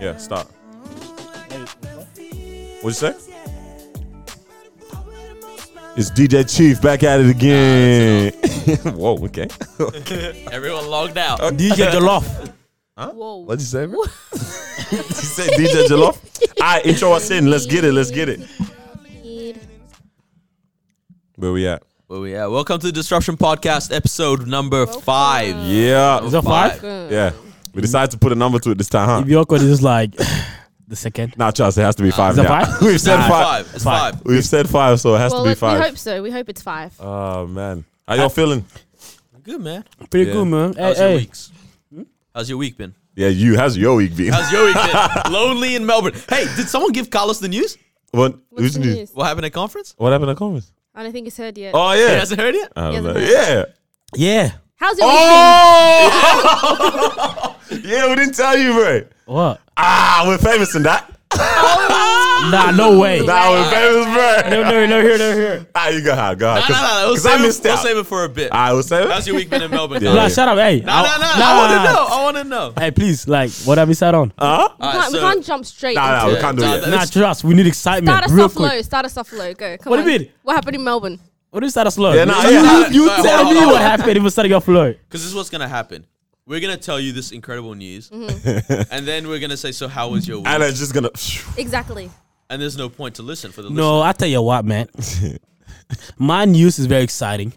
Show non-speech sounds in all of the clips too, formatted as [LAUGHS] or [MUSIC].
Yeah, stop. Wait, what? What'd you say? It's DJ Chief back at it again. [LAUGHS] Whoa, okay. Everyone logged [LAUGHS] out. DJ Jollof. Whoa. What'd you say, [LAUGHS] man? [LAUGHS] you said DJ Jalof? All right, intro us in. Let's get it. Let's get it. Where we at? Where we at? Welcome to the Disruption Podcast, episode number five. Yeah. Is that five? Yeah. We decided to put a number to it this time, If huh? you're awkward, it's just like [SIGHS] the second. Nah, Charles, it has to be five Is that now. [LAUGHS] five? We've said Nah, five. It's Five. five. We've said five, so it has Well, to be look, we five. hope so. We hope it's five. Oh, man. How y'all feeling? Good man. Pretty Yeah. cool, man. Hey, How's your hey. weeks? How's your week been? Yeah, you. How's your week been? How's your week [LAUGHS] been? Lonely in Melbourne. Hey, did someone give Carlos the news? [LAUGHS] What? What's who's the new? news? What happened at conference? What happened at Congress? I don't think it's heard yet. Oh, He yeah. hasn't heard yet. I don't He know. hasn't Yeah. Yeah. How's it oh! Oh! [LAUGHS] yeah, we didn't tell you, bro. What? Ah, we're famous in that. Nah, no way. No, Nah, we're famous, bro. [LAUGHS] no, no, no, here, no, here. Ah, you go hard, go No, no, no. hard. We'll Because I save, it, missed we'll out. save it for a bit. I will say it. How's your week been in [LAUGHS] Melbourne? Yeah. Carlos? Ah. Nah, shut up. Hey. No, no, no. I want to know. I want to know. Hey, please, like, what have we sat on? Huh? We can't, we can't jump straight. Nah, nah, into we it. can't do Nah, it. that- Nah, Let's- trust. We need excitement. Start us Real off quick. low. Start us off low. Go. Come What do on. you mean? What happened in Melbourne? What do you start us low? Yeah, nah, you, yeah. you Sorry, tell hold on, me hold what on. happened if we're starting off low. Because this is what's gonna happen. We're gonna tell you this incredible news, [LAUGHS] and then we're gonna say, "So how was your week?" And it's just gonna. [SIGHS] Exactly. And there's no point to listen for the No, I tell you what, man. My news is very exciting.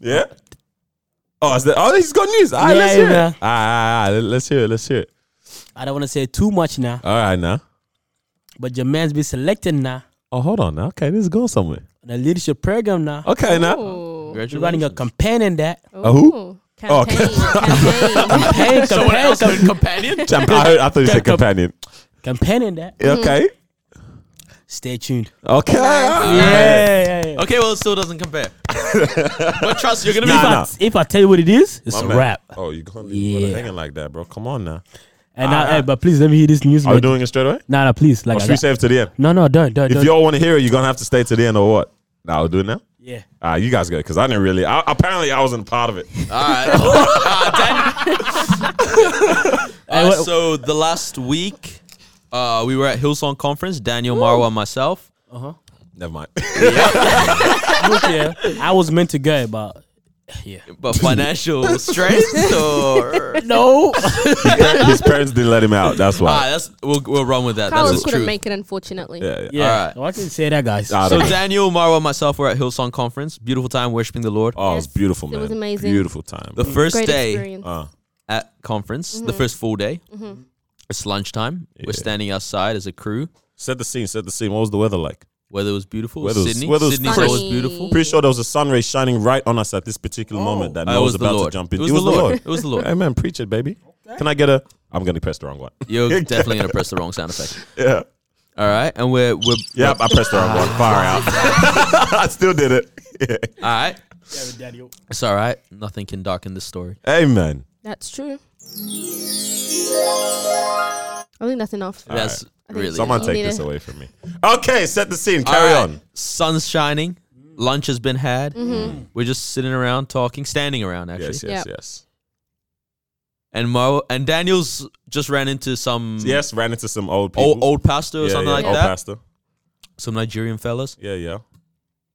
Yeah. Oh, is that, oh, he's got news. All right, let's Yeah, hear yeah. it. Ah, ah, ah, let's hear it. Let's hear it. I don't want to say too much now, All right, now. but your man's been selected now Oh, hold on now. Okay, this is going somewhere. on the leadership program now. Okay, Oh. now. Ooh. We're running a campaign in that. A who? Ooh. Oh, Campaign. campaign. Someone Campaign, campaign, else campaign, a companion. Champ- I, heard, I thought you said Come- companion. Mm-hmm. campaign in that. Okay. Stay tuned. Okay. all right. Yeah, yeah, [LAUGHS] yeah. Okay, well, it still doesn't compare. but trust, you're gonna be Nah, If, fine. nah. I, if I tell you what it is, it's My a man. wrap. Oh, you can't Yeah. leave yeah. hanging like that, bro. Come on now. And I, Alright. hey, but please let me hear this news. Are we man. doing it straight away? Nah, nah, please. Like, Or I should we got- save it to the end? no, no, don't, don't, If don't. y'all want to hear it, you're gonna have to stay to the end or what? Nah, I'll do it now. Yeah. Ah, you guys go because I didn't really. I, apparently, I wasn't part of it. All right. [LAUGHS] Ah, Dan- Hey, Uh, what- so the last week, uh, we were at Hillsong Conference. Daniel, Marwa, and myself. Never [LAUGHS] mind. yeah, I was meant to go, but yeah. But financial strength, or No. His parents didn't let him out. That's all right, why. Ah, that's we'll, we'll run with that. Carlos that's the couldn't truth. make it, unfortunately. Yeah. yeah. [LAUGHS] yeah. Alright. Why can you say that, guys? I So don't know. Daniel, Marwa, and myself were at Hillsong Conference. Beautiful time worshiping the Lord. Oh, it was Yes, beautiful, it man. was amazing. Beautiful time. The bro. first Great day experience. Mm-hmm. Uh, at conference, the first full day. It's lunchtime. We're standing outside as a crew. set the scene. Set the scene. What was the weather like? Weather was beautiful. Weather was- Sydney, weather was Sydney's crisp. always beautiful. Pretty sure there was a sun ray shining right on us at this particular moment that Uh, I was about to jump in. It was, the, Lord. It was the [LAUGHS] Lord. Hey man, preach it, baby. Can I get a? I'm gonna press the wrong one. You're definitely gonna press the wrong sound effect. [LAUGHS] Yeah. All right, and we're we're Yep, I pressed the wrong [LAUGHS] one. Far out. I still did it. all right. Daniel. It's all right. Nothing can darken this story. [LAUGHS] Hey man. That's true. I think that's enough. That's I think really Someone You take need this a- away from me. Okay, set the scene. Carry All right, on. Sun's shining. Lunch has been had. Mm-hmm. We're just sitting around talking, standing around actually. Mm. Yes, yes, Yep. yes. And Mar and Daniel's just ran into some Yes, ran into some old people. old old pastor or yeah, something yeah, like old that. pastor. Some Nigerian fellas. Yeah, yeah.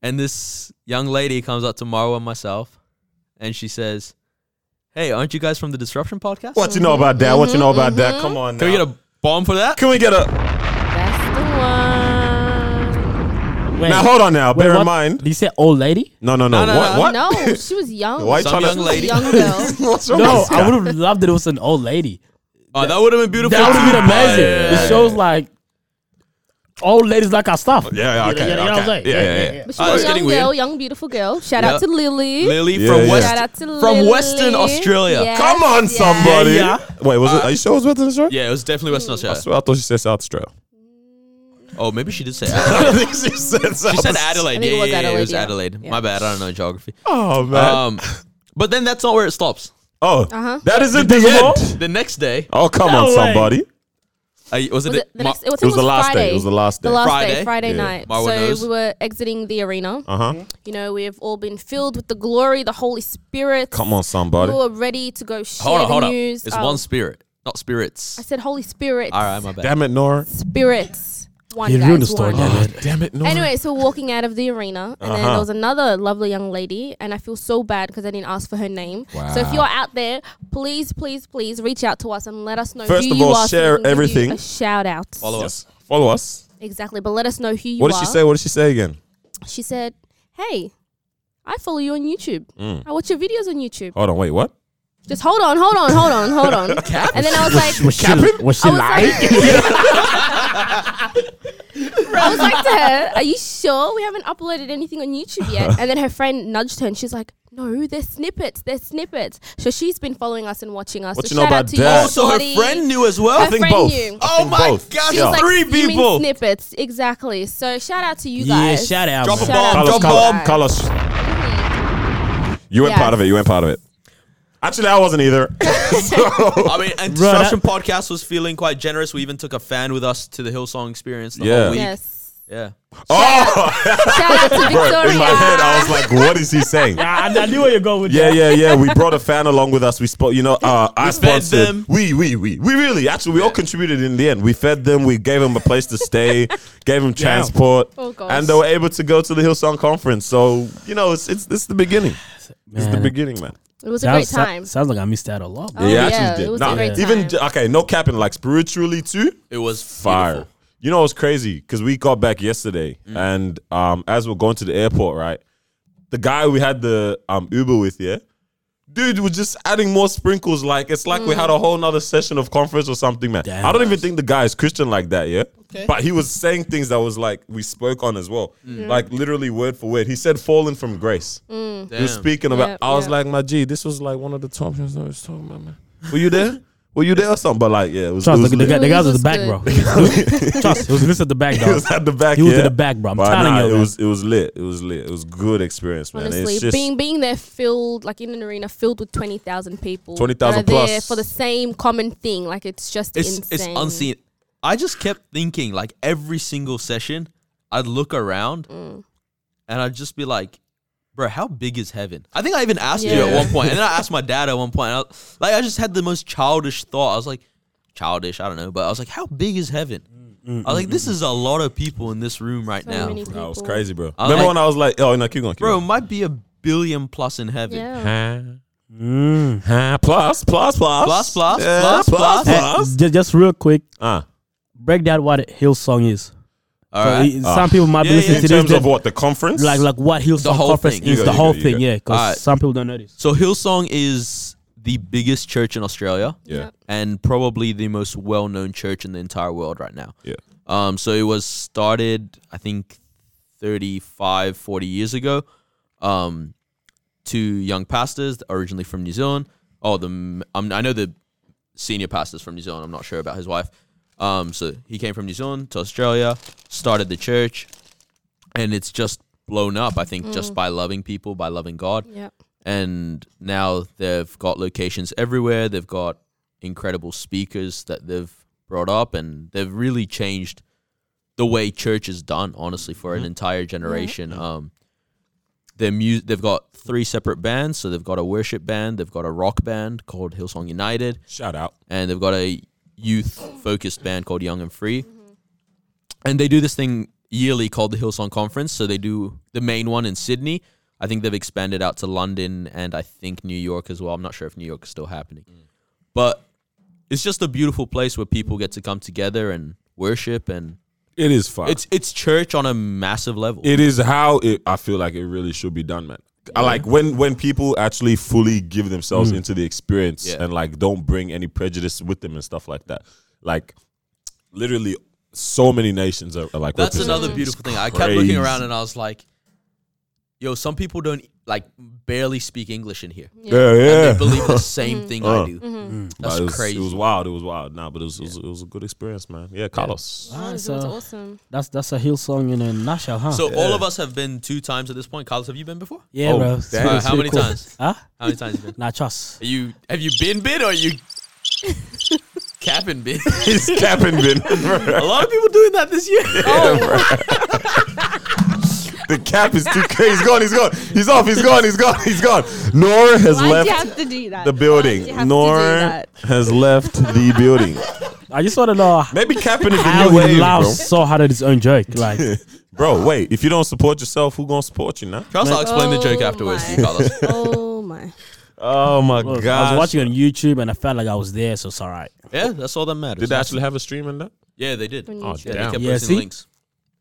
And this young lady comes up to Marwa and myself, and she says, "Hey, aren't you guys from the Disruption Podcast? What you know about that? What you know about that? Come on. Can we now. get a bomb for that? Can we get a? That's the one. Wait, Now hold on. Now wait, bear what- in mind. Did you say old lady? No, no, no. No, no, what? no. what? No, she was young. Why Some tryna- young She was lady. a young girl. [LAUGHS] What's wrong No, with this I guy? would have loved that it was an old lady. Oh, that would have been beautiful. That would have been too, but- amazing. It shows like old ladies like our stuff. Yeah, yeah, okay, you know what I'm okay. saying? Yeah, yeah, yeah. But she Oh, was it's a young getting girl, weird. young beautiful girl. Shout Yeah. out to Lily. Lily Yeah, from yeah. Shout West. out to Lily. From Western Australia. Yes, Come on, yes. somebody. Yeah, Wait, was it? Are you sure it was Western Australia? Yeah, it was definitely Western I Australia. swear, I thought she said South Australia. Oh, maybe she did [LAUGHS] say. Adelaide. I think [LAUGHS] she said South. She said Australia. Adelaide. I think Yeah, it yeah, was yeah, it Adelaide, was yeah. Adelaide. Yeah. My bad. I don't know geography. Oh man. Um, but then that's not where it stops. oh, Uh-huh. that isn't the end. The next day, Oh come No on, way. somebody. uh, was it, Was it, the Ma- next, it was, It was the last Friday. day. It was the last day. The last Friday? day, Friday Yeah. night. Marwa so knows. we were exiting the arena. Uh Hmm? huh. You know, we have all been filled with the glory, the Holy Spirit. Come on, We somebody. were ready to go share hold on, the hold on. news. It's Oh, one spirit, Not I spirits. said Holy Spirit. All right, my bad. Damn it, Nor. Spirits. One You guys, ruined the story, one. damn it. damn it, Nor. Anyway, so walking out of the arena, and then Uh-huh. there was another lovely young lady, and I feel so bad because I didn't ask for her name. So Wow. if you're out there, please, please, please reach out to us and let us know. First who of you all, are so we share can give you everything. A shout out. Follow us. Yes. Follow us. Exactly, but let us know who you what are. did she say? What did she say again? She said, "Hey, I follow you on YouTube. Mm. I watch your videos on YouTube. Hold on, wait, what? Just hold on, hold on, hold on, hold [LAUGHS] on." and then I was like, Was she, was I she was lying? [LAUGHS] I was like to her, "Are you sure we haven't uploaded anything on YouTube Uh-huh. yet?" And then her friend nudged her, and she's like, "No, they're snippets. They're snippets." So she's been following us and watching us. What so you know shout out about to that? you, Oh, so her Scotty. friend knew as well. Her friend knew. I think both. She's Yeah. like, three "You mean people. snippets, exactly. So shout out to you Yeah, guys. shout out. Drop a man. Shout bomb. out Carlos, to Jump you Carlos, guys. Carlos. You weren't Yes. part of it. You weren't part of it. Actually, I wasn't [LAUGHS] either. So- I mean, and Bro, that- Disruption Podcast was feeling quite generous. We even took a fan with us to the Hillsong experience the Yeah. whole week. Yes. Yeah. oh, Shout out to bro, [LAUGHS] Victoria. in my head, I was like, "What is he [LAUGHS] saying?" I, I knew where you're going with Yeah, that. yeah, yeah. [LAUGHS] We brought a fan along with us. We spot, you know, uh, I fed sponsored. them. We, we, we, we really actually we all contributed in the end. We fed them. We gave them a place to [LAUGHS] stay. gave them transport. Oh, gosh. and they were able to go to the Hillsong conference. So you know, it's it's it's the beginning. It's the Man, beginning, man. it was a great Sounds, time. so- sounds like I missed out a lot. Bro. Oh, yeah, yeah, actually it did. was a Nah, great even time. d- okay, no capping. Like spiritually too, It was fire. beautiful. You know, it was crazy because we got back yesterday, and um, as we're going to the airport, right, the guy we had the um Uber with, yeah, dude, was just adding more sprinkles. Like it's like we had a whole nother session of conference or something, man. Damn. I don't even think the guy is Christian like that, yeah. But he was saying things that was like we spoke on as well, like literally word for word. He said, "Fallen from grace." He was Damn. speaking about. Yep, I was yep. like, my G, this was like one of the top things I was talking about, man. Were you there? Were you there or something? But like, yeah, it was. It Trust, was, look, at the, lit. guy, the It guys at the was back, [LAUGHS] bro. Trust, it was this at the back, [LAUGHS] it dog. was at the back. He was yeah. at the back, bro. I'm But telling nah, you, it man. was it was lit. It was lit. It was good experience, man. Honestly, it's just being being there filled like in an arena filled with twenty thousand people, 20,000 that are there plus. for the same common thing. Like it's just It's insane. it's unseen. I just kept thinking, like every single session, I'd look around Mm. and I'd just be like, "Bro, how big is heaven?" I think I even asked you at Yeah. one point, and then I asked my dad at one point. And I, like, I just had the most childish thought. I was like, "Childish," I don't know, but I was like, "How big is heaven?" Mm, I was like, "This is a lot of people in this room right So now, many that was people. crazy, bro. I Remember like- when I was like, oh no, keep going, keep bro. It going. might be a billion plus in heaven." Yeah. Huh? [LAUGHS] Mm. Huh? Plus, plus, plus, Plus, plus, Yeah, plus, plus. Hey, ju- just real quick, Uh, break down what Hillsong is. All So right. it- some people might Yeah, be listening yeah. in to this. terms of that- what the conference, Like, like what The Hillsong whole conference thing. You is, go, the you whole go, you thing, go. yeah, because Alright. some people don't know this. So Hillsong is the biggest church in Australia. yeah, and probably the most well-known church in the entire world right now. yeah, Um, so it was started, I think, 35, 40 years ago. Um, two young pastors originally from New Zealand. Oh, the m- um, I know the senior pastor's from New Zealand. I'm not sure about his wife. Um, so he came from New Zealand to Australia, started the church, and it's just blown up. I think just by loving people, by loving God Yeah. and now they've got locations everywhere. They've got incredible speakers that they've brought up, and they've really changed the way church is done. Honestly, for an entire generation, um, their mu- they've got three separate bands. So they've got a worship band, they've got a rock band called Hillsong United, shout out, and they've got a youth focused band called Young and Free. And they do this thing yearly called the Hillsong Conference. So they do the main one in Sydney. I think they've expanded out to London and I think New York as well. I'm not sure if New York is still happening. Mm. But it's just a beautiful place where people get to come together and worship and it is fun. it's it's church on a massive level. It is how it, I feel like it really should be done, man. I like when when people actually fully give themselves into the experience Mm. Yeah. and like don't bring any prejudice with them and stuff like that. Like literally, so many nations are, are like That's represented. another It's beautiful thing. I kept looking crazy. around and I was like, yo, some people don't like barely speak English in here. Yeah, yeah. and they believe [LAUGHS] the same thing Uh. I Mm-hmm. do. Mm. But That's it was, crazy. It was wild. It was wild. Nah, but it was, it was it was a good experience, man. Yeah, Carlos. [LAUGHS] Oh, Alright, it was so awesome. that's that's a Hillsong in a nutshell, huh? So all of us have been two times at this point. Carlos, have you been before? yeah, Oh, bro. damn. It's Uh, really how many cool. times? Huh? How many times have you been? Nah, trust. Are you have you been bid or are [LAUGHS] you capping bid? It's [LAUGHS] capping bin. [LAUGHS] Oh, A lot of people doing that this year. Oh. The cap is too crazy. He's gone. He's gone. He's off. He's gone. He's gone. He's gone. Nora has Why'd you left have to do that? the Why'd you have to building. do Nora [LAUGHS] that? has left the building. [LAUGHS] I just want to know Maybe capping is the new how he wave, laughs so hard at his own joke. Like, bro. Bro, wait. If you don't support yourself, who gonna support you now? Charles, I'll explain the joke Oh afterwards to my. you, [LAUGHS] Carlos. oh my. Oh my look, I was god. watching on YouTube and I felt like I was there, so it's all right. Yeah, that's all that matters. Did they actually have a stream in that? Yeah, they did. When Yeah, you- Oh they damn. kept Yeah, posting see? links.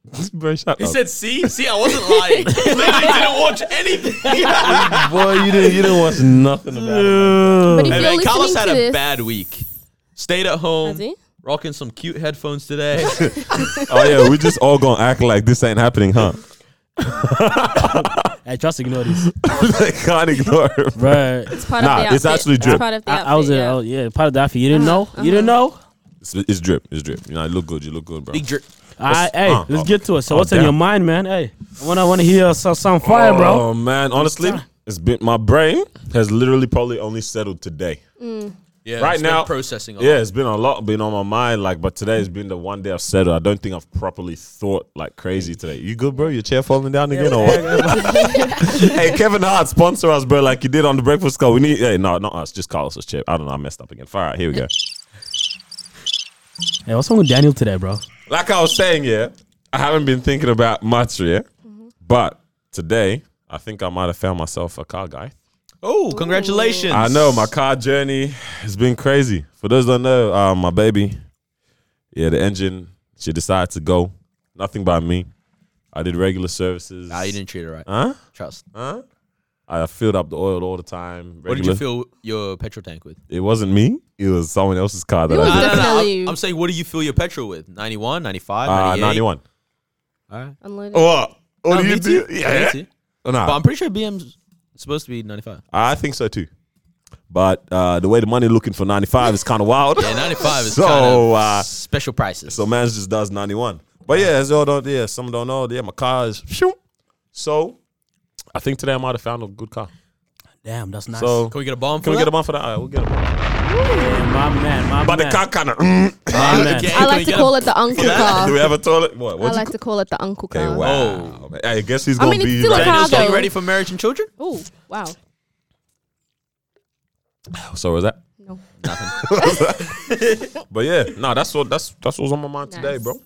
Oh. Bro, shut He up. said, "See, see, I [LAUGHS] wasn't lying. I didn't watch [LAUGHS] anything." Boy, you didn't. You didn't watch nothing about it. But if Hey, you're man, Carlos listening had to a this, bad week. Stayed at home, Has he? rocking some cute headphones today. [LAUGHS] man. [LAUGHS] Oh yeah, we just all gonna act like this ain't happening, huh? [LAUGHS] Hey, just ignore this, I can't ignore it. bro. it's part Nah, of the it's outfit. actually drip. part of the I, I was outfit, yeah. yeah. Oh, yeah, part of the outfit. You didn't know? You didn't know? It's, it's drip. It's drip. You know, you look good. You look good, bro. Big drip. All right, hey, uh, let's oh, get to it. So, oh, what's in damn. your mind, man? Hey, I want to want to hear some, some fire, bro. Oh man, honestly, it's been my brain has literally probably only settled today. Yeah, Right it's been now- processing. A Yeah, lot. it's been a lot been on my mind, like, but today has been the one day I've settled. I don't think I've properly thought like crazy today. You good, bro? Your chair falling down again or what? hey, Kevin Hart, sponsor us, bro, like you did on the Breakfast Club. We need hey, no, not us, just Carlos's chair. I don't know, I messed up again. Fire out, here we go. Hey, what's wrong with Daniel today, bro? like I was saying, yeah, I haven't been thinking about much, yeah. But today, I think I might have found myself a car guy. Oh, congratulations! I know my car journey has been crazy. For those that don't know, uh, my baby, yeah, the engine, she decided to go. Nothing by me. I did regular services. Nah, you didn't treat it right. Huh? Trust. Huh? I filled up the oil all the time. What did you regular. fill your petrol tank with? It wasn't me. It was someone else's car that It was I did. Definitely. I'm, I'm saying, what do you fill your petrol with? 91, 95, Uh, 98? 91. All right. Unloaded. What? What No, do you me too. do? Me Yeah. too. Oh, nah. But I'm pretty sure BM's supposed to be 95. I think so too. But uh, the way the money looking for 95 is kind of wild. Yeah, 95 is So, kind of uh, special prices. So man just does 91. But yeah, as y'all don't, yeah, some don't know. Yeah, my car is. Shoo. So I think today I might have found a good car. Damn, that's nice. So Can we get a bomb? can we get a one for that? All right, we'll get a one. Yeah, my man, my But the man. car kind of. Mm. [LAUGHS] bomb? I like to call it the uncle Do we car. have a toilet? What? I What's like to call it the uncle Okay, car. wow. Oh, man. Hey, I guess he's I gonna mean, it's be still a like, car. Daniel's getting though. ready for marriage and children? Oh, wow. So was that? No. But yeah, no, that's what that's that's what's on my mind today, Nice. bro.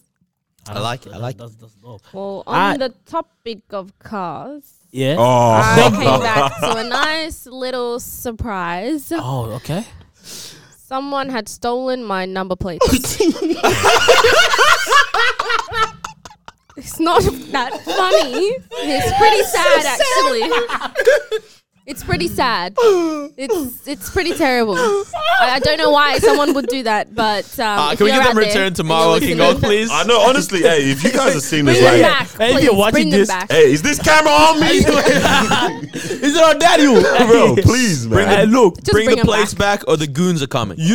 I like it. I like it. That's, that's dope. Well, I- on the topic of cars, Yeah. Oh. Oh, I came [LAUGHS] back to a nice little surprise. Oh, okay. Someone had stolen my [LAUGHS] number plate. it's not that funny. It's pretty sad, actually. It's pretty sad. It's it's pretty terrible. I, I don't know why someone would do that, but um, Uh, if can we you're get them out there returned to and Marwa you're King Gold, listening- [LAUGHS] please? [LAUGHS] I know. Honestly, hey, if you guys have seen this, Bring them like, back, Hey, if please. you're watching Bring them this- back. hey, is this camera on me? Is it our daddy? bro, please, man. Hey, look, Just Bring, bring the him plates back. or the goons are coming. you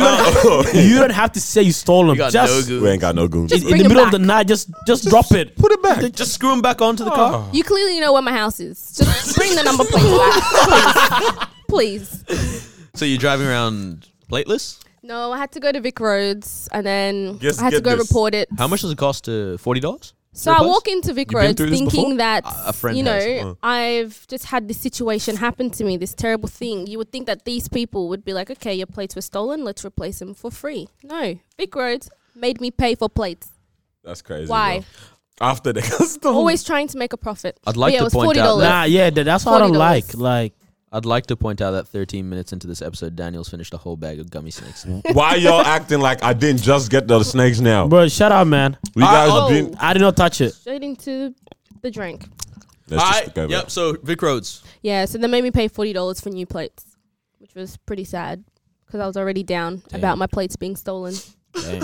[LAUGHS] don't, have, you don't have to say you stole them. You got no Just goons. we ain't got no goons. in, in Bring the it middle of back. the night, just just drop it. Put it back. Just screw them back onto the Oh. car. You clearly know where my house is. Just bring the number plate [LAUGHS] back, please. please. So you're driving around plateless? No, I had to go to Vic Roads and then Yes, I had to get go this. report it. How much does it cost to $40? So I walk into Vic been Roads through this before? thinking that A- a friend you know has, uh. I've just had this situation happen to me, this terrible thing. You would think that these people would be like, okay, your plates were stolen, let's replace them for free. No, Vic Roads made me pay for plates. That's crazy. Why? bro. After the custom. Always trying to make a profit. I'd like But yeah, to it was point forty out dollars. Nah, yeah, that, that's what I don't like. $40. Like, I'd like to point out that 13 minutes into this episode, Daniel's finished a whole bag of gummy snakes. Why y'all acting like I didn't just get the snakes now? bro, shut up, man. We guys oh. been. I did not touch it. Straight into the drink. Let's just go yep. back. So Vic Roads. Yeah, so they made me pay forty dollars for new plates, which was pretty sad because I was already down about my plates being stolen. [LAUGHS]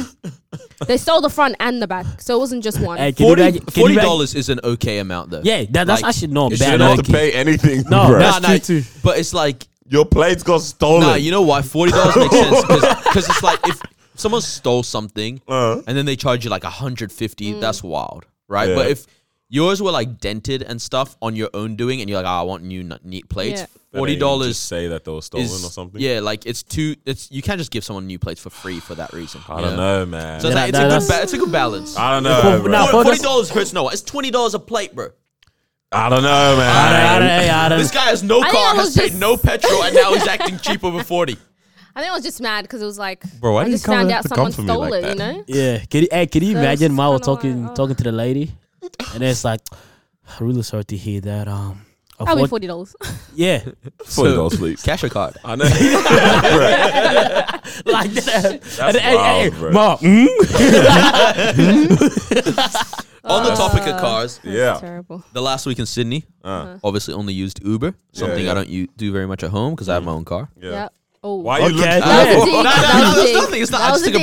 They stole the front and the back, so it wasn't just one. Hey, can you Forty imagine- can you forty imagine- dollars is an okay amount though. Yeah, that, that's Like, actually not You bad. shouldn't have like- to pay anything, No, bro. that's- Nah, nah, true too. But it's like, Your plates got stolen. nah, you know why? Forty dollars makes sense because it's like if someone stole something Uh-huh. and then they charge you like hundred fifty, that's wild, right? Yeah. But if yours were like dented and stuff on your own doing, and you're like, oh, I want new n- neat plates, Yeah. Better forty you just dollars. Say that they were stolen Is, or something. Yeah, like it's too. It's you can't just give someone new plates for free for that reason. I you don't know, man. So it's, Yeah, like, it's, that- a good that's- Ah. ba- it's a good balance. I don't For- know. bro. nah, Forty for- dollars hurts no one. It's twenty dollars a plate, bro. I don't know, I don't, man. I don't, I don't- This guy has no think car, I has was paid just- no petrol, and now he's acting cheap over forty. I think I was just mad because it was like, Bro, why I did you just come found to- out to someone come for me stole like it, that? you know? Yeah, can you, hey, can you So it's imagine Mao kinda like, talking oh. talking to the lady, and it's like, I'm really sorry to hear that. Um, a Probably fort- forty dollars. [LAUGHS] yeah, [LAUGHS] [LAUGHS] Forty dollars, [LAUGHS] please. Cash or card? I know. [LAUGHS] Bruh, like that. That's hey, hey, wild, hey, bro. Ma, mm? On Uh, the topic of cars, Yeah. Terrible. the last week in Sydney, Uh-huh. Uh, obviously only used Uber, something yeah. I don't u- do very much at home because I have my own car. yeah. Yep. Oh. Why Okay. you look? That Uh, was a no, dig. no, no, That was a no, it's dig. nothing. It's not. That I was just a took a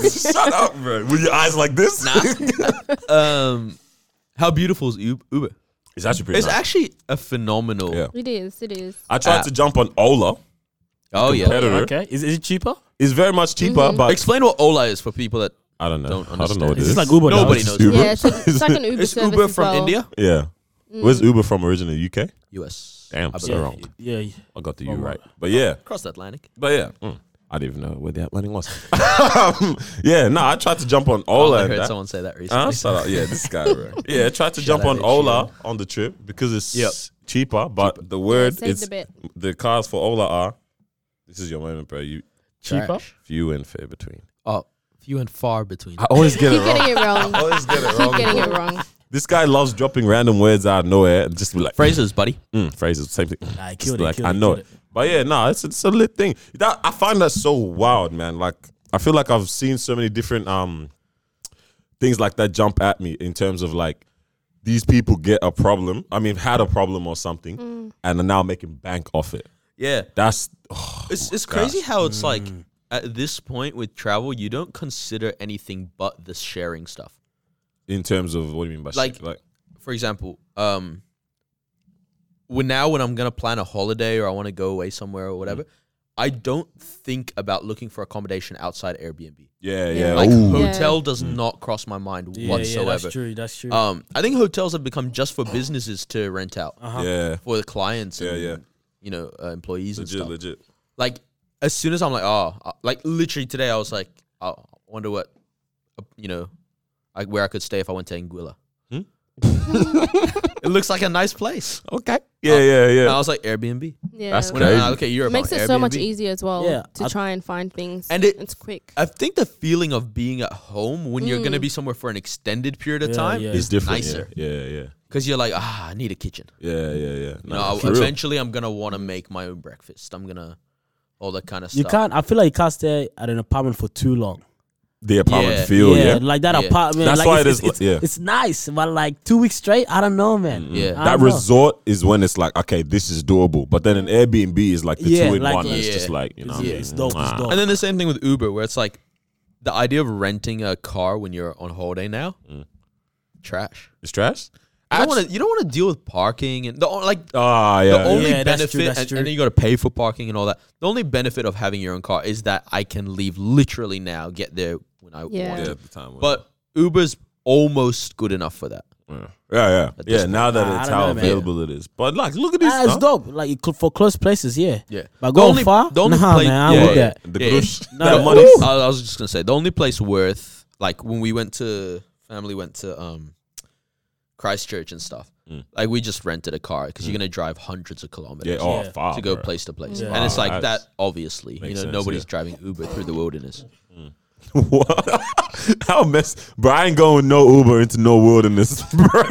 break. Go. [LAUGHS] Shut up, bro. With your eyes like this? [LAUGHS] Um, how beautiful is Ub- Uber? It's actually pretty. It's nice. actually a phenomenal. Yeah. It is. It [LAUGHS] is. I tried uh, to jump on Ola. Oh yeah. Competitor. [LAUGHS] okay, is, is it cheaper? It's very much cheaper, Mm-hmm. but Explain what Ola is for people that I don't know. Don't I don't know what it understand. Is is. this like Uber? now? Nobody It's knows. Uber. Yeah, it's, like, it's like an Uber it's service Uber as from well. India, Yeah. Where's Uber from originally? UK? US. Damn, I so believe. wrong. Yeah, yeah. I got the Oh, U wow. right. But yeah. Across the Atlantic. But yeah. Mm. I didn't even know where the Atlantic was. [LAUGHS] yeah, no, I tried to jump on Oh, Ola. I and heard that. someone say that recently. Huh? Shout [LAUGHS] out. Yeah, this guy, bro. Yeah, I tried to jump out on Ed Ola on the trip because it's Yep. cheaper, but the word saved it's a bit. the cars for Ola are this is your moment, bro. You cheaper. few and fair between. Oh, few and far between. I always [LAUGHS] get it Keep wrong. getting it wrong. always get it Keep getting bro. it wrong. This guy loves dropping random words out of nowhere and just be like Phrases, buddy. mm, phrases, same thing. Nah, he Just killed it, like killed I it, know killed it. But yeah, no, it's it's a lit thing. That I find that so wild, man. Like I feel like I've seen so many different um things like that jump at me in terms of like these people get a problem. I mean, had a problem or something, and are now making bank off it. Yeah. That's [SIGHS] It's it's crazy how it's like at this point with travel, you don't consider anything but the sharing stuff. in terms of what do you mean by Like- shit? like For example, um, when now when I'm gonna plan a holiday or I want to go away somewhere or whatever, I don't think about looking for accommodation outside Airbnb. yeah, Oh. yeah. Yeah. Like ooh. hotel does not cross my mind Yeah, yeah, whatsoever. that's true. That's true. Uh, Um, I think hotels have become just for businesses to rent out yeah, for the clients. Yeah, and, yeah. You know, uh, employees and legit, stuff. legit. Like as soon as I'm like, oh, uh, like literally today, I was like, oh, I wonder what, uh, you know, like where I could stay if I went to Anguilla. Hmm? [LAUGHS] it looks like a nice place. Okay. Yeah, yeah, And yeah. I was like Airbnb. Yeah. That's When I- Crazy. I look at Europe, It I'm makes like, it so much Airbnb. easier as well Yeah, to I- try and find things. And it- it's quick. I think the feeling of being at home when you're Mm. going to be somewhere for an extended period of Yeah, time yeah. It's is different. nicer Yeah, yeah, yeah, because you're like, ah, I need a kitchen. yeah, yeah. yeah. You No, know, for I, real. eventually I'm gonna want to make my own breakfast. I'm gonna all that kind of you stuff. can't. I feel like you can't stay at an apartment for too long. the apartment Yeah. feel, yeah. like that Yeah. apartment. That's like, why it's, it is It's, li- yeah. it's nice, but like two weeks straight, I don't know, man. Yeah. I that don't know. resort is when it's like, okay, this is doable. But then an Airbnb is like the Yeah, two in like- one. and It's Yeah. just like, you know, Yeah, it's dope. It's dope. And then the same thing with Uber, where it's like the idea of renting a car when you're on holiday now, Mm. trash. It's trash. You don't, wanna, you don't wanna deal with parking and the o- like Ah, the yeah. only Yeah, that's benefit true, that's and, true. and then you gotta pay for parking and all that. The only benefit of having your own car is that I can leave literally now, get there when I Yeah. want yeah, to. at the time. But Uber's almost good enough for that. yeah, yeah, yeah. this now I that it's don't how know, man. available it is. But like, look at this. Ah, it's huh? dope. Like you could- for close places, yeah. Yeah. But The going only- far, the only nah, place- man, I'm yeah, with yeah. that. The Yeah. grush. No, the woo. money. I, I was just gonna say the only place worth like when we went to family went to um Christchurch and stuff. Like we just rented a car because you're gonna drive hundreds of Mm. Yeah, kilometers oh, Yeah. far, to go bro. place to place, Yeah. and it's like Wow, that. that's- Obviously, you makes know sense, nobody's yeah. driving Uber through the wilderness. What? [LAUGHS] How mess, bro? I ain't going with no Uber into no wilderness, [LAUGHS] bro.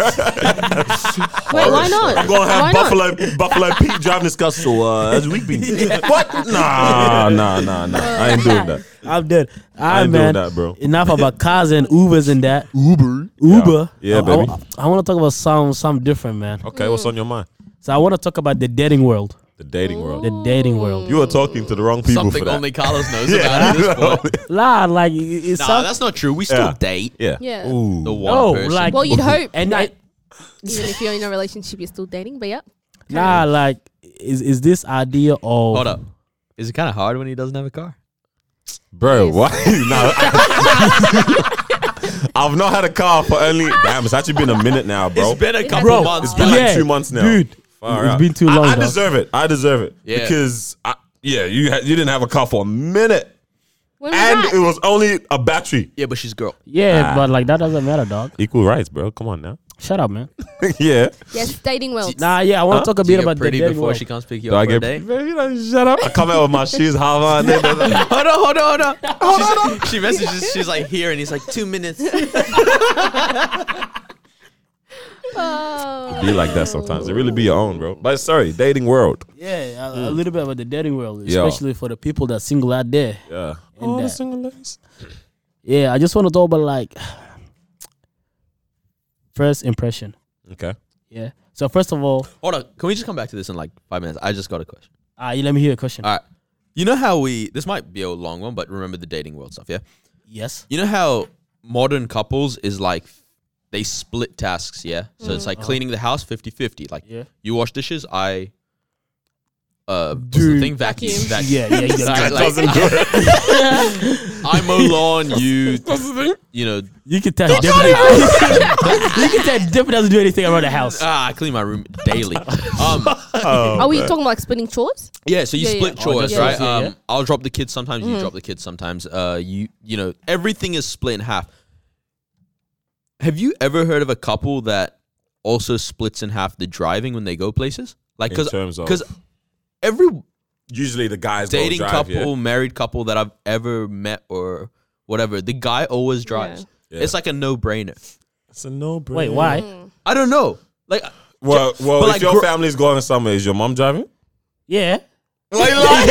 Wait, why not? I'm gonna have why Not? Buffalo Buffalo Pete driving this car. So uh, as we [LAUGHS] been, what? Nah, nah, nah, nah. I ain't doing that. I'm dead. I I ain't man. doing that, bro. Enough about cars and Ubers [LAUGHS] and that. Uber. Uber. Yeah, I, baby. want to talk about some some different, man. Okay, what's on your mind? So I want to talk about the dating world. The dating world. The dating world. You are talking to the wrong people Something for that. only Carlos knows yeah, about at [LAUGHS] this point. Nah, like it- it's Nah, some- that's not true. We still Yeah. date yeah, Yeah. Ooh. the one No, person. Oh, like- Well, you'd hope. and And I, even if you're in a relationship, you're still dating. But yeah, nah, like is is this idea of hold up, is it kind of hard when he doesn't have a car? bro, what? [LAUGHS] no, I've not had a car for only damn. It's actually been a minute now, bro. It's been a couple bro? months. It's been but- like two months now. dude. Far it's out. been too I- long. I, dog. deserve it. I deserve it Yeah. because I, yeah, you ha- you didn't have a car for a minute, when was and that? it was only a battery. yeah, but she's girl. yeah, but like that doesn't matter, dog. Equal rights, bro. Come on now. [LAUGHS] Shut up, [LAUGHS] man. yeah. Yes, dating well. Nah, yeah, I want to talk a Do you bit get about the pretty dating before world. she comes pick you Do I up for a get date? baby? Like, shut up! I come out with my shoes, Hava. [LAUGHS] And then, Hold on, hold on, hold on. She's- She messages, she's like here, and he's like two minutes. [LAUGHS] Oh. be like that sometimes. It really be your own, bro. But sorry, dating world. Yeah, a, a little bit about the dating world, Yeah. especially for the people that single out there. Yeah. All the that. single ladies. Yeah, I just want to talk about like first impression. Okay. Yeah. So first of all, Hold on, can we just come back to this in like five minutes? I just got a question. uh, you let me hear a question. All right. You know how we this might be a long one, but remember the dating world stuff, yeah? yes. You know how modern couples is like they split tasks, yeah? So it's like cleaning the house 50-50. Like Yeah. you wash dishes, I uh what's the Dude. thing vacuum. Vacuum. vacuum. Yeah, yeah, yeah. [LAUGHS] Like- yeah. like, [LAUGHS] I mow lawn, you you know You can tell Devin. [LAUGHS] you can tell Devin doesn't do anything around the house. ah, I clean my room daily. Um Are we talking about like splitting chores? Yeah, so you Yeah, Mm-hmm. split Oh, yeah. chores, that's right? what I see, Um, I'll drop the kids sometimes. You drop the kids sometimes. Uh, you you know everything is split in half. Have you ever heard of a couple that also splits in half the driving when they go places? Like In because terms of- because every Usually the guys go dating drive, couple, yeah. married couple that I've ever met or whatever, the guy always drives. Yeah. It's like a no brainer. It's a no brainer. Wait, why? I don't know. [LAUGHS] Like Well, well, But if like your gr- family's going somewhere, is your mom driving? Yeah. Like, like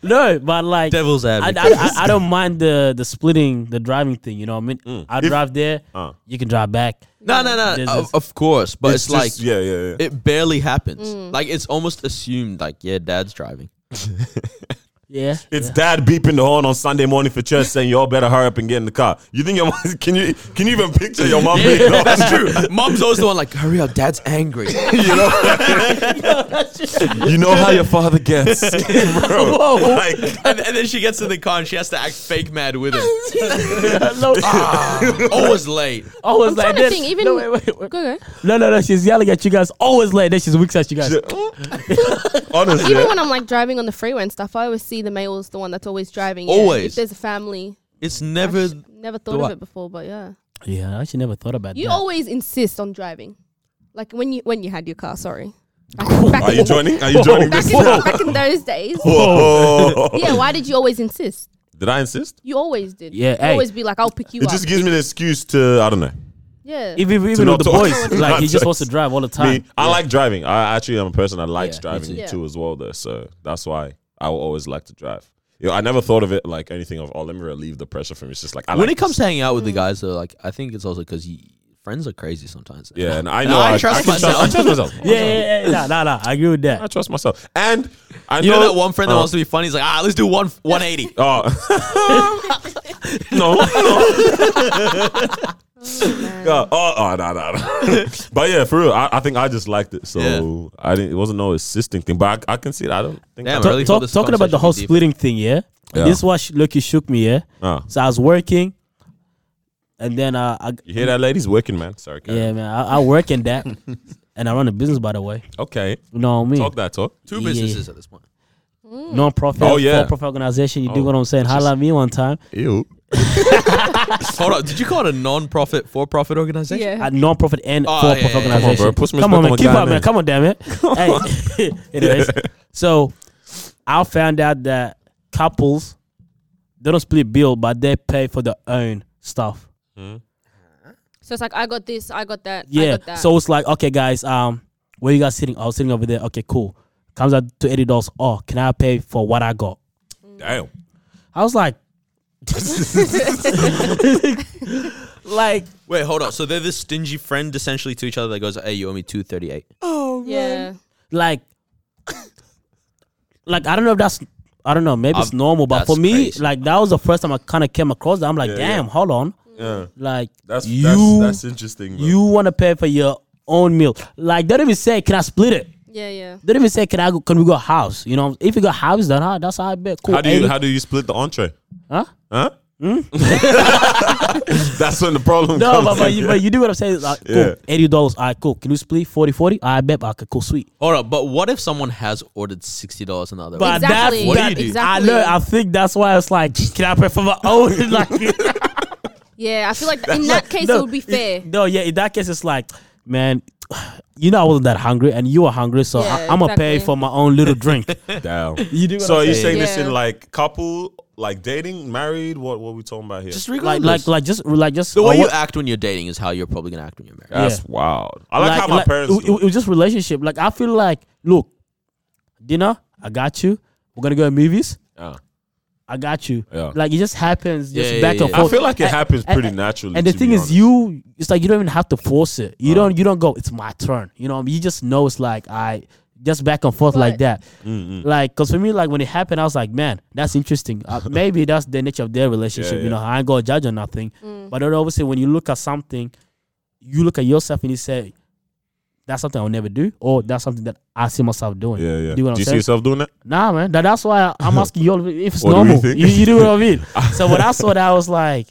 No, but like devil's I, I, advocate. I, I don't mind the the splitting the driving thing. You know what I mean? I If- drive there, Uh. you can drive back. No, no, There's no. Of, this- of course, but it's, like just- yeah, yeah, yeah. it barely happens. Like it's almost assumed like yeah, dad's driving. Yeah. It's dad beeping the horn on Sunday morning for church saying y'all better hurry up and get in the car. You think your mom [LAUGHS] can you can you even picture your Oh, mom being [LAUGHS] That's true. Mom's always the one like hurry up, dad's angry. you know? [LAUGHS] you know how your father gets. [LAUGHS] Bro, [LAUGHS] like [LAUGHS] and, and then she gets in the car and she has to act fake mad with him. no, [LAUGHS] Always late. always trying like to this. think, even- no, wait, wait, wait. Go go. no, no, no. She's yelling at you guys. Always like this. She's weak at you guys. honestly. Even when I'm like driving on the freeway and stuff, I always see the male's the one that's always driving. yeah. Always. If there's a family. It's I never sh- never thought what? of it before, but yeah. Yeah, I actually never thought about You that. always insist on driving. Like when you when you had your [LAUGHS] car, sorry. Back, back Are you in, joining? Are you joining back this? in, back in those days. [LAUGHS] Whoa. Yeah, why did you always insist? Did I insist? You always did. Yeah, You hey. always be like, I'll pick you It up. just gives me an excuse to I don't know. yeah. even even not with the talk. [LAUGHS] boys, like he just wants to drive all the time. Me, I like driving. I actually am a person that likes Yeah, me driving too. too. as well, though. So that's why I will always like to drive. You know, I never thought of it like anything of oh, let me relieve the pressure from you. It's just like I when like it comes to hanging out with the guys though, like I think it's also because friends are crazy sometimes. this. yeah, and I And know I I, I trust can trust myself. I trust myself. Yeah, yeah, yeah, nah, nah, nah. I agree with I that. trust myself, and I You know, know that one friend that Uh, wants to be funny. He's like, ah, let's do one [LAUGHS] 180. Oh. no, no. Yeah, oh, oh, no, no, no. [LAUGHS] but yeah, for real, I, I think I just liked it. So Yeah. I didn't. It wasn't no assisting thing, but I, I can see it. I don't think. Damn, I, I really thought Talk, this talking about the conversation whole would be deep. splitting thing, yeah. Yeah. This was lucky shook me, yeah. Uh, So I was working, and then uh, I you hear that, ladies? Working, man. Sorry, Karen. yeah, man, I, I work [LAUGHS] in that, and I run a business by the way. Okay, You know what I mean? talk that talk. Two Yeah. businesses at this point. Mm. Non-profit, Oh, yeah. for-profit organization. You do Oh, what I'm saying? Holla at me one time. Ew. Hold on, did you call it a non-profit, for-profit organization? yeah. A non-profit and Oh, for-profit yeah, yeah, yeah. Come on, organization. bro. Put some Come on, man. respect Keep on my up, guy man. Come on, damn it. hey. [LAUGHS] Anyways, so I found out that couples they don't split bill, but they pay for their own stuff. So it's like I got this, I got that, I Yeah. got that. So it's like, okay, guys, um, where you guys sitting? I was sitting over there. Okay, cool. Comes out to eighty dollars. Oh, can I pay for what I got? Damn. I was [LAUGHS] like, [LAUGHS] like Wait, hold on. So they're this stingy friend essentially to each other that goes, hey, you owe me 238. yeah. like like I don't know if that's I don't know maybe it's I've- normal but for that's me crazy. like that was the first time I kind of came across that I'm like Yeah, damn hold on Yeah, like that's you that's, that's interesting. Bro. you want to pay for your own meal like they don't even say can I split it Yeah, yeah. they don't even say can I go, can we go house you know if you go house then ah, that's how I bet cool how do you 80. how do you split the entree? [LAUGHS] Huh? Huh? that's when the problem no comes. but, but, in. you, but you do what I'm saying like cool Yeah. eighty dollars alright cool can you split 40 40 I bet okay cool sweet Hold on, but what if someone has ordered sixty dollars and the other? But ordered- Exactly. that's What do that, you do? I Exactly. [LAUGHS] know. I think that's why I was like, can I pay for my own? like, Yeah, I [LAUGHS] feel like in that case it would be fair. No, yeah, in that case, it's like, man, you know, I wasn't that hungry, and you were hungry, so Yeah, I, I'm gonna pay exactly. for my own little drink. Damn. you do what so I'm are you saying? saying this in Yeah. like couple, like dating, married? What what are we talking about here? Just like, regardless. like, like, just, like, just the I way you wa- act when you're dating is how you're probably gonna act when you're married. That's Yeah. wild. I like, how my parents. It, do. it was just relationship. Like I feel like, look, dinner, I got you. We're gonna go to movies. Yeah. I got you. Yeah. Like it just happens, just Yeah, back yeah, and yeah. I forth. feel like it happens and- pretty naturally. and the to thing be is, honest. you it's like you don't even have to force it. You don't you don't go. It's my turn. You know, you just know it's like I just back and forth like But- that. Mm, [LAUGHS] Like, cause for me, like when it happened, I was like, man, that's interesting. [LAUGHS] Uh, maybe that's the nature of their relationship. yeah. You know, I ain't gonna judge or nothing. But then obviously, when you look at something, you look at yourself and you say, that's something I'll never do, or that's something that I see myself doing. Yeah, yeah. Do you know what I'm see saying? yourself doing that? Nah, man. That, that's why [LAUGHS] I'm asking you all if it's What do we normal. You, think? you, do what [LAUGHS] I mean. so when I saw that, I was like,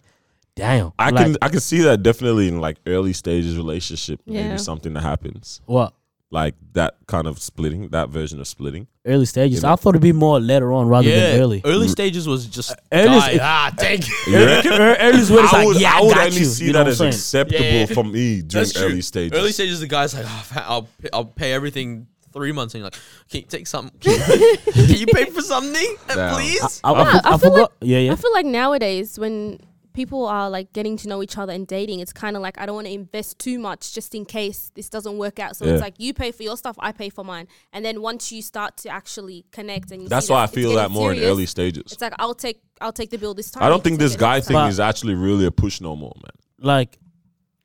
damn. I like, can I can see that definitely in like early stages relationship. Yeah. Maybe something that happens What? like that kind of splitting, that version of splitting. early stages. You know? I thought it'd be more later on rather than early. stages was just Uh, Early is- guy, ah, thank you. You reckon? [LAUGHS] Early is when it's I like, would, yeah, I I would got only you. see you know that what as I'm saying? acceptable Yeah, yeah. for me during early stages. Early stages, the guy's like, "Oh, I'll pay, I'll pay everything three months, and you're like, can you take something? Can you pay for something, uh, Damn. please? I, I, Nah, I I feel forgot. like- yeah, yeah. I feel like nowadays when people are like getting to know each other and dating, it's kind of like I don't want to invest too much just in case this doesn't work out. So Yeah. it's like you pay for your stuff, I pay for mine, and then once you start to actually connect and you That's see why I it's feel getting that more in serious, early stages. It's like I'll take I'll take the bill this time. I you don't take think this it guy next thing time. But- is actually really a push no more, man. like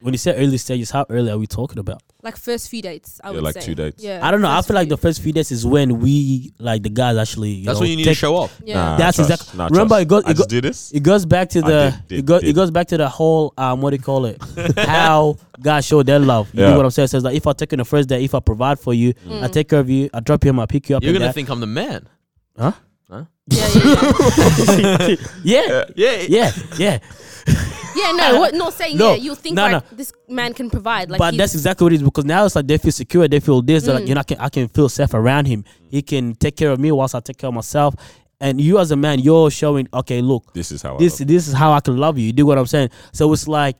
when you say early stages, how early are we talking about? like first few dates. I Yeah, would like say. two dates. Yeah, I don't know. I first feel like few. the first few days is when we like the guys actually. You That's know, when you need to take- show up. yeah. Nah, That's trust. exact- Nah, Remember, trust. it goes- I it just go- did this. It goes back to the did, it did, goes it did. goes back to the whole um what do you call it? [LAUGHS] How guys show their love. You Yeah. know what I'm saying? So it's like if I take you on the first day, if I provide for you, Mm. I take care of you, I drop you home, I pick you up. You're and gonna that- think I'm the man. huh? Yeah, yeah, yeah. Yeah, Yeah, Uh, yeah, yeah. yeah, [LAUGHS] no, what, not saying No, yeah. You think no, like this man can provide, like Mm. but he's- that's exactly what it is because now it's like they feel secure, they feel this. They're like, you know, I can, I can feel safe around him. He can take care of me whilst I take care of myself. And you as a man, you're showing, okay, look, This is how this I this is how I can love you. You do what I'm saying. So it's like,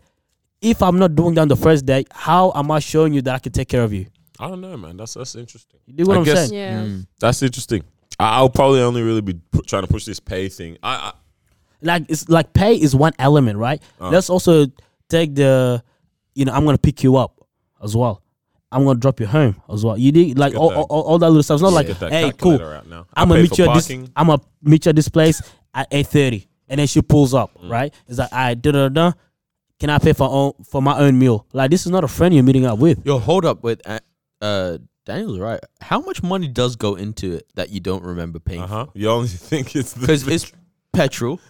if I'm not doing that on the first day, how am I showing you that I can take care of you? I don't know, man. That's that's interesting. You do what I I am guess- saying. yeah. That's interesting. I, I'll probably only really be pu- trying to push this pay thing. I, Like it's like pay is one element, right? Uh. Let's also take the, you know, I'm gonna pick you up as well. I'm gonna drop you home as well. You did like Get all, that. all, all, all that little stuff. It's not I like, get that hey, cool. calculator out now. I'm gonna pay meet for you at this. parking. I'm gonna meet you at this place at eight thirty, and then she pulls up. Mm. Right? It's like I da da da. Can I pay for own, for my own meal? Like this is not a friend you're meeting up with. Yo, hold up. Wait, uh, uh, Daniel's right. How much money does go into it that you don't remember paying? Uh-huh. You only [LAUGHS] think it's the Because it's petrol.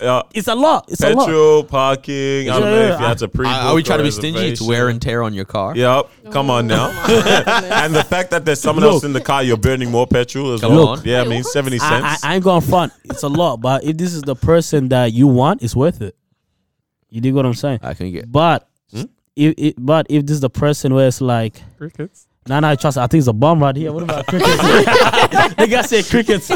uh, It's a lot. It's a lot. petrol, parking. I don't Yeah, know yeah, if you had to pre. Are, are we trying to be stingy? It's wear and tear on your car. Yep. Come on now. and the fact that there's someone else Look. in the car, you're burning more petrol as Come well. on. Yeah, I mean seventy I, cents. I, I ain't going front. It's a lot, but if this is the person that you want, it's worth it. You dig what I'm saying? I can get. But Hmm? if, if but if this is the person where it's like Crickets. Nah, nah, trust. I think it's a bomb right here. What about crickets? [LAUGHS] the guy said crickets.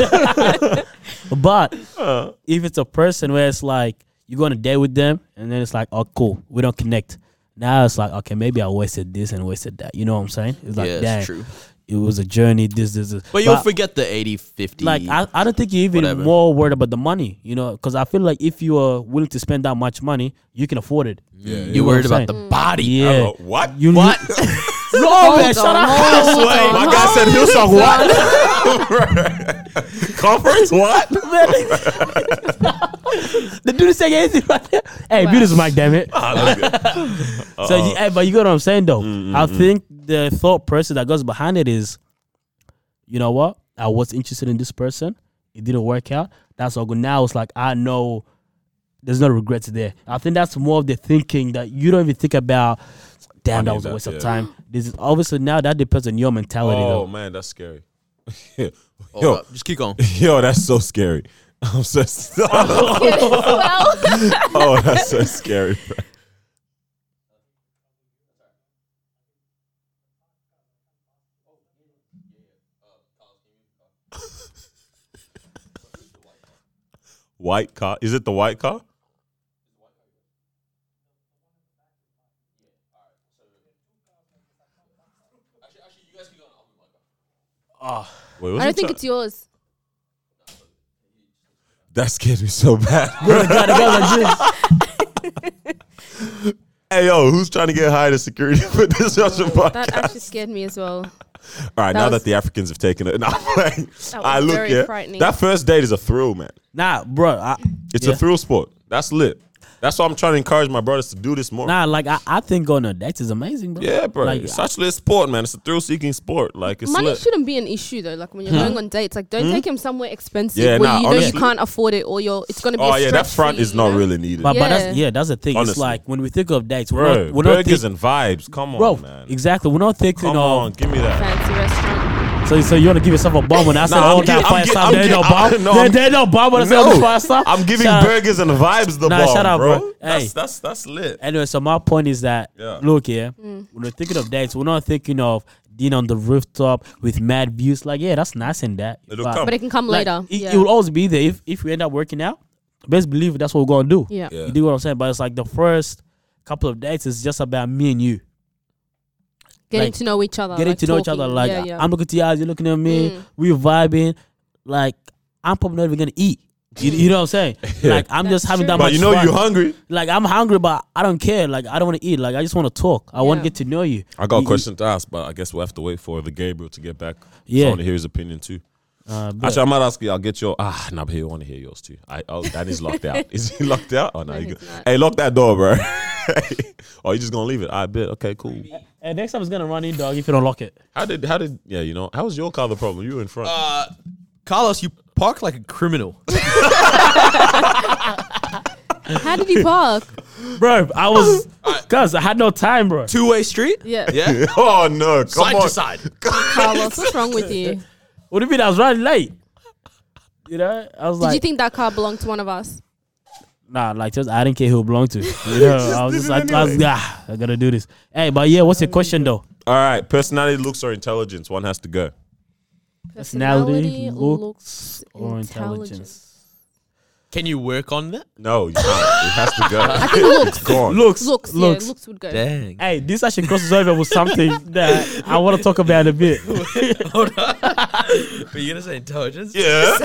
but Uh. if it's a person where it's like you go on a date with them and then it's like, oh, cool, we don't connect. Now it's like, okay, maybe I wasted this and wasted that. You know what I'm saying? It's like, yeah, it's dang, true. it was a journey. This, this, this. But you'll forget the 80, 50. like, I, I don't think you're even whatever. more worried about the money, you know, because I feel like if you are willing to spend that much money, you can afford it. Yeah. yeah. you're know what worried I'm about the saying? body. Yeah. Oh, what? You What? [LAUGHS] no, man, shut up. Wait, my guy said Hillsong what? [LAUGHS] Conference [LAUGHS] what? [LAUGHS] the dude is saying anything right there. Hey, Wow. beautiful this mic, damn it. Ah, that's good. So, you, eh, but you get what I'm saying, though. Mm-hmm, I think the thought process that goes behind it is, you know what? I was interested in this person. It didn't work out. That's all good. Now it's like I know there's no regrets there. I think that's more of the thinking that you don't even think about. Damn, Money that was a that- waste yeah. of time. This is obviously now that depends on your mentality, Oh [LAUGHS] though. man, that's scary. [LAUGHS] Hold Yo, up, just [LAUGHS] keep going. Yo, that's so scary. [LAUGHS] I'm so. [LAUGHS] Oh. well, oh, that's so scary. Bro. White car? Is it the white car? Wait, I don't think it's yours. That scared me so bad. [LAUGHS] God, the guy was like this. hey, yo, who's trying to get hired as security [LAUGHS] for this Russian podcast? That actually scared me as well. All right, that now was- that the Africans have taken it, [LAUGHS] and I'm like, was I look, very yeah. frightening. That first date is a thrill, man. Nah, bro. I, It's Yeah. a thrill sport. That's lit. That's why I'm trying to encourage my brothers to do this more. nah, like I, I think going on dates is amazing, bro. Yeah, bro. Like, it's such lit sport, man. It's a thrill seeking sport. Like it's Money lit. shouldn't be an issue though. Like when you're Hmm. going on dates, like don't take him somewhere expensive Yeah, where nah, you know honestly- you can't afford it or you're it's gonna be. oh a yeah, that stretch front for you, is you not know? really needed. but, but that's Yeah. yeah, that's the thing. It's Honestly. like when we think of dates, we're bro, not, we're not burgers thinking, and vibes. Come on, bro. man. Exactly, we're not thinking Come of. on, give me that. fancy restaurant. So, so you want to give yourself a bomb when I said, I'm "Oh, that gi- I'm five gi- star." I'm There gi- no I'm- bomb. no, There, I'm- there no bomb when I said, "Oh, the five star." I'm giving Shout out. burgers and vibes the Nah, bomb, shut up, bro. bro. Hey. That's, that's that's lit. Anyway, so my point is that Yeah. look here, Mm. when we're thinking of dates, we're not thinking of dinner on the rooftop with mad views. Like, yeah, that's nice and that. It'll come. But it can come Oh. like, later. It, yeah. it will always be there if if we end up working out. Best believe that's what we're gonna do. yeah. Yeah. You do what I'm saying, but it's like the first couple of dates is just about me and you Getting like, to know each other. getting Oh, like to know each other. talking. Like yeah, yeah. I'm looking to your eyes, you're looking at me, Mm. we vibing. Like I'm probably not even gonna eat. You, you know what [LAUGHS] I'm saying? Like I'm just That's having true. that But much you know fun. you hungry. like I'm hungry, but I don't care. Like I don't want to eat. Like I just want to talk. I want Yeah. to get to know you. I got You- a you- question to ask, but I guess we'll have to wait for the Gabriel to get back. Yeah. I want to hear his opinion too. Uh, but- Actually, I might ask you. I'll get your ah. Nah, but he want to hear yours too. I oh, Danny's locked out. Is he [LAUGHS] locked out? Oh no, you he's good. not. Hey, lock that door, bro. [LAUGHS] oh, you just gonna leave it? I bet. Okay, cool. Hey, next time it's gonna run in, dog. If you don't lock it, How did? How did? Yeah, you know. How was your car the problem? You were in front. [LAUGHS] Uh, Carlos, you park like a [LAUGHS] criminal. How did you [LAUGHS] park? bro. [LAUGHS] I was, cause I had no time, bro. Two way street. Yeah. Yeah. oh no! Come side on. [LAUGHS] to side. Carlos, what's wrong with you? What do you mean? I was running late. You know, I was Did you like, think that car belonged to one of us? nah, like just I didn't care who it [LAUGHS] belonged to. You know, I was Just just, did it I, I was, ah, I gotta do this. Hey, but yeah, what's your question though? All right. Personality, looks, or intelligence. One has to go. Personality, looks, or intelligence? Can you work on that? No, you can't. it has to go. [LAUGHS] I think looks. gone. Looks, Looks, looks, looks. yeah, looks would go. Dang. Hey, this actually crosses over [LAUGHS] with something that I want to talk about a bit. But you gonna say intelligence? Yeah. [LAUGHS]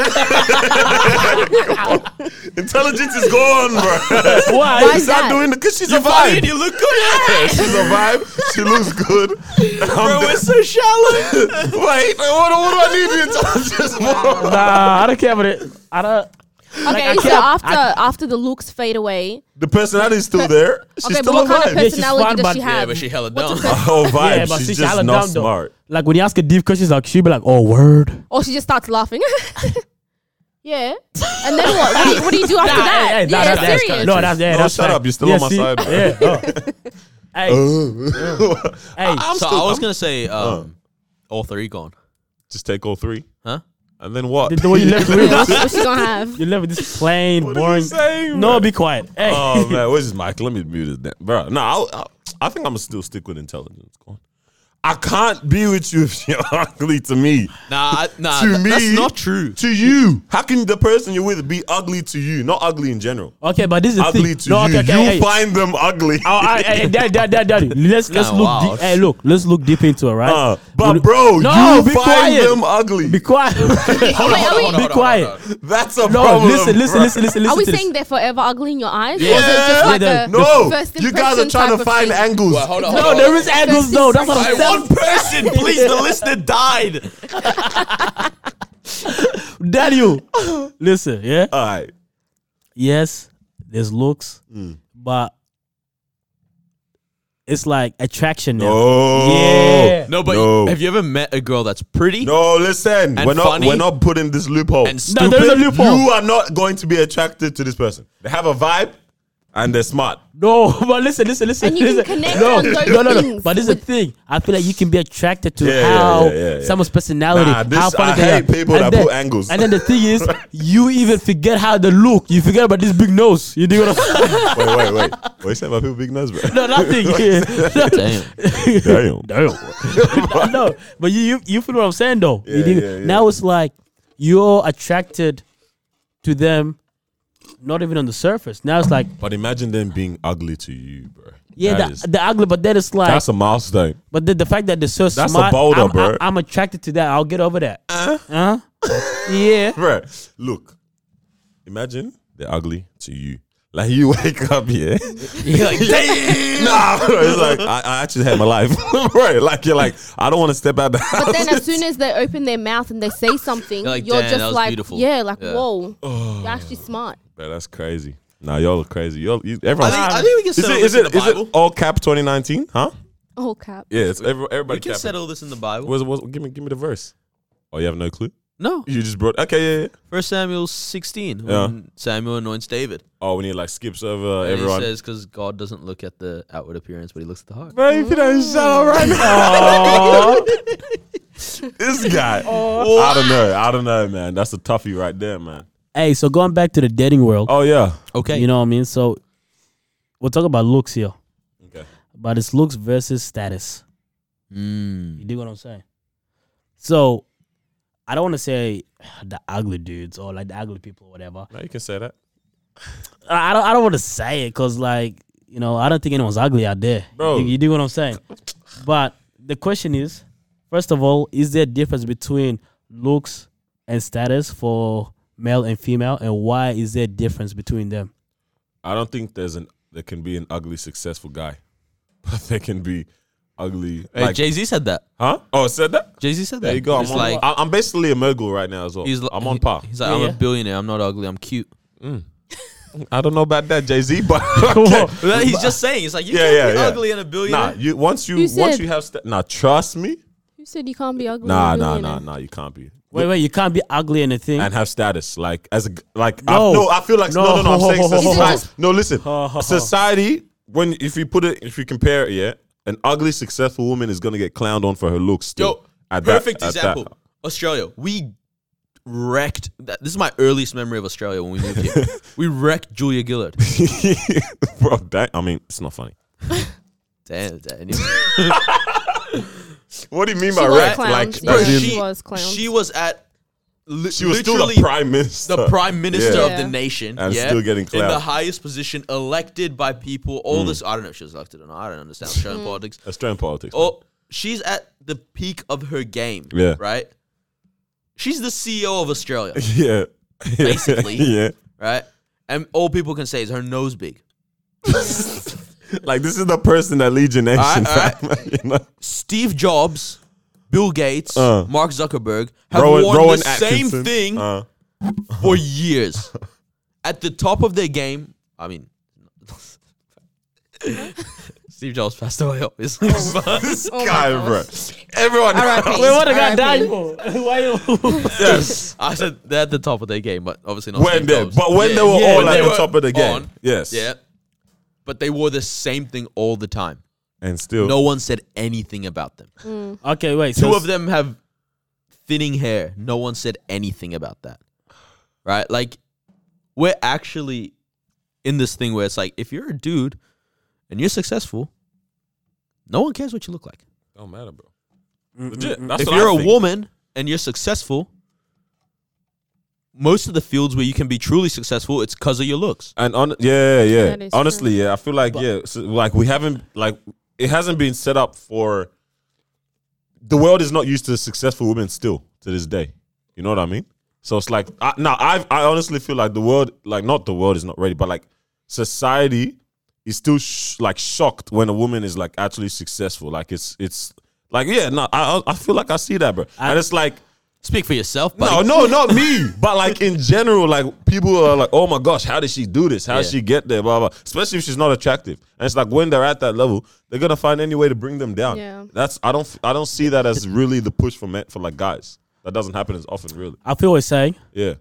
Come on. Intelligence is gone, bro. Why? is She's not that? doing the. Cause she's a You vibe. find you look [LAUGHS] good. Yeah, she's a vibe. She looks good. Bro, I'm we're the- so shallow. [LAUGHS] Wait, what, what do I need the intelligence for? Nah, I don't care about it. I don't. Okay, I so can't- after I- after the looks fade away, The personality's still there. She's okay, but still what kind of alive. Yeah, she's personality fun, does but- she Yeah, [LAUGHS] have? but she held it [LAUGHS] down. [LAUGHS] Oh, vibe. Yeah, she's but see, she just held not down though. smart. Like when you ask a deep question, she's like she'll be like, "Oh, word." or she just starts laughing. [LAUGHS] yeah, and then what? What do you, what do, you do after that? Hey, hey, nah, yeah, that's, that's, serious. No, that's yeah. No, that's shut fact. up, you're still Yeah, on my see? side, bro. [LAUGHS] Yeah. oh. hey, hey. so still- I was I'm- gonna say um, all three gone. Just take all three. Huh? And then what? The, the way you [LAUGHS] left with What's this, she gonna have? you left with this plain, What are you boring. saying, no, man? be quiet. Hey, Oh man, where's this mic? Let me mute it, then. bro. No, I'll, I'll, I think I'm gonna still stick with intelligence. Go on. I can't be with you if you're [LAUGHS] ugly to me. Nah, I- nah, [LAUGHS] to th- me, that's not true. To you, how can the person you're with be ugly to you? Not ugly in general. okay, but this is the Ugly thing. to No, you. okay, okay, you hey. find them ugly. Oh, [LAUGHS] I, hey, daddy, daddy, daddy, daddy. Let's let's kinda look. wild. Deep, hey, look, let's look deep into it, right? Uh, but Would- bro, No, you be find quiet. them ugly. be quiet. Hold on, hold on, hold on, be hold on, quiet. hold on. [LAUGHS] That's a No, problem. bro. listen, listen, listen, listen, listen. Are we to this. saying they're forever ugly in your eyes? Yeah. Or is it just Yeah, like the- [LAUGHS] a No, first you guys are impression trying type to of find thing? angles. [LAUGHS] Well, hold on, hold No, on. there is angles though. That's what Hey, I'm one saying. person, please. The listener died. Daniel, listen, yeah. All right. yes, there's looks, Mm. but it's like attraction now. No. Yeah. No, but No. have you ever met a girl that's pretty No, listen. And we're not funny. we're not putting this loophole. and No, stupid? there is a you loophole. are not going to be attracted to this person. They have a vibe and they're smart. No, [LAUGHS] but listen, listen, listen. And you can listen. connect no, on those no, no, no. things But this is the thing. I feel like you can be attracted to Yeah, yeah, how yeah, yeah, yeah. someone's personality, Nah, this- how funny I they hate are. people that put angles. And then the [LAUGHS] thing is, you even forget how they look. You forget about this big nose. You do what I'm Wait, wait, wait. What you saying about people big nose, bro? [LAUGHS] [LAUGHS] No, nothing. [LAUGHS] Damn. Damn. no, [LAUGHS] no, but you, you you feel what I'm saying though. You Yeah, dig- yeah, yeah. Now it's like you're attracted to them not even on the surface. Now it's like, But imagine them being ugly to you, bro. yeah, That the, is- the ugly, but then it's like, that's a milestone. but the, the fact that they're so That's a smart, boulder, I'm, bro. I'm, I'm attracted to that. I'll get over that. Uh? Huh? yeah. Bro, look. Imagine they're ugly to you. Like you [LAUGHS] wake up, yeah. You're like, [LAUGHS] nah, bro. It's like I, I actually had my life. [LAUGHS] right. Like you're like, I don't want to step out the [LAUGHS] house. But then as soon as they open their mouth and they [LAUGHS] say something, You're like, you're "Damn, just that was like, beautiful." yeah, like Yeah. whoa, Oh. you're actually smart. Bro, that's crazy. Nah, y'all are crazy. Y'all, you, everyone. think- I think we can is it, settle is this in it, the is it Bible. all cap 2019? Huh? Oh cap. Yeah, it's every, We everybody can cap. settle this in the Bible. Where's, where's, give me, give me the verse. Oh, you have no clue. no, You just brought. Okay, yeah, yeah. First Samuel sixteen. When Yeah. Samuel anoints David. Oh, when he like skips over And everyone. he says, "Because God doesn't look at the outward appearance, but He looks at the heart." Bro, if you don't shut up right now. [LAUGHS] this guy. I don't know. I don't know, man. That's a toughie right there, man. hey, so going back to the dating world, Oh yeah. Okay, you know what I mean? So we're talking about looks here, Okay. but it's looks versus status. Mm. Hmm. You dig what I'm saying? So I don't want to say the ugly dudes or like the ugly people or whatever. No, you can say that. I I don't. I don't want to say it because like you know I don't think anyone's ugly out there. Bro. you, you dig what I'm saying? But the question is, first of all, is there a difference between looks and status for male and female, and why is there a difference between them? I don't think there's an there can be an ugly successful guy. [LAUGHS] But there can be ugly Hey, like, Jay Z said that. Huh? Oh, it said that? Jay Z said that. There you go. I'm, He's on, like, I- I'm basically a mogul right now as well. he's li- I'm on he- par. He's like, Yeah, I'm yeah. a billionaire. I'm not ugly. [LAUGHS] I'm cute. I don't know about that, Jay [LAUGHS] Z, but Well, he's just saying. He's like, you Yeah, can't yeah, be yeah. ugly and a Nah, billionaire. you once you You once said- you have sta nah, trust me. Who said you can't be ugly? Nah, and a nah, nah, billionaire? nah. You can't be. Wait, wait, you can't be ugly and a thing. Mm-hmm. and have status. Like as a g- like No. I, no, I feel like no, no, no. I'm saying Is it [LAUGHS] society. just- No, listen, society. When if you put it, if you compare it, yeah, an ugly successful woman is gonna get clowned on for her looks. Still, Yo, At that- perfect at that. example. Australia, we wrecked. That. This is my earliest memory of Australia when we moved here. [LAUGHS] we wrecked Julia Gillard. [LAUGHS] Bro, that I mean, it's not funny. Damn, damn. What do you mean She by was wreck? clowns, Like yeah. as in, She she, was clowns. She was at. Li- was still the literally prime minister. the prime minister Yeah. of the Yeah. nation, And yeah, still getting Mm. in the clout. highest position, elected by people. All this, I don't know if she was elected or not. I don't understand Australian Mm. politics. Australian politics. man. Oh, she's at the peak of her game. Yeah. Right. She's the CEO [LAUGHS] of Australia, [LAUGHS] yeah, [LAUGHS] Basically. yeah. right? And all people can say is her nose big. Like this is the person that leads your nation. Alright, fam. [LAUGHS] you know? Steve Jobs, Bill Gates, Uh. Mark Zuckerberg have Rowan- worn Rowan the Atkinson. same thing [LAUGHS] Uh, for years. [LAUGHS] At the top of their game, I mean, [LAUGHS] Steve Jobs passed away, obviously. this Oh my guy, gosh. bro. Everyone. R.I.P.. wait, what the guy RIP. died for? [LAUGHS] Why you? [LAUGHS] Yes. [LAUGHS] I said they're at the top of their game, but obviously not When Steve they, Jobs. but when Yeah, they were yeah, all when at they the were top of the game, on. yes, Yeah. But they wore the same thing all the time. and still No one said anything about them. Okay, wait. Two so of them have thinning hair. No one said anything about that. Right? Like, we're actually in this thing where it's like, if you're a dude and you're successful, no one cares what you look like. Don't matter, bro. Legit. That's if what you're I a think. woman and you're successful, most of the fields where you can be truly successful, it's because of your looks. and on, yeah, yeah, That yeah. is honestly, yeah, I feel like yeah, so, like we haven't like it hasn't been set up for. The world is not used to successful women still to this day. You know what I mean? So it's like I, now I I honestly feel like the world like not the world is not ready, but like society is still sh- like shocked when a woman is like actually successful. Like it's it's like yeah, no, I I feel like I see that, bro, and it's like. Speak for yourself, buddy. No, [LAUGHS] no, not me. But like in general, like people are like, oh my gosh, how did she do this? How did Yeah. she get there? Blah blah. Especially if she's not attractive, and it's like when they're at that level, they're gonna find any way to bring them down. Yeah. That's I don't I don't see that as really the push for men for like guys. That doesn't happen as often, really. I feel what you're saying. Yeah.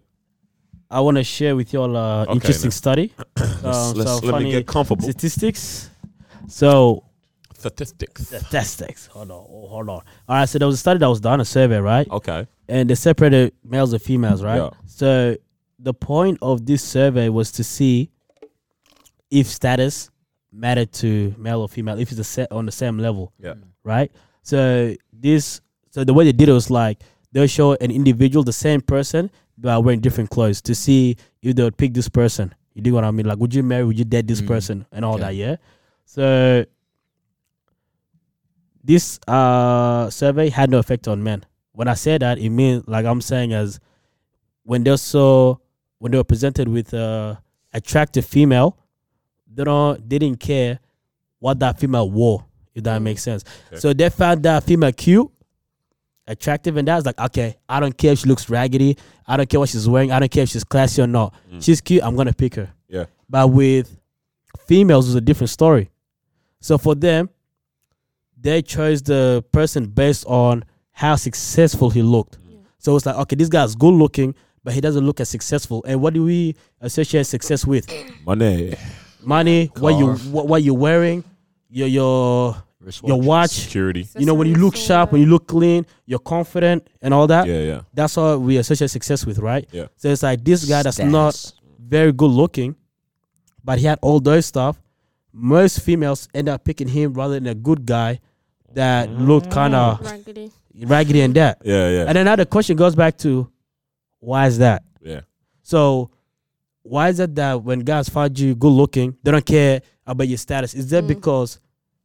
I want to share with y'all uh, interesting now. study. Um, [COUGHS] let's- so let me funny get comfortable. Statistics. So Statistics. statistics. Hold on, oh, hold on. All right. So there was a study that was done, a survey, right? Okay. And they separated males and females, right? Oh. Yeah. So the point of this survey was to see if status mattered to male or female, if it's the set on the same level. Yeah. right? So this, so the way they did it was like they'll show an individual, the same person, by wearing different clothes to see if they would pick this person. You do what I mean? Like, would you marry? Would you date this Mm. person and all Yeah. that? Yeah. So this uh survey had no effect on men. When I say that, it means like I'm saying as when they saw when they were presented with a attractive female, they don't they didn't care what that female wore. If that makes sense. Okay. So they found that female cute, attractive, and that's like okay. I don't care if she looks raggedy. I don't care what she's wearing. I don't care if she's classy or not. She's cute. I'm gonna pick her. Mm. Yeah. But with females, it was a different story. So for them, they chose the person based on how successful he looked. So it's like, okay, this guy's good looking, but he doesn't look as successful. And what do we associate success with? Money. Money, what you Car. what, what you're wearing, your your your watch. Security. You know, when you look sharp, when you look clean, you're confident and all that. Yeah, yeah. That's all we associate success with, right? Yeah. So it's like this guy that's not very good looking, but he had all those stuff. Most females end up picking him rather than a good guy that looked kind of Raggedy. raggedy and that. Yeah, yeah. And then now the question goes back to why is that? yeah. So why is it that when guys find you good looking, they don't care about your status? Is that because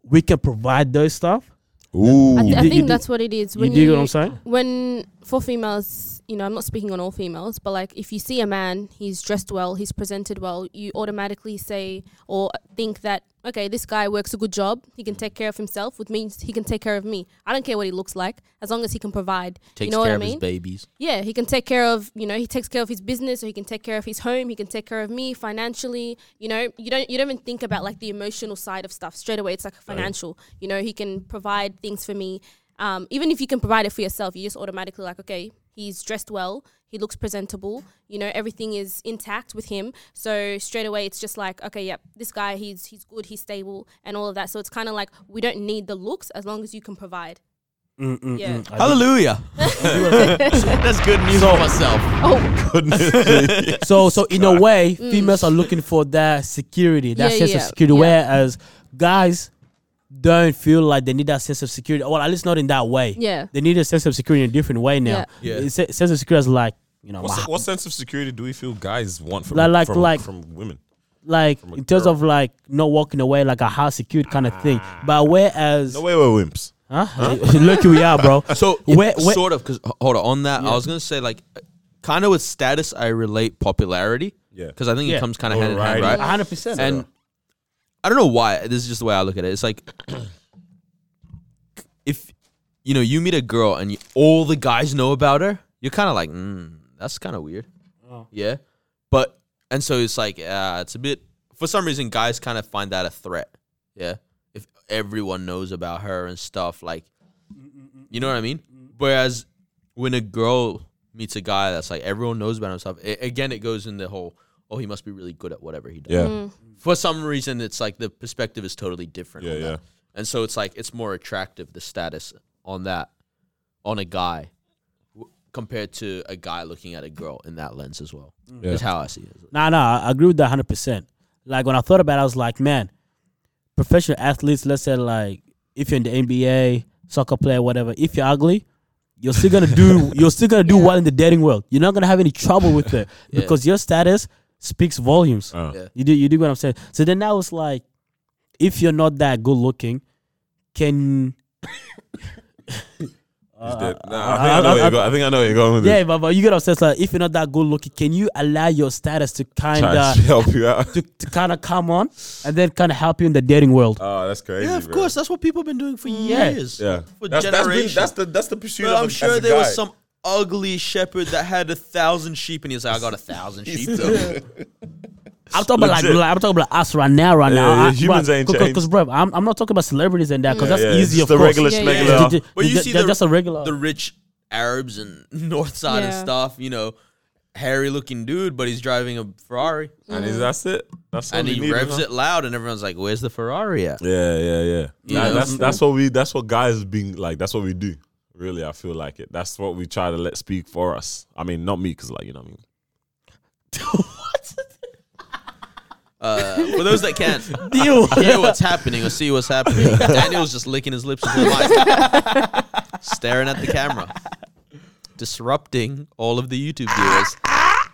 we can provide those stuff? I, Ooh. th- I You dig- think you that's what it is. you When dig what I'm saying? when for females, you know, I'm not speaking on all females, but like if you see a man, he's dressed well, he's presented well, you automatically say or think that okay, this guy works a good job, he can take care of himself, which means he can take care of me. I don't care what he looks like, as long as he can provide. Takes you know care what I of his mean? babies. yeah, he can take care of you know he takes care of his business, or he can take care of his home, he can take care of me financially. You know, you don't you don't even think about like the emotional side of stuff straight away. It's like financial. You know, he can provide things for me. Um, even if you can provide it for yourself, you just automatically like okay, he's dressed well, he looks presentable. You know, everything is intact with him. So straight away, it's just like okay, yep, this guy he's he's good, he's stable, and all of that. So it's kind of like we don't need the looks as long as you can provide. Mm-mm-mm. Yeah. [LAUGHS] Hallelujah. That's good news for myself. Oh, So, so in a way, females are looking for that security, Mm. that Yeah, sense of yeah, security. yeah. Whereas guys don't feel like they need that sense of security. Well, at least not in that way. Yeah. they need a sense of security in a different way now. Yeah. Yeah. It's a sense of security is like you know, What's, my- what sense of security do we feel guys want from Like- like- from, like- from women? like a in terms girl. of like not walking away like a house secured kind of thing. But whereas, No way we're wimps. huh? [LAUGHS] lucky we [LAUGHS] are, bro. So Where- where, where- sort of because hold on on that I was gonna say like kind of with status I relate popularity Yeah. because I think Yeah. it comes kind of hand in hand Alrighty. right hundred percent. and I don't know why this is just the way I look at it it's like [CLEARS THROAT] if you know you meet a girl and you, all the guys know about her you're kind of like mm, that's kind of weird yeah but and so it's like uh, it's a bit for some reason guys kind of find that a threat yeah if everyone knows about her and stuff like you know what I mean? Whereas when a girl meets a guy that's like everyone knows about himself, a- again, it goes in the whole, oh, he must be really good at whatever he does. Yeah. For some reason, it's like the perspective is totally different. Yeah, on yeah. That. And so it's like, it's more attractive, the status on that, on a guy, w- compared to a guy looking at a girl in that lens as well. Mm. Yeah. Is how I see it. Nah, nah, I agree with that hundred percent. Like when I thought about it, I was like, man, professional athletes. Let's say like if you're in the NBA, soccer player, whatever. If you're ugly, you're still gonna do. You're still gonna do well in the dating world. You're not gonna have any trouble with it Yeah. because your status speaks volumes. Uh, Yeah. You do. You do what I'm saying. So then now it's like, if you're not that good looking, can he's dead. Nah, uh, I, think I, uh, know where uh, you're go- I think I know where you're going with yeah, this. but, but you get upset. Like if you're not that good looking, can you allow your status to kind Trying of to help you out. uh, to, to kind of come on and then kind of help you in the dating world. [LAUGHS] Oh, that's crazy. Yeah, of bro. course. That's what people have been doing for Yeah. years. Yeah. For That's, that's, been, generations. that's the that's the pursuit. Bro, of I'm a- sure as a there guy. was some ugly shepherd that had a thousand sheep, and he's like, "I got [LAUGHS] a thousand sheep." though. I'm talking about like, legit. like I'm talking about us right now, right Yeah, now. yeah, I- humans bruh, ain't cause, changed. Because, bro, I'm, I'm not talking about celebrities and that because Yeah, that's yeah, easy, just of the course. regular Yeah, yeah, schmegular. yeah. Ju- ju- But you ju- see ju- the- just a regular. the rich Arabs and [LAUGHS] North Side and Yeah. stuff, you know, hairy looking dude, but he's driving a Ferrari And is that's it? That's all and you he need, revs huh? it loud, and everyone's like, "Where's the Ferrari [LAUGHS] at?" Yeah, yeah, yeah. Nah, Yeah. that's that's what we that's what guys being like. That's what we do. Really, I feel like it. That's what we try to let speak for us. I mean, not me, because like you know what I mean. Uh, for those that can't Ew. [LAUGHS] hear what's happening or see what's [LAUGHS] happening, Daniel's just licking his lips with the mic, staring at the camera. disrupting all of the YouTube viewers.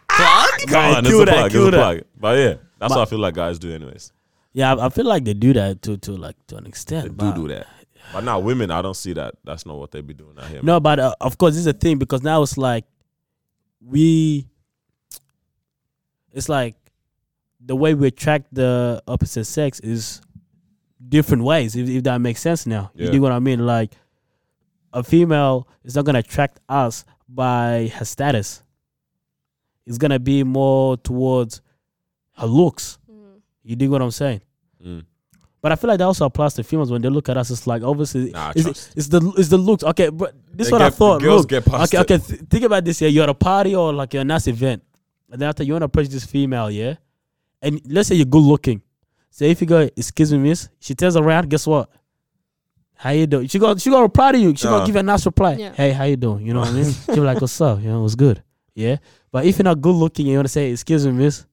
Clark? Come on, it's a Cuda, plug, it's a Cuda. plug. But yeah, that's But- what I feel like guys do, anyways. Yeah, I, I feel like they do that to to like to an extent. They do but- do that. But now women, I don't see that. That's not what they be doing out here. man. No, but uh, of course, this is a thing because now it's like we, it's like the way we attract the opposite sex is different ways. If, if that makes sense, now Yeah. you dig what I mean. Like a female is not gonna attract us by her status. It's gonna be more towards her looks. Mm. You dig what I'm saying? Mm. But I feel like that also applies to females when they look at us. It's like obviously Nah, it's, trust. it's the it's the looks. Okay, but this They what I get- the thought. girls look, get past okay, it. okay. Th- think about this. Yeah, you're at a party or like you're a nice event, and then after you want to approach this female, yeah, and let's say you're good looking. So if you go, excuse me, miss, she turns around. Guess what? How you doing? She go, she gonna reply to you. She Uh. gonna give you a nice reply. Yeah. Hey, how you doing? You know what [LAUGHS] I mean? She be like, what's up? You know, what's good? Yeah. But if you're not good looking, and you wanna say, excuse me, miss.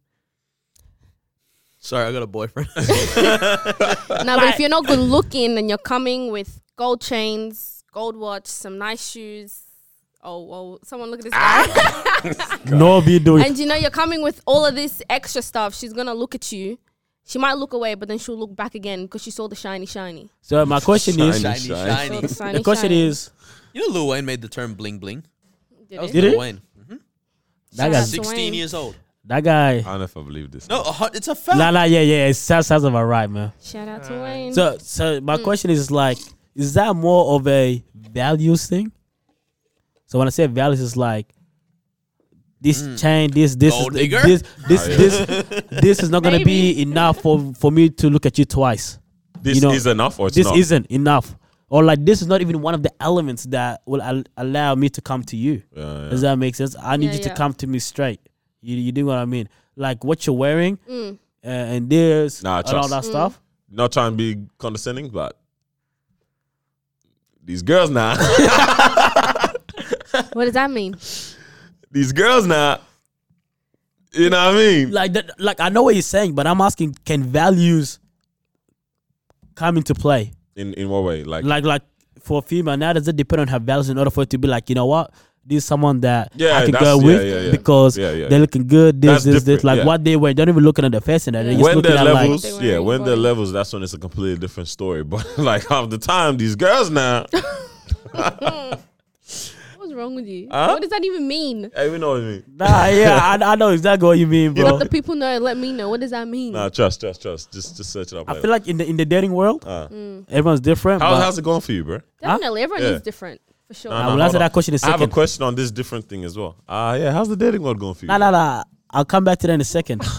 Sorry, I got a boyfriend. No, but if you're not good looking and you're coming with gold chains, gold watch, some nice shoes. Oh well, someone look at this guy. No, be doing. and you know you're coming with all of this extra stuff. She's gonna look at you. She might look away, but then she'll look back again because she saw the shiny, shiny. So my question is, Shiny, shiny, shiny. Saw shiny. the shiny, the question shiny. is, You know, Lil Wayne made the term bling bling. Did That was it? Did Lil he? Wayne. that Yeah. Shout guy, out to 16 Wayne. years old. that guy. I don't know if I believe this. No, a hu- it's a fact. Nah, nah, yeah, yeah. It sounds, sounds about right, man. Shout out to Wayne. So, so my Mm. question is like, is that more of a values thing? So when I say values, it's like this chain, this, this, is, Gold digger? this, this, Mm. Oh, yeah. [LAUGHS] this, this is not gonna be enough for for me to look at you twice. this you know, is enough or it's this not. isn't enough, or like this is not even one of the elements that will al- allow me to come to you. Yeah, yeah. Does that make sense? I need Yeah, you yeah. to come to me straight. You you do what I mean? Like what you're wearing Mm. uh, and this Nah, and all trust. that stuff. Not trying to be condescending, but these girls now, [LAUGHS] what does that mean? these girls now. You know what I mean? like that, like I know what you're saying, but I'm asking, can values come into play? In in what way? Like, Like, like for a female, now does it depend on her values in order for it to be like, you know what, this is someone that Yeah, I can that's- go yeah, with yeah, yeah. because Yeah, yeah, yeah. they're looking good. This, That's this, this. different, Like yeah. what they wear, don't even looking at the face and that. They're just when looking they're at levels, They were yeah, when they're equal. levels, that's when it's a completely different story. [LAUGHS] But like half the time, these girls now, What's wrong with you? Huh? What does that even mean? hey, you know what I mean? like, [LAUGHS] nah, yeah, I, I know exactly what you mean, bro. Let the people know. Let me know. What does that mean? Nah, trust, trust, trust. Just just search it up. I later. feel like in the in the dating world, Uh. everyone's different. How, but how's it going for you, bro? Definitely, everyone Yeah. is different for sure. Nah, I nah, will hold answer on. that question in a I have a second. question on this different thing as well. Uh yeah, how's the dating world going for you? Nah, nah, nah. I'll come back to that in a second. [LAUGHS]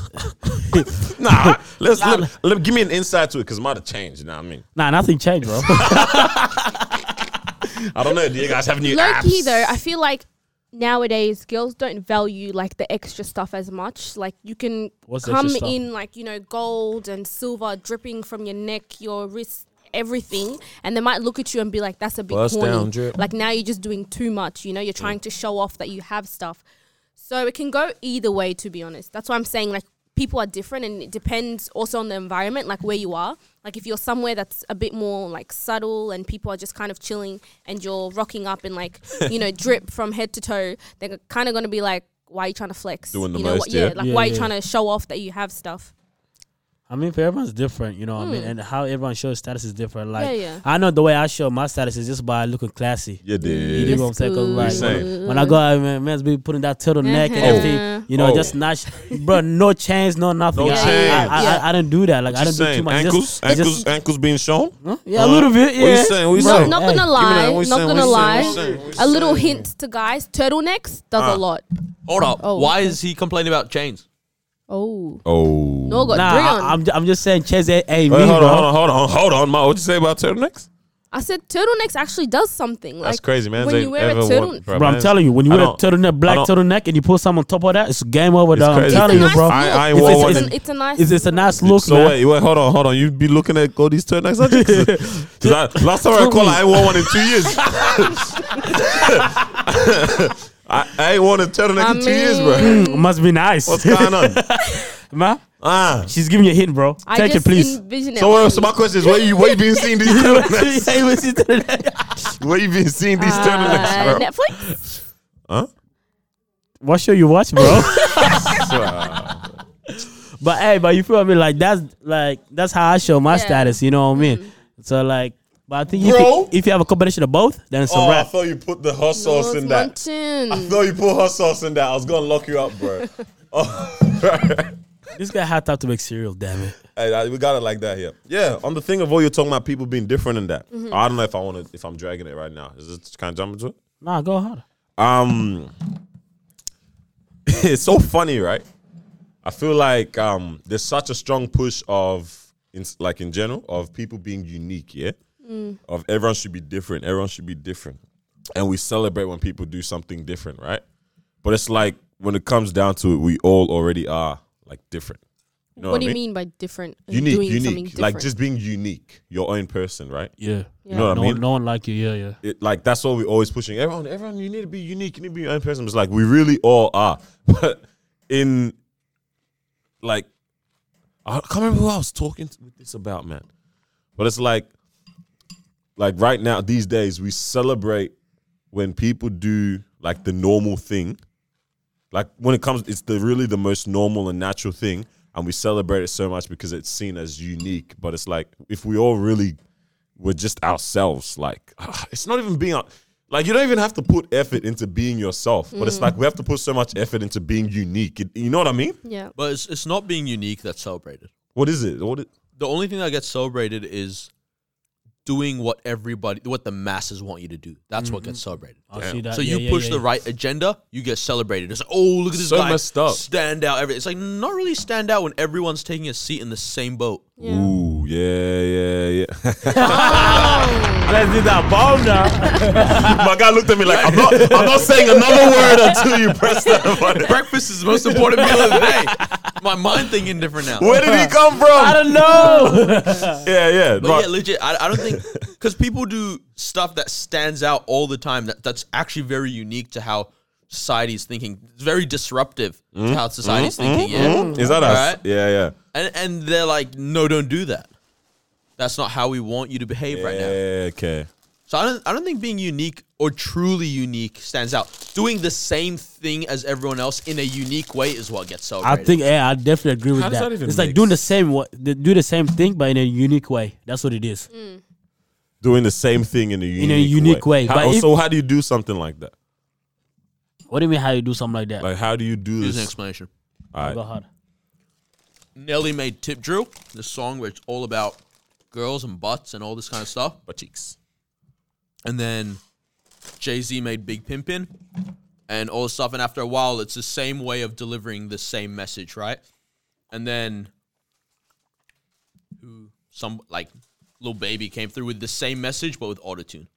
[LAUGHS] Nah, let's let, let, give me an insight to it because might have changed. You know what I mean? nah, nothing changed, bro. I don't know. Do you guys have any Low key apps? though, I feel like nowadays girls don't value like the extra stuff as much. Like you can What's the come extra stuff? in like you know gold and silver dripping from your neck, your wrist, everything, and they might look at you and be like, "That's a bit Bust corny." down, drip. Like now you're just doing too much. You know, you're trying to show off that you have stuff. So it can go either way, to be honest. That's why I'm saying like people are different, and it depends also on the environment, like where you are. Like if you're somewhere that's a bit more like subtle, and people are just kind of chilling, and you're rocking up and like [LAUGHS] you know drip from head to toe, they're kind of gonna be like, why are you trying to flex? Doing the you know most, what? yeah. like Yeah, why are you yeah. trying to show off that you have stuff? I mean, for everyone's different, you know. what I mean, and how everyone shows status is different. Like, Hmm. Yeah, yeah. I know the way I show my status is just by looking classy. You You did. know what I'm saying? 'Cause, Yes, like, same. when- when I go out, man, man's be putting that turtleneck and Uh-huh. everything. You know, Oh. just not, bro. No chains, no nothing. No I, chains. I, I, Yeah. I, I don't do that. Like, I What you don't do too saying? much. Ankles, Just, ankles, just- ankles being shown. huh? yeah, a little bit. What Yeah. you saying? What you Bro, saying? not hey. gonna lie, what you not saying, gonna what you lie. saying, what you saying, what you a little saying? hint to guys: turtlenecks does Ah. a lot. Hold up. Oh, Why is he complaining about chains? Oh, Oh. no, got Nah, three I, on. I'm, ju- I'm just saying chains ain't, ain't Wait, me, hold bro. on, hold on, hold on, hold on, Ma. What'd you say about turtlenecks? I said turtlenecks actually does something. That's like, crazy, man. When They you wear a ever turtle, worn- Bro, I'm man's- telling you, when you I wear a don't- turtleneck, black I don't- turtleneck, and you put some on top of that, it's game over. It's dog. I'm crazy. telling you, Nice bro. look. I- I ain't It's wore a- one. It's, an- it's a nice. It's, it's a look. nice look, so man. wait, wait, hold on, hold on. You be looking at all these turtlenecks like this? [LAUGHS] 'Cause I- last time I called, I ain't worn one in two years. [LAUGHS] I, I ain't worn a turtleneck I in two years, bro. mean- Mm, must be nice. What's going on? [LAUGHS] Ma, [LAUGHS] Ah. she's giving you a hint, bro. I Take just it, please. [LAUGHS] [LAUGHS] envision it. So, what, like so my [LAUGHS] question is, where you where you been seeing these turtlenecks? Yeah, it was just- Where you been seeing these Uh, [LAUGHS] turtlenecks, bro? Netflix. Huh? What show you [LAUGHS] watch, bro? [LAUGHS] Wow. but hey, but you feel what I mean? Like that's like that's how I show my Yeah. Mm-hmm. status. You know what I mean? So like, but I think if Bro. you, if you have a combination of both, then it's oh, a I wrap. thought you put the hot sauce Lord in that. I Munchen. thought you put hot sauce in that. I was gonna lock you up, bro. This guy had time to make cereal. Damn it. Hey, I- we got it like that here. Yeah, on the thing of all you're talking about, people being different in that. I don't know if I want to, if I'm dragging it right now. Is this kind of jump into it? Nah, go hard. Um, [LAUGHS] it's so funny, right? I feel like um, there's such a strong push of, in, like in general, of people being unique. Yeah, Mm. of everyone should be different. Everyone should be different, and we celebrate when people do something different, right? But it's like when it comes down to it, we all already are like different. You know What do you mean by different? and unique, doing something unique, different? like just being unique, your own person, right? Yeah. You know what No, I mean? no one like you. Yeah, yeah. It, like that's what we're always pushing. Everyone, everyone, you need to be unique. You need to be your own person. It's like we really all are, [LAUGHS] but in like I can't remember who I was talking to with this about, man. But it's like, like right now, these days, we celebrate when people do like the normal thing. Like when it comes, it's the really the most normal and natural thing, and we celebrate it so much because it's seen as unique. But it's like if we all really were just ourselves, like [SIGHS] it's not even being. Our, like you don't even have to put effort into being yourself, but it's like we have to put so much effort into being unique. It- you know what I mean? yeah. But it's, it's not being unique that's celebrated. What is it? What? It, The only thing that gets celebrated is doing what everybody, what the masses want you to do. That's what gets celebrated. I see that. So Yeah, you yeah, push yeah, the yeah. right agenda, you get celebrated. It's like, oh look at this So guy, messed up. stand out. Everything. It's like not really stand out when everyone's taking a seat in the same boat. Yeah. Ooh, yeah, yeah, yeah. [LAUGHS] Oh. Let's do that bomb now. My guy looked at me like, I'm not, I'm not saying another word until you press that [LAUGHS] button. Breakfast is the most important meal of the day. [LAUGHS] My mind thinking different now. Where did he come from? I don't know. [LAUGHS] yeah, yeah. But yeah, legit. I, I don't think [LAUGHS] because people do stuff that stands out all the time. That that's actually very unique to how society is thinking. It's very disruptive Mm-hmm. to how society's thinking. Yeah, Is that us? Alright. Yeah, yeah. and and they're like, no, don't do that. That's not how we want you to behave right now. Yeah, okay. So I don't I don't think being unique or truly unique stands out. Doing the same thing as everyone else in a unique way is what gets I celebrated. think yeah, I definitely agree with How does that. that even It's mix? like doing the same what do the same thing but in a unique way. That's what it is. Doing the same thing in a unique a unique way, How- oh, but if- so how do you do something like that? What do you mean how you do something like that? Like how do you do here's an this? explanation. All Go right. hard. Nelly made Tip Drill, this song where it's all about girls and butts and all this kind of stuff. But cheeks. And then Jay Z made Big Pimpin' and all this stuff. And after a while, it's the same way of delivering the same message, right? And then who some like little baby came through with the same message but with autotune.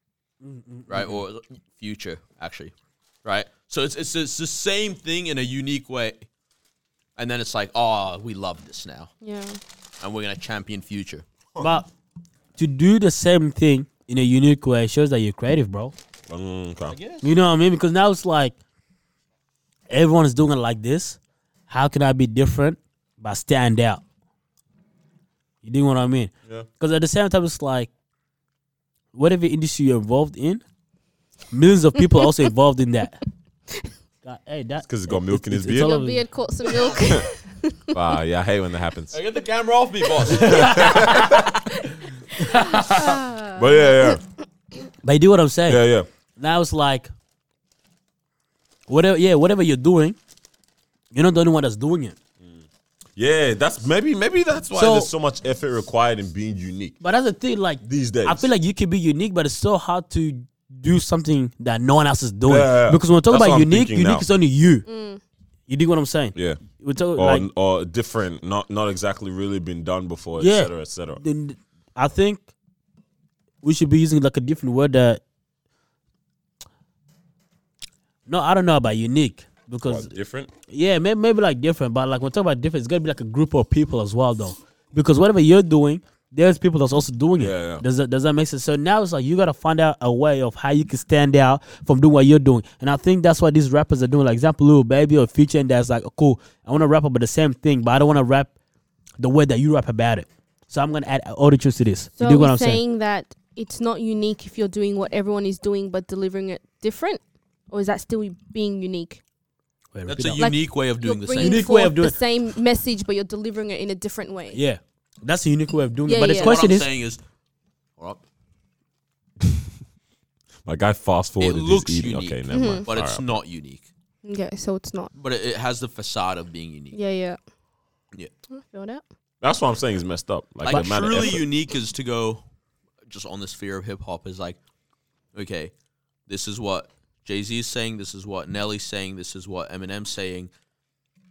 Right? Or future, actually. Right? So it's, it's it's the same thing in a unique way. And then it's like, oh, we love this now Yeah. and we're gonna champion future. But to do the same thing in a unique way shows that you're creative, bro. Mm, okay. You know what I mean? Because now it's like everyone's doing it like this. How can I be different but stand out? You dig what I mean? Yeah. Because at the same time, it's like whatever industry you're involved in, millions of people are [LAUGHS] also involved in that. God, hey, that 'cause he's got milk in his it's- it's beard. all Your over- beard caught [LAUGHS] some milk. Wow, yeah, I hate when that happens. get the camera off me, boss. But yeah, But you do what I'm saying. yeah, yeah, yeah. Now it's like whatever. Yeah, whatever you're doing, you're not the only one that's doing it. Yeah, that's maybe maybe that's why So- there's so much effort required in being unique But that's the thing. Like these days. I feel like you can be unique, but it's so hard to do something that no one else is Yeah, doing. yeah, yeah. Because when we talk That's what about I'm unique, thinking unique now. is only you. You dig what I'm saying? yeah, We talk or like or different, not not exactly really been done before, Yeah. etc., etc. then I think we should be using like a different word that. No, I don't know about unique because Different. yeah, maybe, maybe like different, but like when we talk about different, it's gonna be like a group of people as well though, because whatever you're doing, there's people that's also doing it. Yeah, yeah. Does that does that make sense? So now it's like you gotta find out a way of how you can stand out from doing what you're doing, and I think that's what these rappers are doing. Like example, Lil Baby or Future, and that's like cool. I want to rap about the same thing, but I don't want to rap the way that you rap about it. So I'm gonna add auto-tune to this. so you are dig we what I'm saying? saying that it's not unique if you're doing what everyone is doing but delivering it different? or is that still being unique? [LAUGHS] Wait, That's repeat a that. Like, unique way of doing the same. you're bringing Unique way forth of doing the same message, but you're delivering it in a different way. yeah, that's a unique way of doing it. Yeah, But yeah. the So what question what I'm is, saying is, all My guy fast right, it forwarded his looks eating. unique, Okay, never mind. but it's Alright. not unique. Okay, so it's not. But it, it has the facade of being unique. Yeah, yeah. Yeah. I feel that. That's what I'm saying is messed up. Like, like the amount of truly effort. unique is to go just on the sphere of hip hop is like, okay, this is what Jay Z is saying, this is what Nelly's saying, this is what Eminem's saying,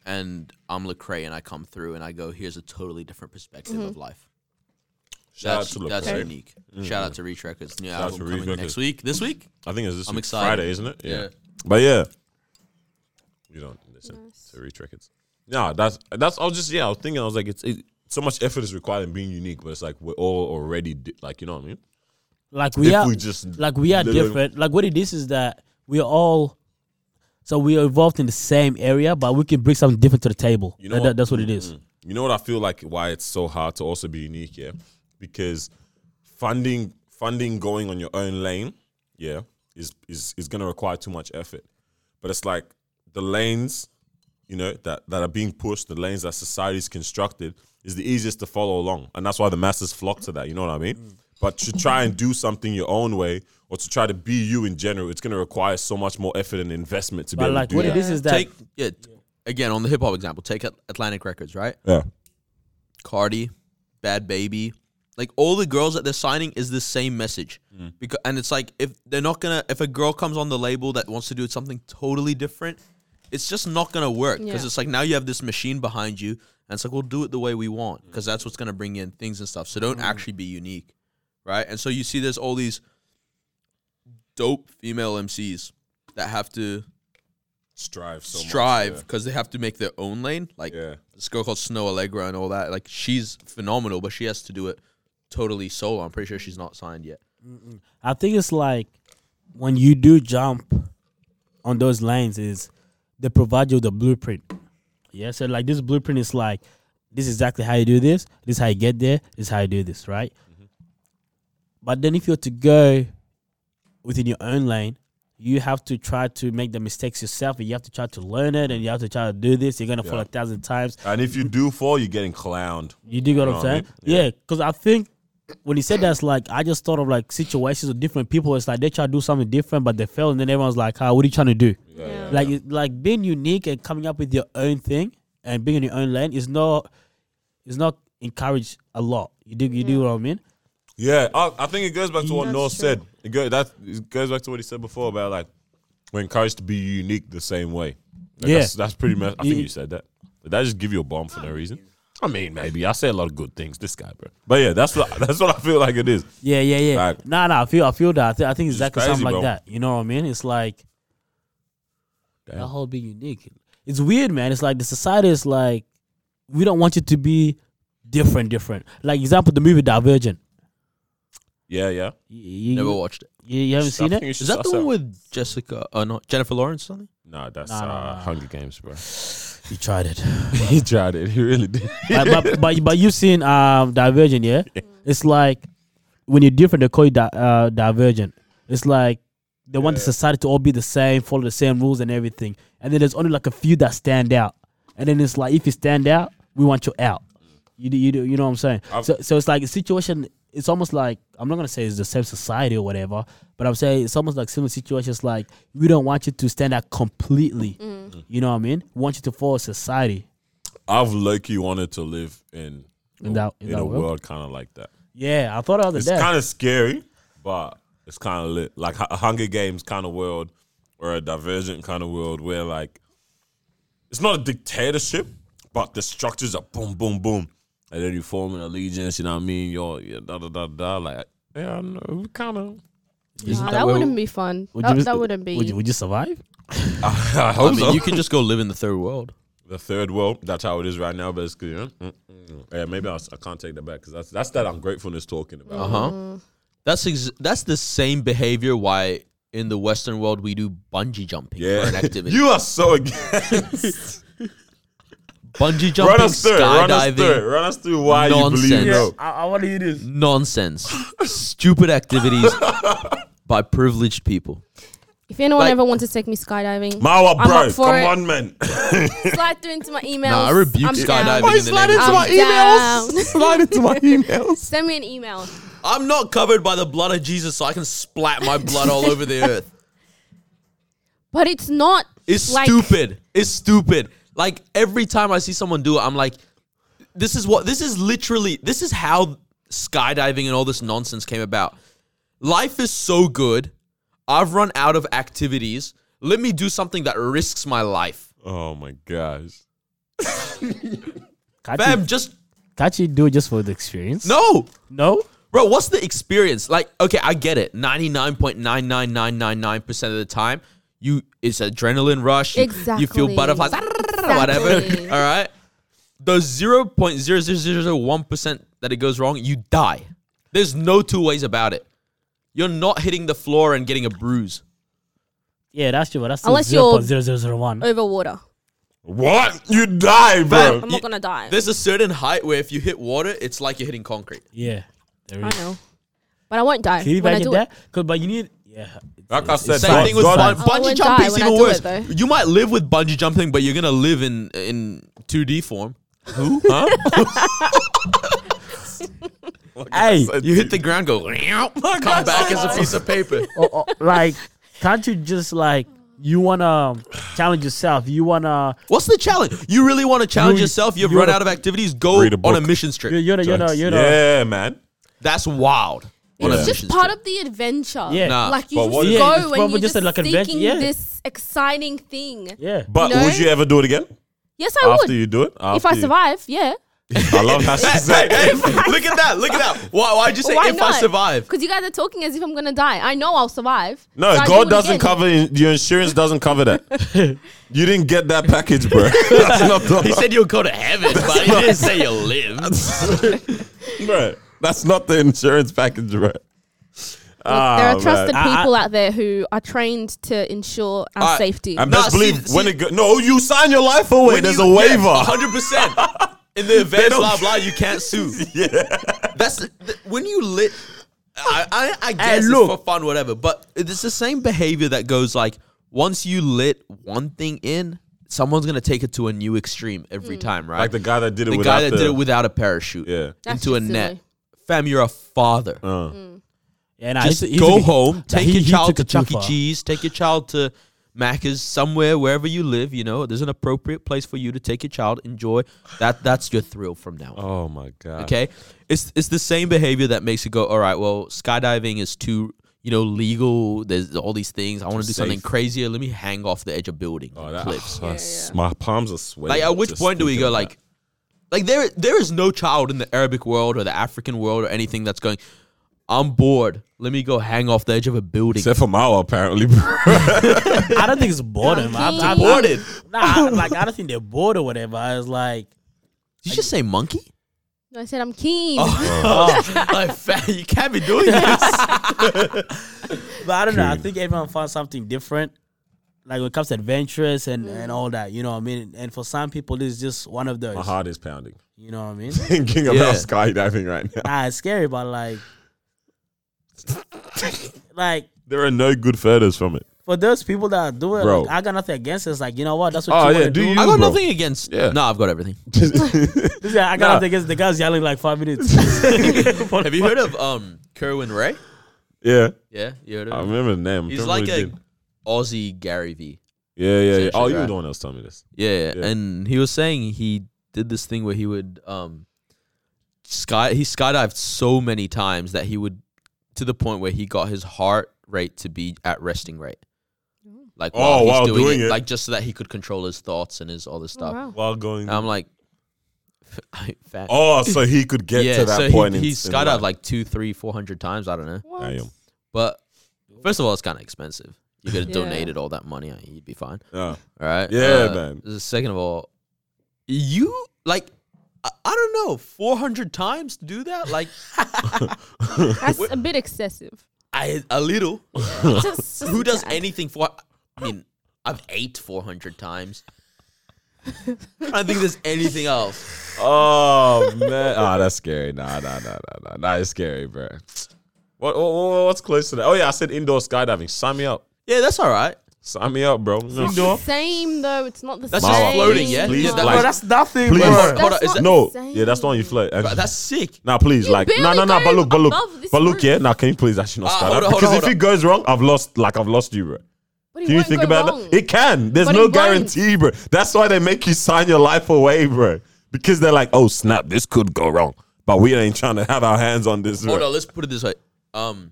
and I'm Lecrae and I come through and I go, here's a totally different perspective of life. Mm-hmm. Shout out that's to Lil that's Craig. unique. Shout out to Reach Records. New out album to Reach coming Records. next week. This week? I think it's this I'm week- excited. Friday, isn't it? Yeah. But yeah, you don't listen to reach records. No, that's that's. I was just yeah. I was thinking. I was like, it's it, so much effort is required in being unique, but it's like we're all already di- like you know what I mean. like we if are we just like we are literally- different. Like what it is is that we are all so we are involved in the same area, but we can bring something different to the table. You know That- what? Mm-hmm. that's what it is. You know what I feel like why it's so hard to also be unique, yeah? Because funding funding going on your own lane, yeah, is is is gonna require too much effort. But it's like the lanes, you know, that, that are being pushed, the lanes that society's constructed, is the easiest to follow along. And that's why the masses flock to that, you know what I mean? Mm. But to try and do something your own way or to try to be you in general, it's gonna require so much more effort and investment to be But able like to do what that. it is is that Take yeah, t- again on the hip hop example, take At- Atlantic Records, right? Yeah. Cardi, Bad Baby, like all the girls that they're signing is the same message. Because and it's like if they're not gonna if a girl comes on the label that wants to do something totally different, it's just not gonna work because Yeah. it's like now you have this machine behind you and it's like we'll do it the way we want because that's what's gonna bring in things and stuff. So don't actually be unique, right? And so you see there's all these dope female MCs that have to Strive so much, strive because they have to make their own lane. Like Yeah. this girl called Snow Allegra and all that. Like she's phenomenal, but she has to do it totally solo. I'm pretty sure she's not signed yet. I think it's like when you do jump on those lanes is they provide you the blueprint. Yeah, so like this blueprint is like this is exactly how you do this, this is how you get there, this is how you do this, right? But then if you're to go within your own lane, you have to try to make the mistakes yourself and you have to try to learn it and you have to try to do this. You're gonna fall Yeah. a thousand times. And if you do fall, you're getting clowned. You dig what know I'm what I saying? mean? Oh, Yeah. Yeah, because I think when he said that's like I just thought of like situations with different people. It's like they try to do something different, but they fail, and then everyone's like, "Ah, what are you trying to do?" Yeah. Like, it- like being unique and coming up with your own thing and being in your own lane is not is not encouraged a lot. You do, you do what I mean? Yeah, I, I think it goes back to what That's North true. said. It, go, that, it goes back to what he said before about like we're encouraged to be unique the same way. Like, Yeah. that's, that's pretty much. I think You- you said that. Did I just give you a bomb for no reason? I mean, maybe I say a lot of good things. This guy, bro. But yeah, that's what [LAUGHS] that's what I feel like it is. Yeah, yeah, yeah. Right. Nah, nah. I feel, I feel that. I, thi- I think is exactly crazy, something bro. like that. You know what I mean? It's like Damn. that whole being unique. It's weird, man. It's like the society is like, we don't want you to be different, different. Like example, the movie Divergent. Yeah, yeah. You, you, Never watched it. you, you haven't seen I think it? you should Is that the suss one out. with Jessica? Uh, not Jennifer Lawrence. or Something. Nah, that's Nah, uh, nah, nah. Hunger Games, bro. [LAUGHS] You tried it, [LAUGHS] he tried it. He really did. but, but but but you've seen um Divergent, yeah? It's like when you're different, they call you di- uh, Divergent. It's like they want the society to all be the same, follow the same rules and everything. And then there's only like a few that stand out. And then it's like if you stand out, we want you out. You do, you do, you know what I'm saying? I've- so so it's like a situation. It's almost like I'm not gonna say it's the same society or whatever, but I'm saying it's almost like similar situations. Like we don't want you to stand out completely. You know what I mean? We want you to follow society. [LAUGHS] I've low-key wanted to live in In that- in that a world? world, kind of like that. Yeah, I thought the other It's day. kind of scary, but it's kind of lit. Like a Hunger Games kind of world or a Divergent kind of world where like it's not a dictatorship, but the structures are boom, boom, boom, and then you form an allegiance. You know what I mean? You're, you're da da da da. Like yeah, I know, kind of. Nah, that that, where- wouldn't be fun. Would that, you- that wouldn't be. Would you, would you survive? [LAUGHS] I I hope mean, so. you can just go live in the third [LAUGHS] world. the third world. That's how it is right now, basically. Yeah, Mm, mm, mm. yeah maybe I, s- I can't take that back because that's that's that ungratefulness talking about. Uh Mm. huh. That's ex- that's the same behavior why in the Western world we do bungee jumping for Yeah, an [LAUGHS] activity. you are so against. bungee run jumping, us through. it, Run us through. it, skydiving, Run us through why you Nonsense. believe no. I, I want to hear this. [LAUGHS] nonsense, stupid activities by privileged people. If anyone Like- ever wants to take me skydiving, Mawa, I'm bro, up for come it. on, man. [LAUGHS] slide through into my emails. Nah, I rebuke I'm skydiving down. in the name of into my I'm emails. down. Slide into [LAUGHS] my emails. Send me an email. I'm not covered by the blood of Jesus, so I can splat my blood all over [LAUGHS] the earth. But it's not. It's like, stupid. It's stupid. Like every time I see someone do it, I'm like, this is what this is literally this is how skydiving and all this nonsense came about. Life is so good. I've run out of activities. Let me do something that risks my life. Oh my gosh. Can't, Fam, you, just can't you do it just for the experience? no. No? Bro, what's the experience? Like, okay, I get it. 99.99999% of the time, you it's adrenaline rush. You, You feel Exactly. butterflies, [LAUGHS] whatever. [LAUGHS] Exactly. All right. The 0.0001% that it goes wrong, you die. There's no two ways about it. You're not hitting the floor and getting a bruise. Yeah, that's true, but that's Unless still you're- Uh, 0.0001. Over water. What? You die, bro. I'm You- not gonna die. There's a certain height where if you hit water, it's like you're hitting concrete. yeah. There I is. know, but I won't die Can you when I imagine do that? it. 'Cause- but you need. [LAUGHS] Yeah. Like I said, Same God, thing with God, bun- Oh, I bungee won't jumping. die It's when even I do worse. it, though. you might live with bungee jumping, but you're gonna live in in 2D form. Who? Huh? Hey, you hit the ground, go [LAUGHS] come back as a piece of paper. [LAUGHS] oh, [LAUGHS] oh, like, can't you just, like, you want to challenge yourself? You want to. What's the challenge? You really want to challenge yourself? You've you run wanna- out of activities. Go Read a on a book. mission trip. You're, you're, the- you're, the- you're, the- yeah, man. That's wild. On a It's just mission part trip. of the adventure. Yeah. Nah. like you But just what- go Yeah, it's and probably you're just just, a, like, like adventure, seeking yeah. this exciting thing. Yeah. But No. would you ever do it again Yes, I after would. you do it? if After I you- survive, yeah. [LAUGHS] I love how [LAUGHS] she [LAUGHS] Hey, said. hey, look at that! Look at that! Why? Why'd you say Why if I survive? Because you guys are talking as if I'm gonna die. I know I'll survive. No, So I do God it doesn't again. cover in, your insurance doesn't cover that. you didn't get that package, bro. [LAUGHS] That's not the He said you'll go to heaven, but he didn't say you'll live. bro. That's not the insurance package, bro. Ah, there man. are trusted I- I- people out there who are trained to ensure our Alright, safety. And Nah, best see- believe see- when it go- no, you sign your life away. There's a waiver. hundred percent. In the event, don't- blah blah, you can't sue. [LAUGHS] yeah, that's th- when you lit. I I, I guess look. it's for fun, whatever. But it's the same behavior that goes like once you lit one thing in, someone's gonna take it to a new extreme Hmm. every time, right? Like the guy that did it. the without guy that the, did it without a parachute, Yeah. That's into a just net. silly. Fam, you're a father. yeah nah, Just Uh-huh. he's- he's- go he- home, nah, take he- your he child took to it too Chuck E. far. Cheese, take your child to Macca's, somewhere, wherever you live. You know, there's an appropriate place for you to take your child. Enjoy that. That's your thrill from now. on. Oh my god. Okay, it's it's the same behavior that makes you go, all right. Well, skydiving is too. You know, legal. There's all these things. I want to do something safe. crazier. Let me hang off the edge of building. Oh, that, cliffs. oh, s- My palms are sweating. Like, at which just point do we thinking go about like, like there there is no child in the Arabic world or the African world or anything that's going. I'm bored. Let me go hang off the edge of a building. Except for Mawa, apparently. bro. I don't think it's boredom. I, I, Boarded. Nah, like I don't think they're bored or whatever. I was like, Did you just say monkey? No, I said I'm keen. [LAUGHS] Oh. like, fam, you can't be [LAUGHS] doing this. but I don't know. I think everyone finds something different. Like when it comes to adventures and, and all that, you know what I mean? And for some people, this is just one of those. My heart is pounding. You know what I [LAUGHS] mean? [LAUGHS] Thinking about Yeah. skydiving right now. nah, it's scary, but like, [LAUGHS] like There are no good photos from it. for those people that do it, Bro. like, I got nothing against it. It's like, you know what? That's what Oh, you yeah, want to do do. you- I got bro. nothing against. Yeah. No, I've got everything. [LAUGHS] This guy- I got Nah. nothing against the guys yelling like [LAUGHS] five minutes. [LAUGHS] Have you heard of um Kerwin Ray? Yeah, Yeah, you heard of I him. remember the name. He's Remember like who a did. Aussie Gary V. yeah, yeah, yeah. Oh, essentially, you were right. the one that was telling me this. Yeah, Yeah. and he was saying he did this thing where he would um sky he skydived so many times that he would to the point where he got his heart rate to be at resting rate. Like Oh, while he's while doing, doing it, it. like just so that he could control his thoughts and his all this stuff. Oh, wow. While going, And [LAUGHS] I'm like, [LAUGHS] I- fat. oh, so he could get yeah. to that so point. he, in- he in skydived life. like two, three, four hundred times. I don't know, What? Damn. but first of all, it's kind of expensive. You could have Yeah. donated all that money, you'd be fine. [LAUGHS] Yeah. All right. Yeah, man. s- Uh, Second of all, you like I, I don't know, four hundred times to do that, like That's a [LAUGHS] bit excessive. [LAUGHS] I a [LAUGHS] little. Just- Who does just- anything for? I mean, I've ate four hundred [LAUGHS] times. I don't think there's anything else. Oh man, oh that's scary. Nah, nah, nah, nah, nah. Nah, it's scary, bro. What, what- what- what's close to that? Oh yeah, I said indoor skydiving. Sign me up. Yeah, that's all right. Sign me up, bro. No. It's not the same though. It's not the That's same. just floating, yeah? Please, Yeah, that- like, Bro, that's nothing, please. bro. That's Hold on, is not that- no, the same. yeah, that's the one you flirt. And But that's [LAUGHS] sick. Nah, please, You like, barely nah, nah, nah. go But look, but above look, this but roof. look, yeah. Nah, can you please actually not Ah, start hold that? on, hold Because on, if hold it goes wrong, I've lost. Like, I've lost you, bro. But it Can you won't think go about wrong. that? It can. There's But it no won't. guarantee, bro. That's why they make you sign your life away, bro. Because they're like, oh snap, this could go wrong, but we ain't trying to have our hands on this. Hold bro. on, let's put it this way. Um,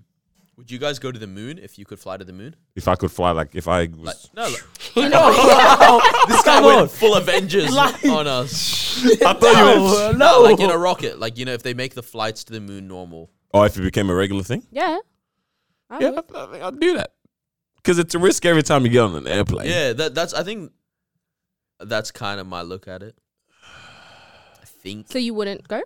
would you guys go to the moon if you could fly to the moon? If I could fly, like, if I was, Like, no, like, [LAUGHS] this I guy went went. full Avengers [LAUGHS] Like- on us. I thought you. Meant, No, No, no. like in a rocket. Like you know, if they make the flights to the moon normal. oh, if it became a regular thing, Yeah. I yeah, would. I- I think I'd do that. Because it's a risk every time you get on an airplane. Yeah, that that's. I think that's kind of my look at it. I think. So you wouldn't go?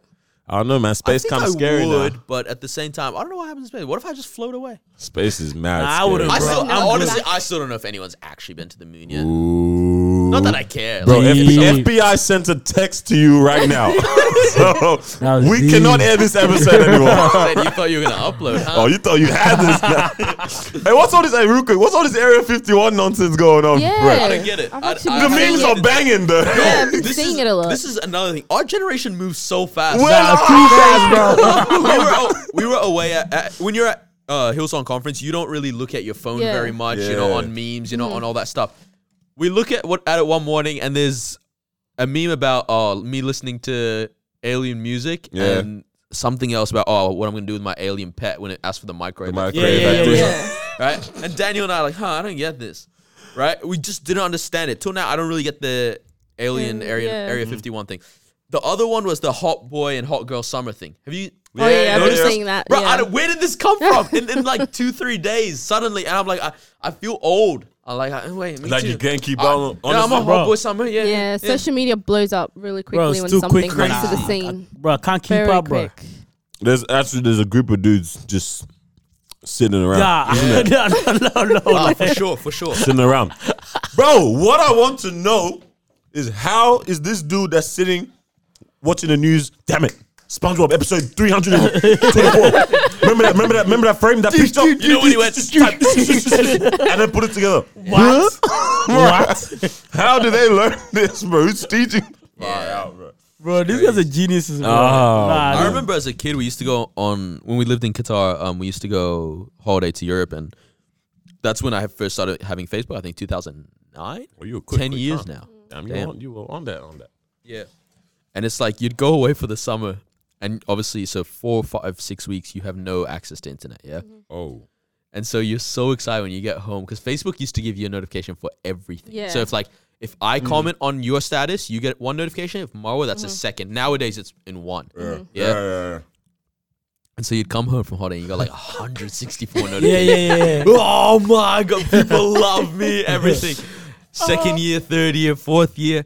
I don't know, man. Space I think kind I of scary would, now. but at the same time, I don't know what happens in space. What if I just float away? Space is mad. Nah, I scary. would've, I Bro, still, I'm I good. honestly, I still don't know if anyone's actually been to the moon yet. Ooh. Not that I care, Bro, like, if if the someone- FBI sent a text to you right now. [LAUGHS] so That was we deep. cannot air this episode anymore. [LAUGHS] [LAUGHS] said [LAUGHS] you thought you were gonna upload, huh? Oh, you thought you had this? guy. [LAUGHS] hey, what's all this? Hey, real quick, what's all this Area 51 nonsense going on? Yeah. bro? I don't get it. I've I- actually The I- been I- memes saying are banging, though. Yeah, I've been This seeing is, it a lot. This is another thing. Our generation moves so fast. Well, Nah, too [LAUGHS] fast, bro. we, were, we were away at, at- when you're at uh, Hillsong conference. You don't really look at your phone Yeah. very much. You're not Yeah. on memes. You're not on all that stuff. We look at what at it one morning, and there's a meme about oh me listening to alien music Yeah. and something else about oh what I'm gonna do with my alien pet when it asks for the microwave. Yeah, yeah, yeah, yeah. right? And Daniel and I are like, huh, I don't get this, right? We just didn't understand it till now. I don't really get the alien Mm, area yeah. area 51 thing. The other one was the hot boy and hot girl summer thing. Have you? Oh yeah, Yeah, I've been yeah. saying that. Bro, yeah. I don't- where did this come from? [LAUGHS] In, in like two, three days, suddenly, and I'm like, I, I feel old. I'm like, I- wait, me Like too. you can't keep I- on. Uh, yeah, I'm a honestly, Bro. hot boy summer. Yeah, yeah, yeah, yeah. social media blows up really Bro, quickly it's when too something quick comes right to the now. scene. Bro, I can't keep Very up, bro. quick. There's actually there's a group of dudes just sitting around. Yeah, [LAUGHS] no, no, no, no. [LAUGHS] Ah, for sure, for sure. sitting around. Bro, what I want to know is how is this dude that's sitting watching the news? Damn it. SpongeBob episode 324. remember that, remember that, remember that frame, that picture? You know when he went, and then put it together. What? [LAUGHS] what? How do they learn this, bro? Who's teaching? Far out, bro. Bro, these guys are geniuses, bro. Oh, nah, I this- remember as a kid, we used to go on when we lived in Qatar. Um, we used to go holiday to Europe, and that's when I first started having Facebook. I think 2009, Well, you were 10 years now. Damn, you Damn. were you were on that, on that. Mm. Yeah, and it's like you'd go away for the summer, and obviously, so four, five, six weeks, you have no access to internet. Yeah, Oh. and so you're so excited when you get home because Facebook used to give you a notification for everything. Yeah. So if like if I comment on your status, you get one notification. If Marwa, that's a second. Nowadays, it's in one. Mm-hmm. yeah. And so you'd come home from holiday and you got like 164 [LAUGHS] Yeah, notifications. yeah, yeah. Oh my god, people love me, [LAUGHS] everything. Second year, third year, fourth year.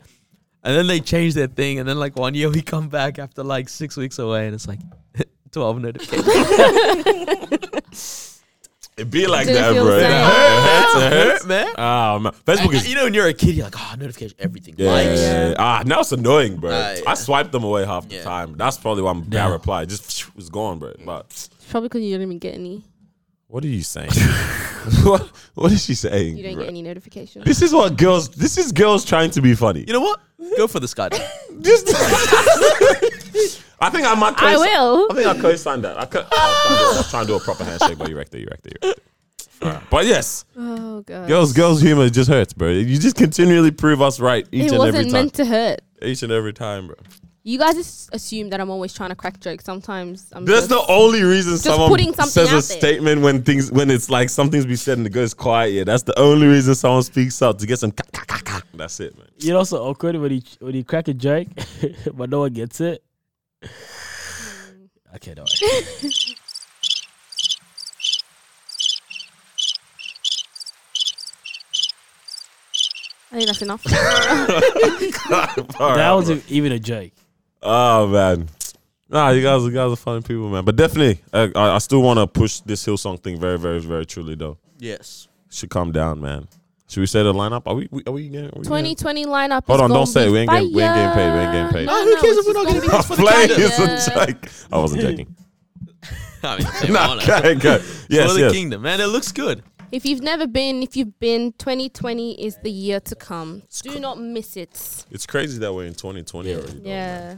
And then they change their thing, and then like one year we come back after like six weeks away and it's like [LAUGHS] 12 notifications. It'd be like Did it that, feel bro. the It same? hurts, it hurts. Hurt, man. Ah, man. Facebook is Uh, You know, when you're a kid, you're like, oh, notification, everything. Yeah. Likes. Ah, now it's annoying, bro. Ah, yeah. I swipe them away half the Yeah. Mm. time. That's probably why I'm bad reply. It Just was gone, bro. But It's probably because you don't even get any. what are you saying? [LAUGHS] what What is she saying? You don't bro? get any notifications. This is what girls. This is girls trying to be funny. You know what? Go for the [LAUGHS] skydive. Just- [LAUGHS] I think I might. I co- will. I think I co-sign that. I co- I'll try and do a proper handshake, but you wrecked it. You wrecked it. You wrecked it. Alright. But yes, Oh god. girls, girls' humor just hurts, bro. You just continually prove us right each it and every wasn't time. meant to hurt. each and every time, bro. You guys just assume that I'm always trying to crack jokes. Sometimes I'm That's just, the only reason someone putting something says a out there. statement when things when it's like something's be said and it goes quiet. Yeah, that's the only reason someone speaks out to get some. Ka, ka, ka, ka. That's it, man. [LAUGHS] You know, so awkward when you when you crack a joke, [LAUGHS] but no one gets it. Hmm. Okay, don't worry. I think [LAUGHS] that's enough. All that right, bro. wasn't even a joke. oh man, nah, you guys, you guys are funny people, man. But definitely, I, I, I still want to push this Hillsong thing very, very, very truly though. yes. Should come down, man. Should we say the lineup? Are we? we- Are we getting? Are we getting- [LAUGHS] 2020 lineup. Hold is on, don't gonna say it. be We ain't getting- we ain't getting paid. We ain't getting fire. paid. Ah, who cares if it's we're not just getting paid gonna be- for the Play calendar? is a Yeah. joke. I wasn't joking. [LAUGHS] [LAUGHS] I mean, they nah, want it. okay, okay. [LAUGHS] Yes, Yes, yes. Kingdom, man. It looks good. If you've never been, if you've been, 2020 is the year to come. Do not miss it. It's crazy that we're in 2020 already. though. Yeah.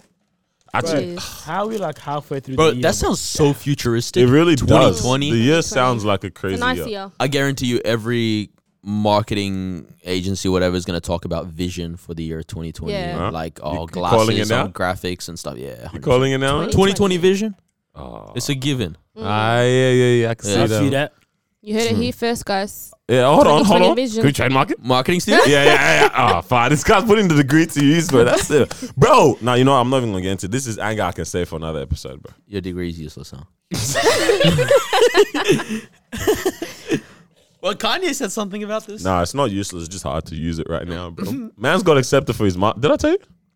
Actually, Jeez. How are we like halfway through Bro, the year? that sounds so futuristic. it really 2020. does. The year sounds like a crazy It's a nice year. year. I guarantee you, every marketing agency, whatever, is going to talk about vision for the year 2020. Yeah. Huh? Like, oh, You calling it glasses, now? on graphics and stuff. Yeah. You 100%. calling it now? 20. 2020 vision? Oh. It's a given. Ah, yeah, yeah, yeah. I can Yeah. I see see that. that. You Hmm. heard it here first, guys. Yeah, hold on, 2020 hold on. vision. Can we trademark it? Marketing student? yeah, yeah, yeah. Ah, [LAUGHS] fine. This guy's putting the degree to use, bro. That's it, bro. Now you know what? I'm not even gonna get into it. this. Is anger I can save for another episode, bro. Your degree is useless, huh? [LAUGHS] well, Kanye said something about this. Nah, it's not useless. It's just hard to use it right now, [LAUGHS] bro. Man's got accepted for his. Ma- Did I tell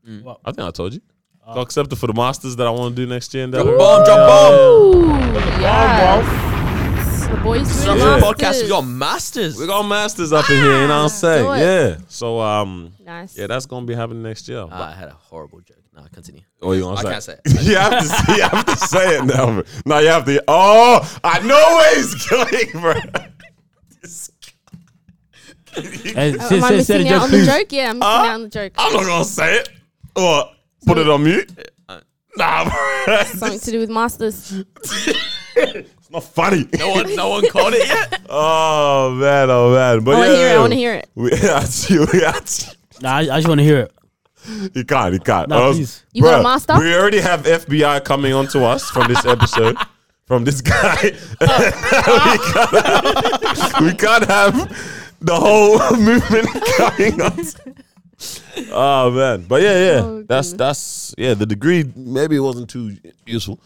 you? What? I think I told you. Uh. got accepted for the masters that I want to do next year. And that Drop bomb, drop bomb. Ooh, yes. The Drop boys doing Yeah. bomb masters. podcast. We got masters. We got masters up in here. You know what I'm saying? Ah, do it. Yeah. So um, Nice. yeah, that's gonna be happening next year. Ah, I had a horrible joke. Nah, continue. Oh, you want I to can't say? say [LAUGHS] it. you have to. Say, you have to say it now. Bro. Now you have to. Oh, I know where he's going, bro. Hey, Uh, [LAUGHS] say- Am I say- say the missing out joke, on the please. joke? Yeah, I'm missing out on the joke. I'm not gonna say it. What? Put it on mute. Uh, Nah, bro. Something to do with masters. It's not funny. No one, no one caught it yet. Oh man, oh man. But I want yeah, to hear it. yeah. I want to hear it. We [LAUGHS] at you. We at Nah, I, I just want to hear it. you. You can't. You can't. Nah, Or else- please. You got a Bruh, master? We already have FBI coming onto us from this episode. From this guy, [LAUGHS] we, can't, we can't have the whole [LAUGHS] movement coming on. Oh man, but yeah, yeah, Oh, that's goodness. that's yeah. The degree maybe it wasn't too useful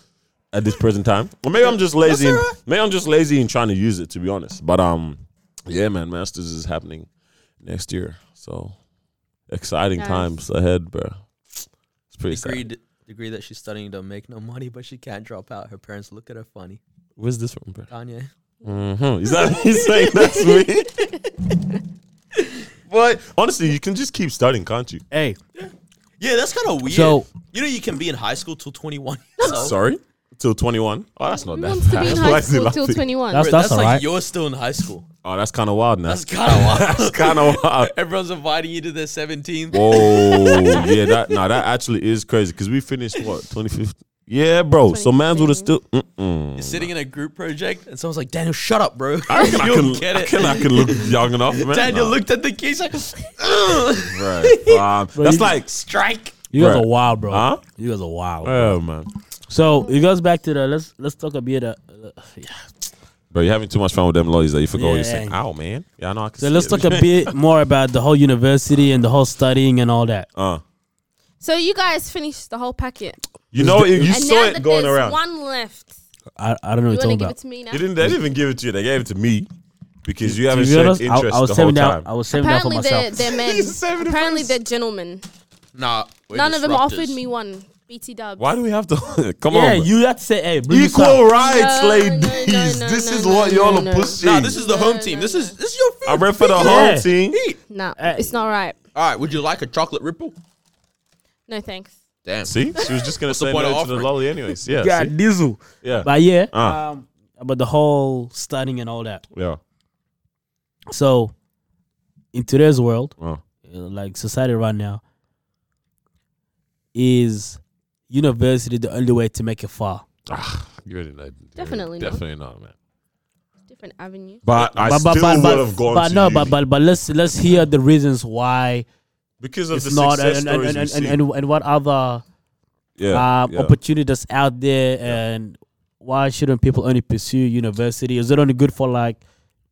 at this present time, or maybe I'm just lazy. in- Maybe I'm just lazy in trying to use it, to be honest. But um, yeah, man, masters is happening next year, so exciting Nice. times ahead, bro. It's pretty exciting. Degree, degree that she's studying don't make no money, but she can't drop out. Her parents look at her funny. Where's this from, bro? Kanye. Mm-hmm. Is that he's saying that's me? [LAUGHS] but honestly, you can just keep studying, can't you? Hey, Yeah, that's kind of weird. So- you know, you can be in high school till 21 years old. Sorry, till twenty one. Oh, that's not Who that wants to bad. be [LAUGHS] in Why high is he school till laughing? 21? That's- Bro, that's like alright. you're still in high school. Oh, that's kind of wild now. That's kind of [LAUGHS] wild. That's kind of wild. [LAUGHS] Everyone's inviting you to their 17th. Whoa, yeah, that no, that actually is crazy because we finished what twenty fifth. Yeah, bro. So man's would have still. Mm-mm. You're sitting in a group project, and someone's like, Daniel, shut up, bro. I [LAUGHS] reckon I You'll can, get I it. can, I can look young enough, man. Daniel Nah, looked at the keys like, bruh. Um, [LAUGHS] that's you- like, strike. you guys Bruh. are wild, bro. Huh? You guys are wild. oh man, So it goes back to the let's let's talk a bit. Uh, yeah. bro, you're having too much fun with them lawyers that you forgot what Yeah. you're saying. Ow, man. Yeah, I know. I can So see let's it. talk a bit more about the whole university and the whole studying and all that. [LAUGHS] Uh, So you guys finished the whole packet. you know, you, you and saw now it that going there's around. one left. I, I don't know You what want to give you're talking it about. to me now? They didn't. They didn't even give it to you. They gave it to me because you haven't To be shown honest, interest I, I was the whole saving that. time. I was saving that for Apparently they're, myself. [LAUGHS] they're men. He's saving it for Apparently his- they're gentlemen. Nah. we're None of them disruptors. offered me one. BT dubs. Why do we have to? [LAUGHS] come yeah, on. bro. you had to say, hey, bring this Equal up. rights, No, no, no, ladies. no, this no, is no, what no, y'all no. are pushing. Nah, this is the home team. This is this is your I favorite. read for the Yeah. whole team. Nah, Hey. it's not right. All right, would you like a chocolate ripple? No thanks. Damn. See, she was just gonna the say point of no to the offering? lolly, anyways. Yeah, Yeah, see? Diesel. yeah, But yeah, Ah. um, about the whole studying and all that. yeah. So in today's world, Wow. you know, like society right now, is university the only way to make it far? You already know. Definitely not. definitely not, man. Different avenue. But I still would have gone but to no, uni but, but but let's let's hear the reasons why because of it's the not success and and, stories we've and, and, seen. and, and what other yeah, um, yeah. opportunities out there and why shouldn't people only pursue university? Is it only good for like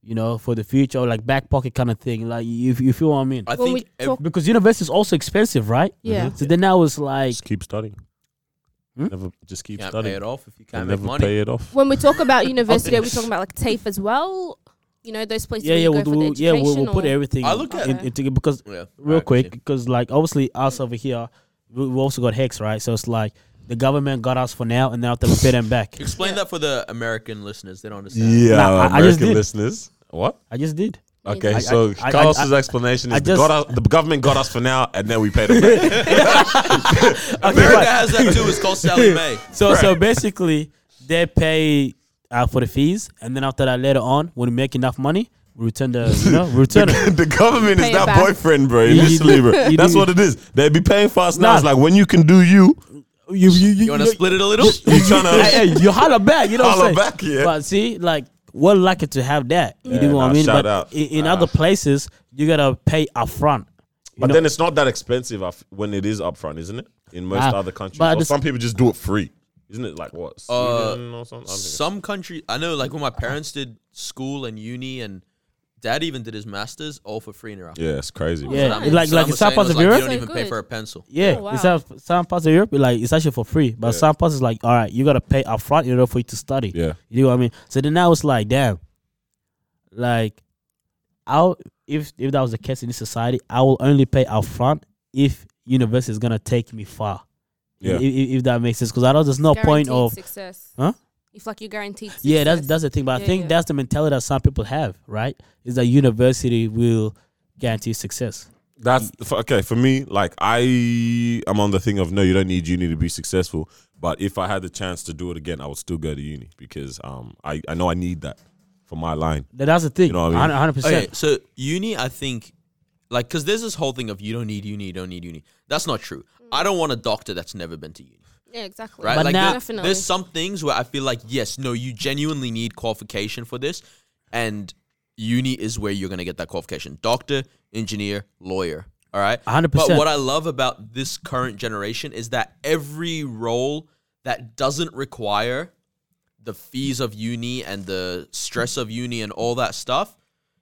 you know for the future or like back pocket kind of thing? Like you you feel what I mean? I Mm-hmm. When think we ev- talk- Because university is also expensive, right? Yeah. So then I was like, just keep studying. Hmm? Never just keep can't pay studying. it off if you And can't make never money. pay it off. When we talk [LAUGHS] about university, are we talking about like TAFE as well? You know, those places yeah, where yeah, you we'll, go for we'll, the yeah, we'll, education we'll put or- everything. I look at- in, into it because Yeah, real alright, quick, continue. because like obviously us over here, we, we also got hex, right? So it's like the government got us for now, and now they have to pay them back. Explain that for the American listeners. They don't understand. Yeah, Nah, I- I just American did. listeners. What? I just did. Okay, I- so I- I- Carlos's I- explanation I is the, just- got us, the government got us for now, and then we paid them [LAUGHS] back. [LAUGHS] America has that too. It's [LAUGHS] called Sally Mae. So so basically, they pay uh, for the fees, and then after that, later on, when we make enough money, return the you know return it. the government Pay is it that back. boyfriend, bro. You- Initially, bro. you That's do- what it is. They be paying for us now. Nah. It's like when you can do you, [LAUGHS] You you you, You want to [LAUGHS] you- split it a little? you trying [LAUGHS] to hey, hey, you holler back. You know Holler what I'm saying? back, yeah. But see, like we're lucky to have that. You Yeah, know what nah, I mean? shout But out. in, in Nah. other places, you gotta pay upfront. But know- then it's not that expensive af- when it is upfront, isn't it? In most Ah, other countries, but or this- some people just do it free, isn't it? Like what Uh, Sweden or something? I'm thinking- Some country I know, like when my parents did school and uni, and dad even did his masters all for free in Iraq. yeah, it's crazy. bro. Yeah, So that- like- so that like in was some saying parts was of like, Europe? you don't even So pay good. for a pencil. Yeah, Oh, it's wow. some some parts of Europe like it's actually for free, but some parts is like, all right, you gotta pay upfront in order for you to study. Yeah. you know what I mean. So then now it's like, damn, like, I'll if if that was the case in this society, I will only pay upfront if university is gonna take me far. Yeah. If, if, if that makes sense, because I know there's no point Guaranteed of success. Huh? If like you're guaranteed. Success. yeah, that's that's the thing. But I Yeah, think yeah. that's the mentality that some people have, right? Is that university will guarantee success. That's for, okay for me. Like I am on the thing of no, you don't need uni to be successful. But if I had the chance to do it again, I would still go to uni because um I, I know I need that for my line. That- That's the thing. You know what I mean? Hundred hundred Okay, percent. so uni, I think, like, because there's this whole thing of you don't need uni, you don't need uni. That's not true. I don't want a doctor that's never been to uni, yeah, exactly. right? But like, now- there- Definitely. there's some things where I feel like, yes, no, you genuinely need qualification for this, and uni is where you're gonna get that qualification: doctor, engineer, lawyer. All right, 100%. But what I love about this current generation is that every role that doesn't require the fees of uni and the stress of uni and all that stuff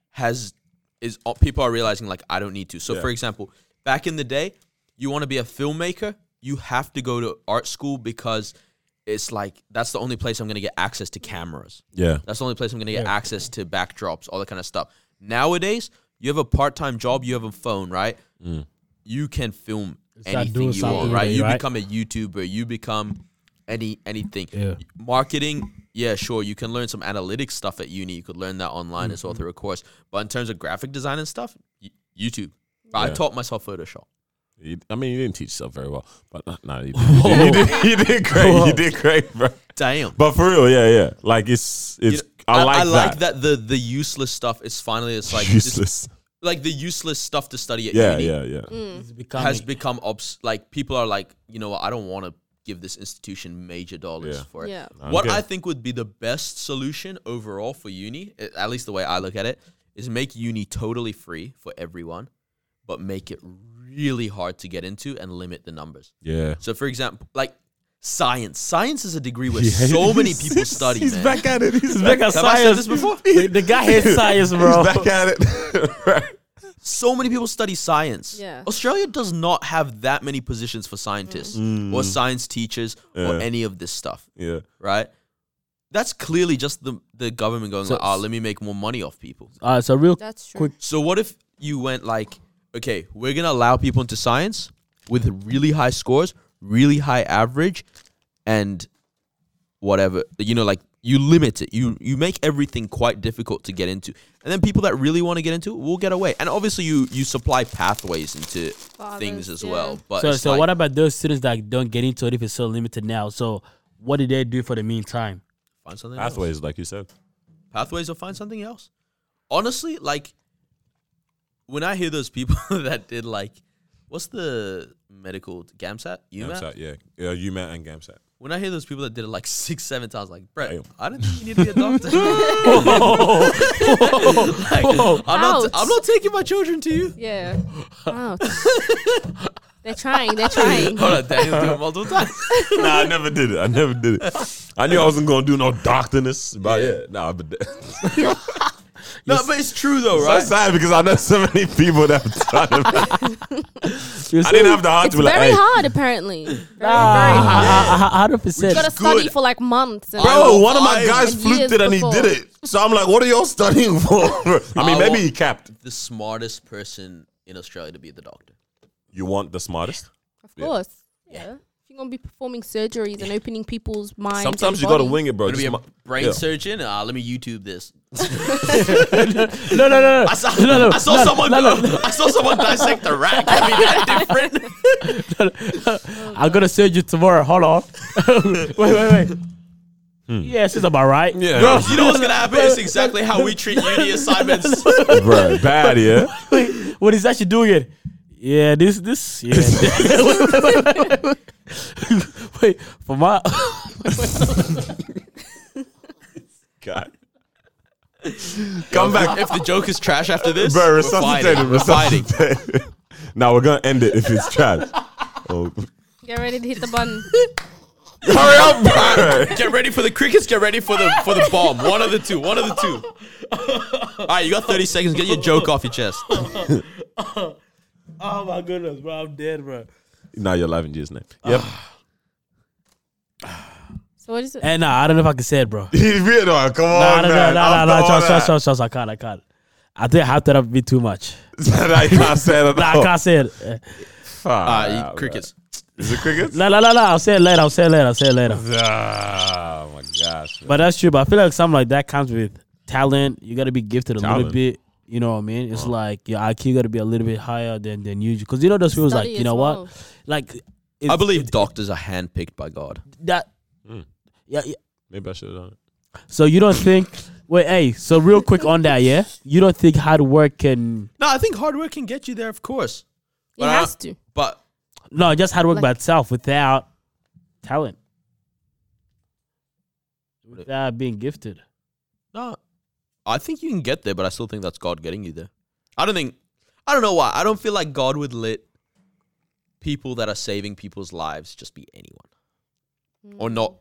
has is uh, people are realizing like I don't need to. So Yeah. for example, back in the day, you want to be a filmmaker, you have to go to art school because it's like that's the only place I'm going to get access to cameras. Yeah, That's the only place I'm going to get access to backdrops, all that kind of stuff. Nowadays, you have a part-time job, you have a phone, right? Mm. You can film like anything doing you something want, with right? it, You right? become a YouTuber, you become any anything. Yeah. Marketing, yeah, sure, you can learn some analytics stuff at uni. You could learn that online as Mm-hmm. well through a course. But in terms of graphic design and stuff, y- YouTube. I Yeah. taught myself Photoshop. You- I mean you didn't teach yourself very well, but uh, no, you did, you did, you did great. You did great, bro. Damn. But for real, yeah, yeah. Like it's it's You know, I, like, I that. like that the the useless stuff is finally [LAUGHS] it's like this- useless. like the useless stuff to study at Yeah, uni Mm. yeah, yeah. It's becoming has become obs- like people are like you know what I don't want to give this institution major dollars Yeah. for it. Yeah. What Okay. I think would be the best solution overall for uni, a- at least the way I look at it, is make uni totally free for everyone, but make it really hard to get into and limit the numbers. Yeah. So for example, like science, science is a degree where He hates- [LAUGHS] so many he's- people study. He's man. back at it. [LAUGHS] He's back Look at at Have I said science. this before? [LAUGHS] The, the guy hates science, bro. He's [LAUGHS] back at it. [LAUGHS] Right. so many people study science. Yeah. Australia does not have that many positions for scientists or science teachers or Mm. Yeah. any of this stuff, yeah. right? That's clearly just the the government going like, "Ah, let me make more money off people." Uh, so real That's true. quick So what if you went like, "Okay, we're going to allow people into science with really high scores, really high average and whatever. You know, like you limit it. You you make everything quite difficult to get into, and then people that really want to get into it will get away. And obviously, you you supply pathways into things Fathers, as yeah. well. But So, it's so like- what about those students that don't get into it if it's so limited now? So, what did they do for the meantime? find something else. Pathways, like you said. pathways or find something else. Honestly, like when I hear those people [LAUGHS] that did like what's the medical GAMSAT? UMAT? Gamsat, yeah. Yeah, UMAT and Gamsat. When I hear those people that did it like six, seven times, like, Brett, Damn. I don't think you need [LAUGHS] to be a doctor. [LAUGHS] Like, I'm, not Ouch. I'm not taking my children to [LAUGHS] you. [LAUGHS] Yeah. Ouch. they're trying. They're trying. [LAUGHS] Hold on, Daniel's doing it multiple times. [LAUGHS] nah, I never did it. I never did it. I knew I wasn't gonna do no doctorness, but yeah, nah, but [LAUGHS] no, but it's true though, so right? sad because I know so many people that have done [LAUGHS] it. I didn't have the heart It's to be like, very hey, [LAUGHS] hard, apparently. Very, Ah, very hard. Hundred You percent. gotta is study good. for like months. And bro, one of my I- guys and fluked years it and he before. did it. So I'm like, what are y'all studying for? [LAUGHS] I mean, I maybe want- he capped. the smartest person in Australia to be the doctor. You want the smartest? Of course. Yeah. If you're gonna be performing surgeries and opening people's minds, Sometimes and you gotta body- wing it, bro. Gonna be Just a ma- brain yeah. surgeon? Ah, let me YouTube this. No, no, no, I no. saw, no, I saw no, someone. no, I saw someone dissect a rat. I mean, that different. [LAUGHS] I'm gonna send you tomorrow. Hold on. wait, wait, wait. Hmm. Yes, it's about [LAUGHS] right. Yeah, You know what's gonna happen? It's exactly how we treat uni assignments. bro, bad, yeah. what is actually doing it? Yeah, this this [LAUGHS] yeah. [LAUGHS] Wait, for my God. Come back, if the joke is trash after this, bro. we're Resuscitated, fighting. We're fighting. resuscitated. [LAUGHS] now we're gonna end it if it's trash. [LAUGHS] Oh. Get ready to hit the [LAUGHS] button. Hurry up, bro. Get ready for the crickets. Get ready for the for the bomb. One of the two. One of the two. All right, you got thirty seconds. Get your joke off your chest. Oh my goodness, bro, I'm dead, bro. now you're laughing just [SIGHS] now. [LAUGHS] Yep. So what is it? And Eh, nah, I don't know if I can say it, bro. He's weird, dog. oh, Come Nah, on, nah, nah, man. nah, nah, After nah, all trust, that. trust, trust, trust, I can't, I can't. I think I have to be [LAUGHS] too much. I can't say that. [LAUGHS] Nah, I can't say it. Eh, All right, crickets. Is it crickets? Nah, nah, nah, nah. I'll say it later. I'll say it later. I'll say it later. Ah, Oh my gosh. man. But that's true. But I feel like something like that comes with talent. You got to be gifted a Talent. Oh. little bit. You know what I mean? It's like your IQ got to be a little bit higher than than usual. Because you know those people's like, Study you know as what? well. Like, I it's- believe doctors are handpicked by God. that. Mm. Yeah, yeah. Maybe I should have done it. So you don't think? Wait, hey. So real quick on that, yeah. You don't think hard work can? No, I think hard work can get you there, of course. It has to. But No, just hard work by Like- itself without talent, without being gifted. no, I think you can get there. But I still think that's God getting you there. I don't think. I don't know why. I don't feel like God would let people that are saving people's lives just be anyone Hmm. or not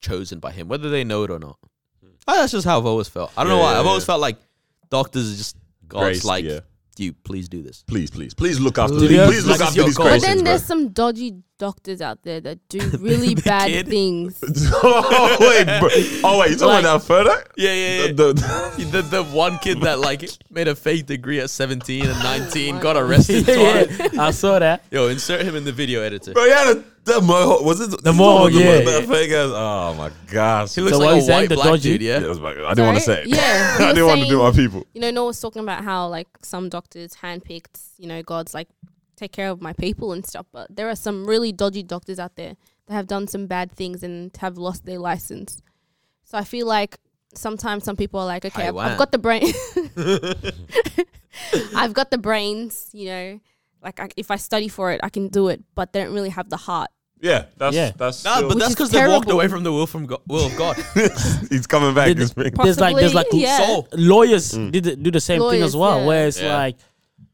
chosen by Him, whether they know it or not. Ah, that's just how I've always felt. I don't know Hmm. Yeah, why. yeah, I've always yeah. felt like doctors are just God's Grace, like, yeah. you please do this. Please, please, please look after. Please, Please, please like, look it's after your these call. But But then questions, bro. there's some dodgy doctors out there that do really bad kid? things. [LAUGHS] oh wait, bro. oh wait, you talking about that further? Yeah, yeah, yeah. The- the- The, the one kid that like made a fake degree at 17 and [LAUGHS] 19 got arrested twice. I saw that. Yo, insert him in the video editor. bro, yeah, the, the mohawk was it the, mohawk, yeah. that fake ass. Oh my gosh, He looks So what like you a saying, white the black dodgy? dude, yeah? Yeah, that's my- I didn't want to say Sorry? it. Yeah, [LAUGHS] I you're didn't want to do my saying- people. You know, Noah was talking about how like some doctors handpicked, you know, God's like take care of my people and stuff. But there are some really dodgy doctors out there that have done some bad things and have lost their license. So I feel like sometimes some people are like, okay, I've, Taiwan. I've got the [LAUGHS] brain, [LAUGHS] I've got the brains, you know, like I, if I study for it, I can do it. But they don't really have the heart. Yeah, that's Yeah. that's. Nah, but Which that's is because they walked terrible. away from the will from God, will of God. [LAUGHS] that's he's coming back. Did- this week. There's like there's like Possibly, yeah. Soul. lawyers did the, do the same thing as Lawyers, well, yeah. where it's Yeah. like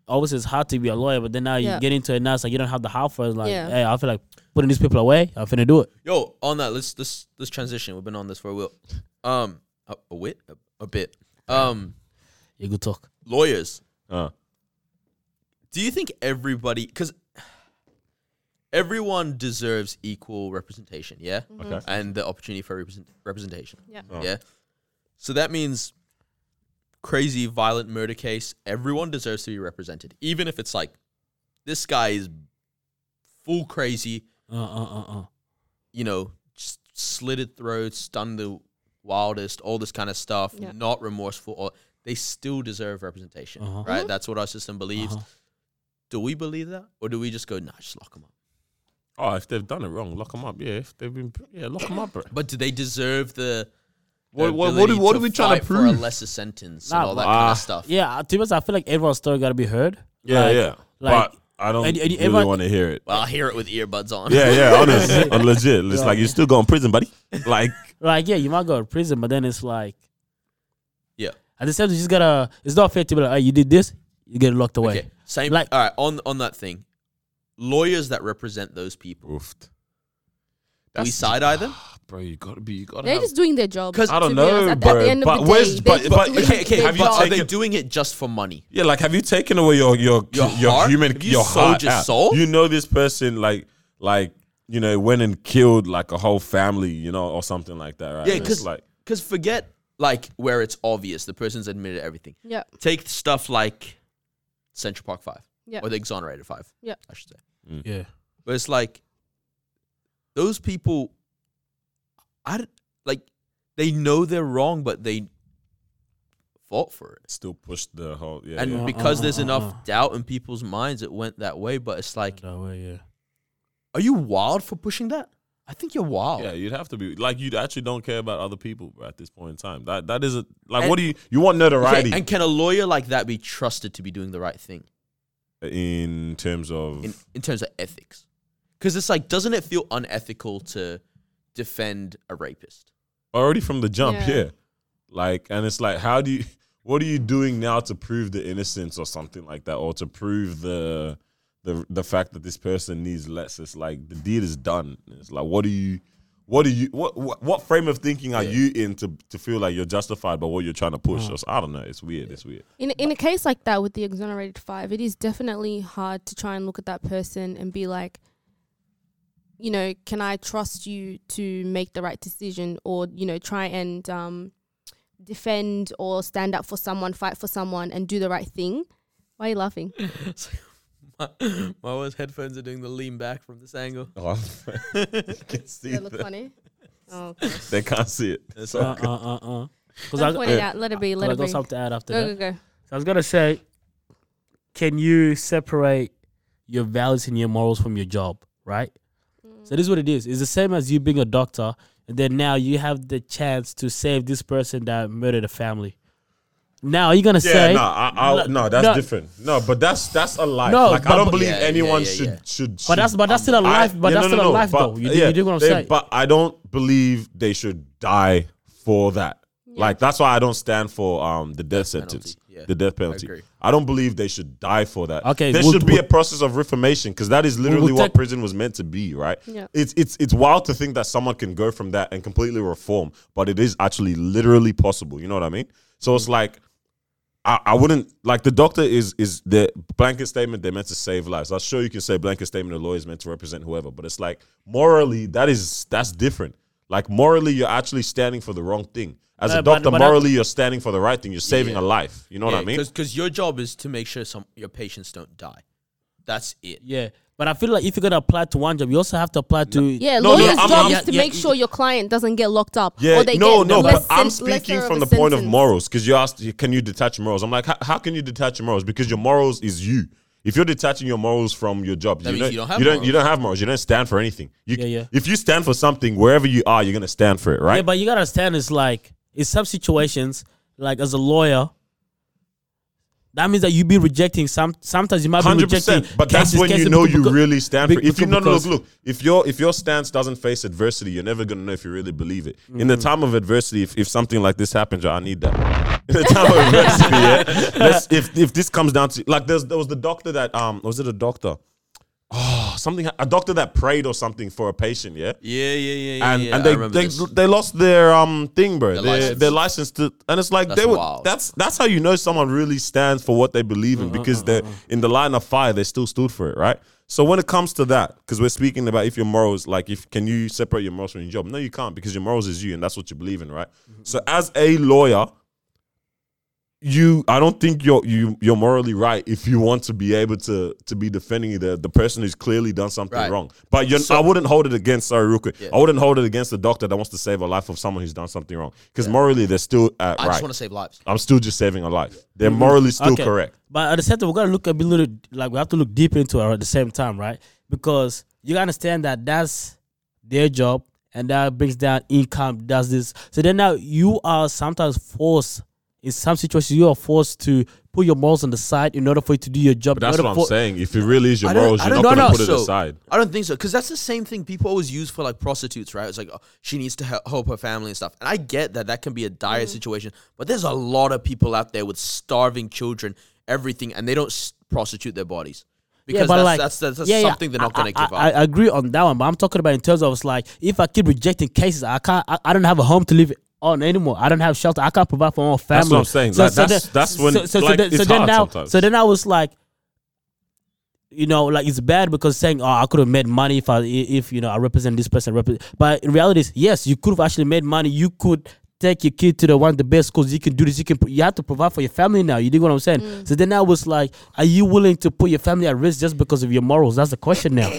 always it's hard to be a lawyer, but then now Yeah. you get into it now, it's like you don't have the heart for it. It's Like, Yeah. hey, I feel like putting these people away. I'm finna do it. Yo, on that, let's let's let's transition. We've been on this for a while. Um, a, a wit, a, a bit. Um, You good talk. lawyers. Uh, Do you think everybody? Because everyone deserves equal representation. Yeah. Mm-hmm. Okay. And the opportunity for represent, representation. Yeah. Oh. Yeah. So that means crazy violent murder case. Everyone deserves to be represented, even if it's like this guy is full crazy. Uh uh uh uh. you know, just slitted throats, done the wildest, all this kind of stuff, Yeah. not remorseful, or they still deserve representation, Uh-huh. right? Mm-hmm. That's what our system believes. Uh-huh. Do we believe that, or do we just go, nah, just lock them up? oh, if they've done it wrong, lock them up. Yeah, if they've been, yeah, lock them up, bro. But do they deserve the What- the what- what ability do- what are we trying to fight for a prove? lesser sentence Nah, and all that kind ah. of stuff? Yeah, to be honest, I feel like everyone's story gotta be heard. Yeah, Like- yeah. like- but I don't and- and you really ever- want to [LAUGHS] hear it. Well, I'll hear it with earbuds on. Yeah, yeah, [LAUGHS] honest, uh, legit. It's like you still going to prison, [LAUGHS] buddy. Like, Like, yeah, you might go to prison, but then it's like Yeah. at the same time you just gotta it's not fair to be like, hey, you did this, you get locked away. Okay. Same. Like- all right. On on that thing, lawyers that represent those people, oofed. do we side eye them? bro, you gotta be, you gotta. They're just doing their job. 'Cause- I to don't be honest. know, At- bro. At, the end of but the where's, day, but, they're but doing Okay, okay. their have you but job. are they taken- doing it just for money? yeah, like, have you taken away your your your, Your your heart? human Have you your sold heart your out? soul? You know this person, like, like you know, went and killed like a whole family, you know, or something like that, right? Yeah, And it's because like, because forget like where it's obvious the person's admitted everything. Yeah. Take stuff like Central Park Five, Yeah. or the Exonerated Five, Yeah. I should say. Yeah. But it's like those people, I don't- like they know they're wrong, but they fought for it. still push the whole yeah. and yeah. Uh, because uh, there's uh, enough uh. doubt in people's minds, it went that way. But it's like, That way, yeah. are you wild for pushing that? I think you're wild. Yeah, you'd have to be like you actually don't care about other people at this point in time. That that isn't like what do you you want notoriety Okay, and can a lawyer like that be trusted to be doing the right thing in terms of in, in terms of ethics? Because it's like, doesn't it feel unethical to defend a [LAUGHS] rapist? already from the jump, yeah. Yeah. Like, and it's like, how do you, what are you doing now to prove the innocence or something like that, or to prove the, the, the fact that this person needs less? It's like the deed is done. It's like, what do you, what do you, what, what, what frame of thinking are you in to, to feel like you're justified by what you're trying to push? It's- I don't know. It's weird. It's weird. In, in a case like that with the exonerated five, it is definitely hard to try and look at that person and be like, you know, can I trust you to make the right decision or, you know, try and um, defend or stand up for someone, fight for someone and do the right thing? Why are you laughing? My, [LAUGHS] my worst headphones are doing the lean back from this angle. Oh, [LAUGHS] I can see Does that look that. funny? [LAUGHS] Oh, They can't see it. Uh, uh, uh, uh. Because don't I, point it out. Let it be. Let I it be. got Go, something to add after that. go, go. So I was gonna say, can you separate your values and your morals from your job, right? So this is what it is. It's the same as you being a doctor, and then now you have the chance to save this person that murdered a family. Now are you gonna Yeah, say no, I, I, no, that's no. different. No, but that's that's a lie. No, like I but- don't but- believe Yeah, yeah, anyone yeah, should, yeah. should should. But that's but that's still a life. but yeah, no, that's still no, a no, life, but, though. You, yeah, you do what I'm they- saying? But I don't believe they should die for that. Like that's why I don't stand for um the death sentence, yeah. the death penalty. agree. I, don't believe they should die for that. Okay, there we'll- should be we'll- a process of reformation because that is literally what take- prison was meant to be, right? Yeah. It's it's it's wild to think that someone can go from that and completely reform, but it is actually literally possible. You know what I mean? So it's like I, I wouldn't like the doctor is is the blanket statement they're meant to save lives. I'm sure you can say blanket statement the lawyer is meant to represent whoever, but it's like morally that is that's different. Like morally, you're actually standing for the wrong thing. As No, a but- doctor, but that- morally you're standing for the right thing. You're saving a life. You know what I mean? Because your job is to make sure some your patients don't die. That's it. yeah. But I feel like if you're gonna apply to one job, you also have to apply to Yeah, No, no, lawyer's I'm- job I'm- is to yeah, make yeah. sure your client doesn't get locked up. Yeah, or they no, get no, less but I'm sen- lesser speaking from a the point of sentence. morals because you asked, you- can you detach morals? I'm like, how, how can you detach your morals? Because your morals is you. If you're detaching your morals from your job, That you, means don't, you don't have you don't you morals. don't have morals. You don't stand for anything. You, Yeah, yeah. If you stand for something, wherever you are, you're gonna stand for it, right? Yeah, but you gotta understand it's like in some situations, like as a lawyer, that means that you be rejecting some sometimes you might be Hundred rejecting percent. But that's cases- when you cases know because- you really stand for. be- it. If you no, no, look, because- look. If your if your stance doesn't face adversity, you're never gonna know if you really believe it. In Mm. the time of adversity, if, if something like this happens, yo, I need that. In the time of adversity, [LAUGHS] yeah. Let's, if if this comes down to like, there's there was the doctor that um was it a doctor? Oh, something a doctor that prayed or something for a patient, yeah. Yeah, yeah, yeah, yeah. And, yeah, and I they remember they, this. they lost their um thing, bro. Their license. license, their license to, and it's like That's they were wild. that's that's how you know someone really stands for what they believe in because they're in the line of fire. They still stood for it, right? So when it comes to that, because we're speaking about if your morals, like if can you separate your morals from your job? No, you can't because your morals is you, and that's what you believe in, right? So as a lawyer, you I don't think you're you you're morally right if you want to be able to to be defending the the person who's clearly done something Right. wrong. But you're, I wouldn't hold it against sorry real quick. Yeah. I wouldn't hold it against the doctor that wants to save a life of someone who's done something wrong because morally they're still at right. I just Mm-hmm. want to save lives. I'm still just saving a life. They're morally still Okay. correct. But at the same time, we gotta look a bit little like we have to look deep into it at the same time, right? Because you gotta understand that that's their job and that brings down income, does this. So then now you are sometimes forced in some situations you are forced to put your morals on the side in order for you to do your job. But in that's order what I'm for- saying. If it really is your I don't- morals, I you're not don't- going no, to no, put it so- aside. I don't think so because that's the same thing people always use for like prostitutes, right? It's like oh, she needs to he- help her family and stuff. And I get that that can be a dire situation, but there's a lot of people out there with starving children, everything, and they don't s- prostitute their bodies because that's, that's that's, that's something they're not I- going to I- give I, up. I agree on that one, but I'm talking about in terms of it's like if I keep rejecting cases, I can't. I, I don't have a home to live on anymore. I don't have shelter. I can't provide for my own family. what I'm saying. Like, that's- that's when, like, it's hard now, sometimes. so then I was like, you know, like it's bad because saying, "Oh, I could have made money if I if you know I represent this person." Represent. But in reality, is yes, you could have actually made money. You could take your kid to the one of the best schools. You can do this. You can. You have to provide for your family now. You dig what I'm saying? So then I was like, "Are you willing to put your family at risk just because of your morals?" That's the question now.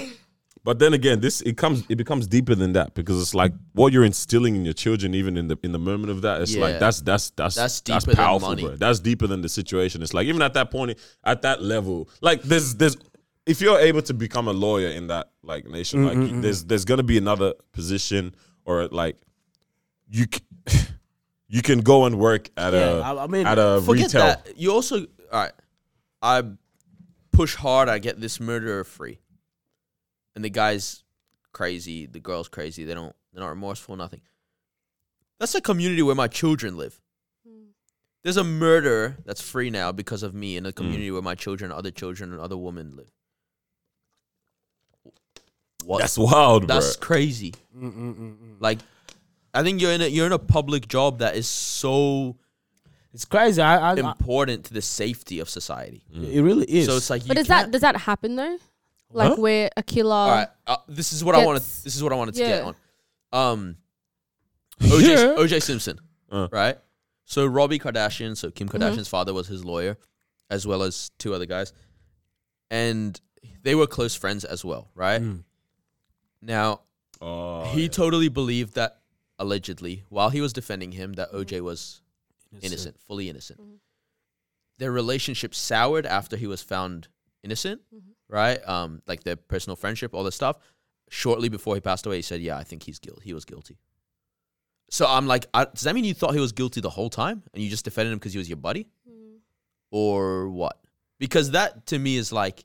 But then again, this it comes it becomes deeper than that because it's like what you're instilling in your children, even in the in the moment of that. It's like Yeah. that's that's that's That's that's, deeper than powerful, money. bro. That's deeper than the situation. It's like even at that point, at that level, like there's there's if you're able to become a lawyer in that like nation, like there's there's gonna be another position or like you c- [LAUGHS] you can go and work at a Yeah, I- I mean, at a Forget retail. that. You also all right. I push hard. I get this murderer free, and the guy's crazy. The girl's crazy. They don't. They're not remorseful. Nothing. That's a community where my children live. There's a murderer that's free now because of me in a community where my children, other children, and other women live. What? That's wild, bro. That's crazy. Like, I think you're in a you're in a public job that is so It's crazy. I, I, I important to the safety of society. it really is. So it's like, you But does that can't- does that happen though? Like Huh? where a killer. All right, uh, this is what I wanted. Gets- This is what I wanted to Yeah. get on. Um, OJ, [LAUGHS] Yeah. OJ Simpson, Uh. right? So Robbie Kardashian, so Kim Mm-hmm. Kardashian's father was his lawyer, as well as two other guys, and they were close friends as well, right? Hmm. Now Oh, he totally believed that allegedly, while he was defending him, that OJ was innocent, fully innocent. Their relationship soured after he was found innocent, right? Um, like their personal friendship, all this stuff. Shortly before he passed away, he said, "Yeah, I think he's guilty. He was guilty." So I'm like, I, does that mean you thought he was guilty the whole time and you just defended him because he was your buddy, or what? Because that to me is like,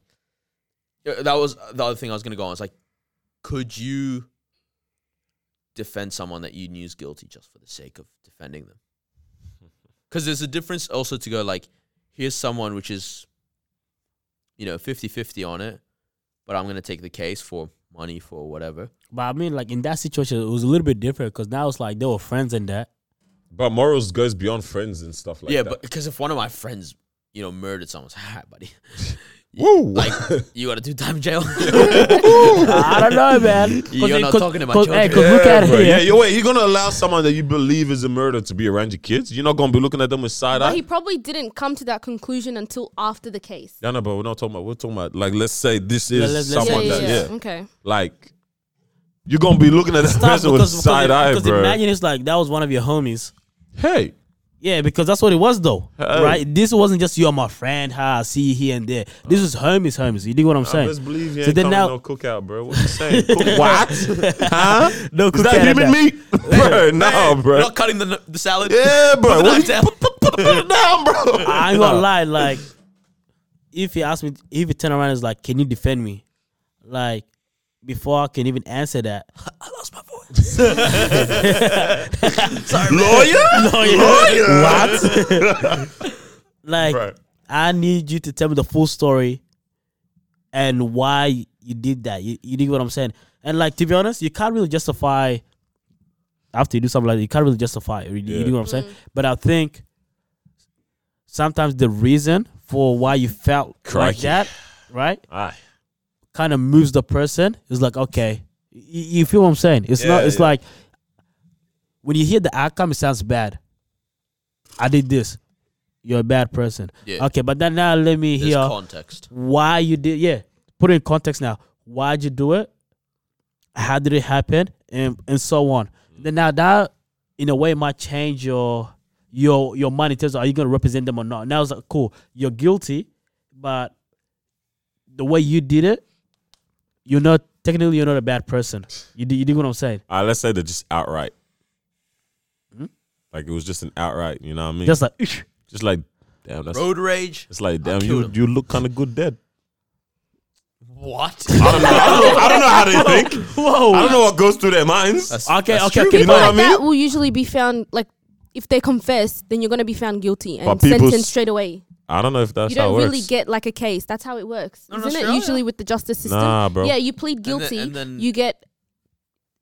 uh, that was the other thing I was gonna go on. It's like, could you defend someone that you knew is guilty just for the sake of [LAUGHS] defending them? because there's a difference also to go like here's someone which is you know 50-50 on it but i'm going to take the case for money for whatever but I mean, like in that situation, it was a little bit different because now it's like they were friends [LAUGHS] and that. but morals goes beyond friends and stuff like yeah that. but because if one of my friends you know murdered someone [LAUGHS] it's like, all right buddy Woo! like you got to do time [LAUGHS] in jail I don't know, man. [LAUGHS] 'Cause You're it- not 'cause- talking to my 'cause- hey, 'cause children. look at bro. it. yeah, you wait. You're gonna allow someone that you believe is a murderer to be around your kids? You're not gonna be looking at them with side But eye. he probably didn't come to that conclusion until after the case. No, no, but we're not talking about. We're talking about like let's say this is let's- let's someone say that yeah, Okay. like you're gonna be looking at that Tough person with side eye, because bro. imagine it's like that was one of your homies. hey, Yeah, because that's what it was though, Hey. right? This wasn't just you're my friend, ha, I see you here and there. This was homies, homies. You dig what I'm saying? let's believe you So ain't then coming now- no cookout, bro. What you [LAUGHS] saying? Cook what? huh? No Is cookout that at human that. meat, bro? No, bro. [LAUGHS] not cutting the, the salad Yeah, bro. What Put the knife you- down. Put it down, bro. I [LAUGHS] ain't gonna lie, like if he asked me, if he turn around and is like, "Can you defend me?" Like before I can even answer that, i lost my voice Lawyer? what? [LAUGHS] like Right. I need you to tell me the full story and why you did that. You, you dig what I'm saying? And like to be honest, you can't really justify after you do something like that, you can't really justify it. You, you Yeah. dig what I'm saying? But I think sometimes the reason for why you felt like Crikey. that, right? [SIGHS] Aye. kind of moves the person it's like okay you, you feel what i'm saying it's not Yeah, it's yeah. like when you hear the outcome it sounds bad i did this you're a bad person Yeah. okay but then now let me there's hear context why you did yeah put it in context now why'd you do it how did it happen and and so on Mm. then now that in a way might change your your your mind in terms of are you going to represent them or not now it's like cool you're guilty but the way you did it you're not technically you're not a bad person you do you do what i'm saying All right, let's say they're just outright. Like it was just an outright, you know what I mean? just like "Ish." just like, damn, that's road rage it's like, damn, killed you him. you look kind of good dead. [LAUGHS] what I don't know. I don't know, I don't know how [LAUGHS] they think. I whoa don't know what goes through their minds. okay That's okay true. okay You know People what I like mean? that will usually be found like if they confess, then you're gonna be found guilty and But people's- sentenced straight away. I don't know if that's You how it don't works. really get like a case. That's how it works, No, in isn't it? Australia? Usually with the justice system. Nah, bro. Yeah, you plead then- guilty, and then- you get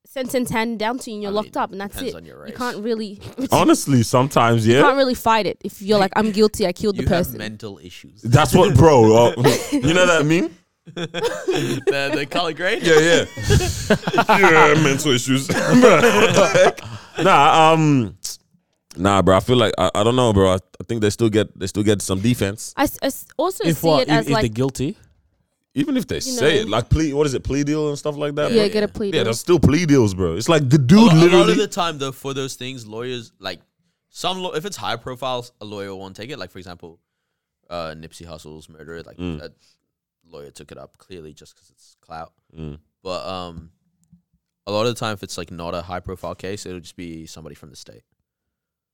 sentence handed down to you, and you're I mean, locked up, and that's depends it. on your You race. can't really, you Honestly, sometimes yeah. can't really fight it if you're like, I'm guilty, I killed you the have person. mental [LAUGHS] issues That's what, [LAUGHS] bro. uh, you know what I mean? the, the color grade Yeah, [LAUGHS] yeah. yeah, mental issues. [LAUGHS] Bruh. nah, um, nah, bro. I feel like I, I don't know, bro. I, I think they still get they still get some defense, I, s- I s- also if see what it if, as if they're like, guilty even if they say know. it. Like plea, what is it? Plea deal and stuff like that. yeah, bro? get a plea yeah. deal. There's still plea deals, bro. It's like the a, dude lo- a lot literally. of the time though for those things lawyers like some law if it's high Mm. profile a lawyer won't take it like for example uh nipsey hustle's murder like uh, lawyer took it up clearly just because it's clout. Mm. But um, a lot of the time, if it's like not a high profile case, it'll just be somebody from the state,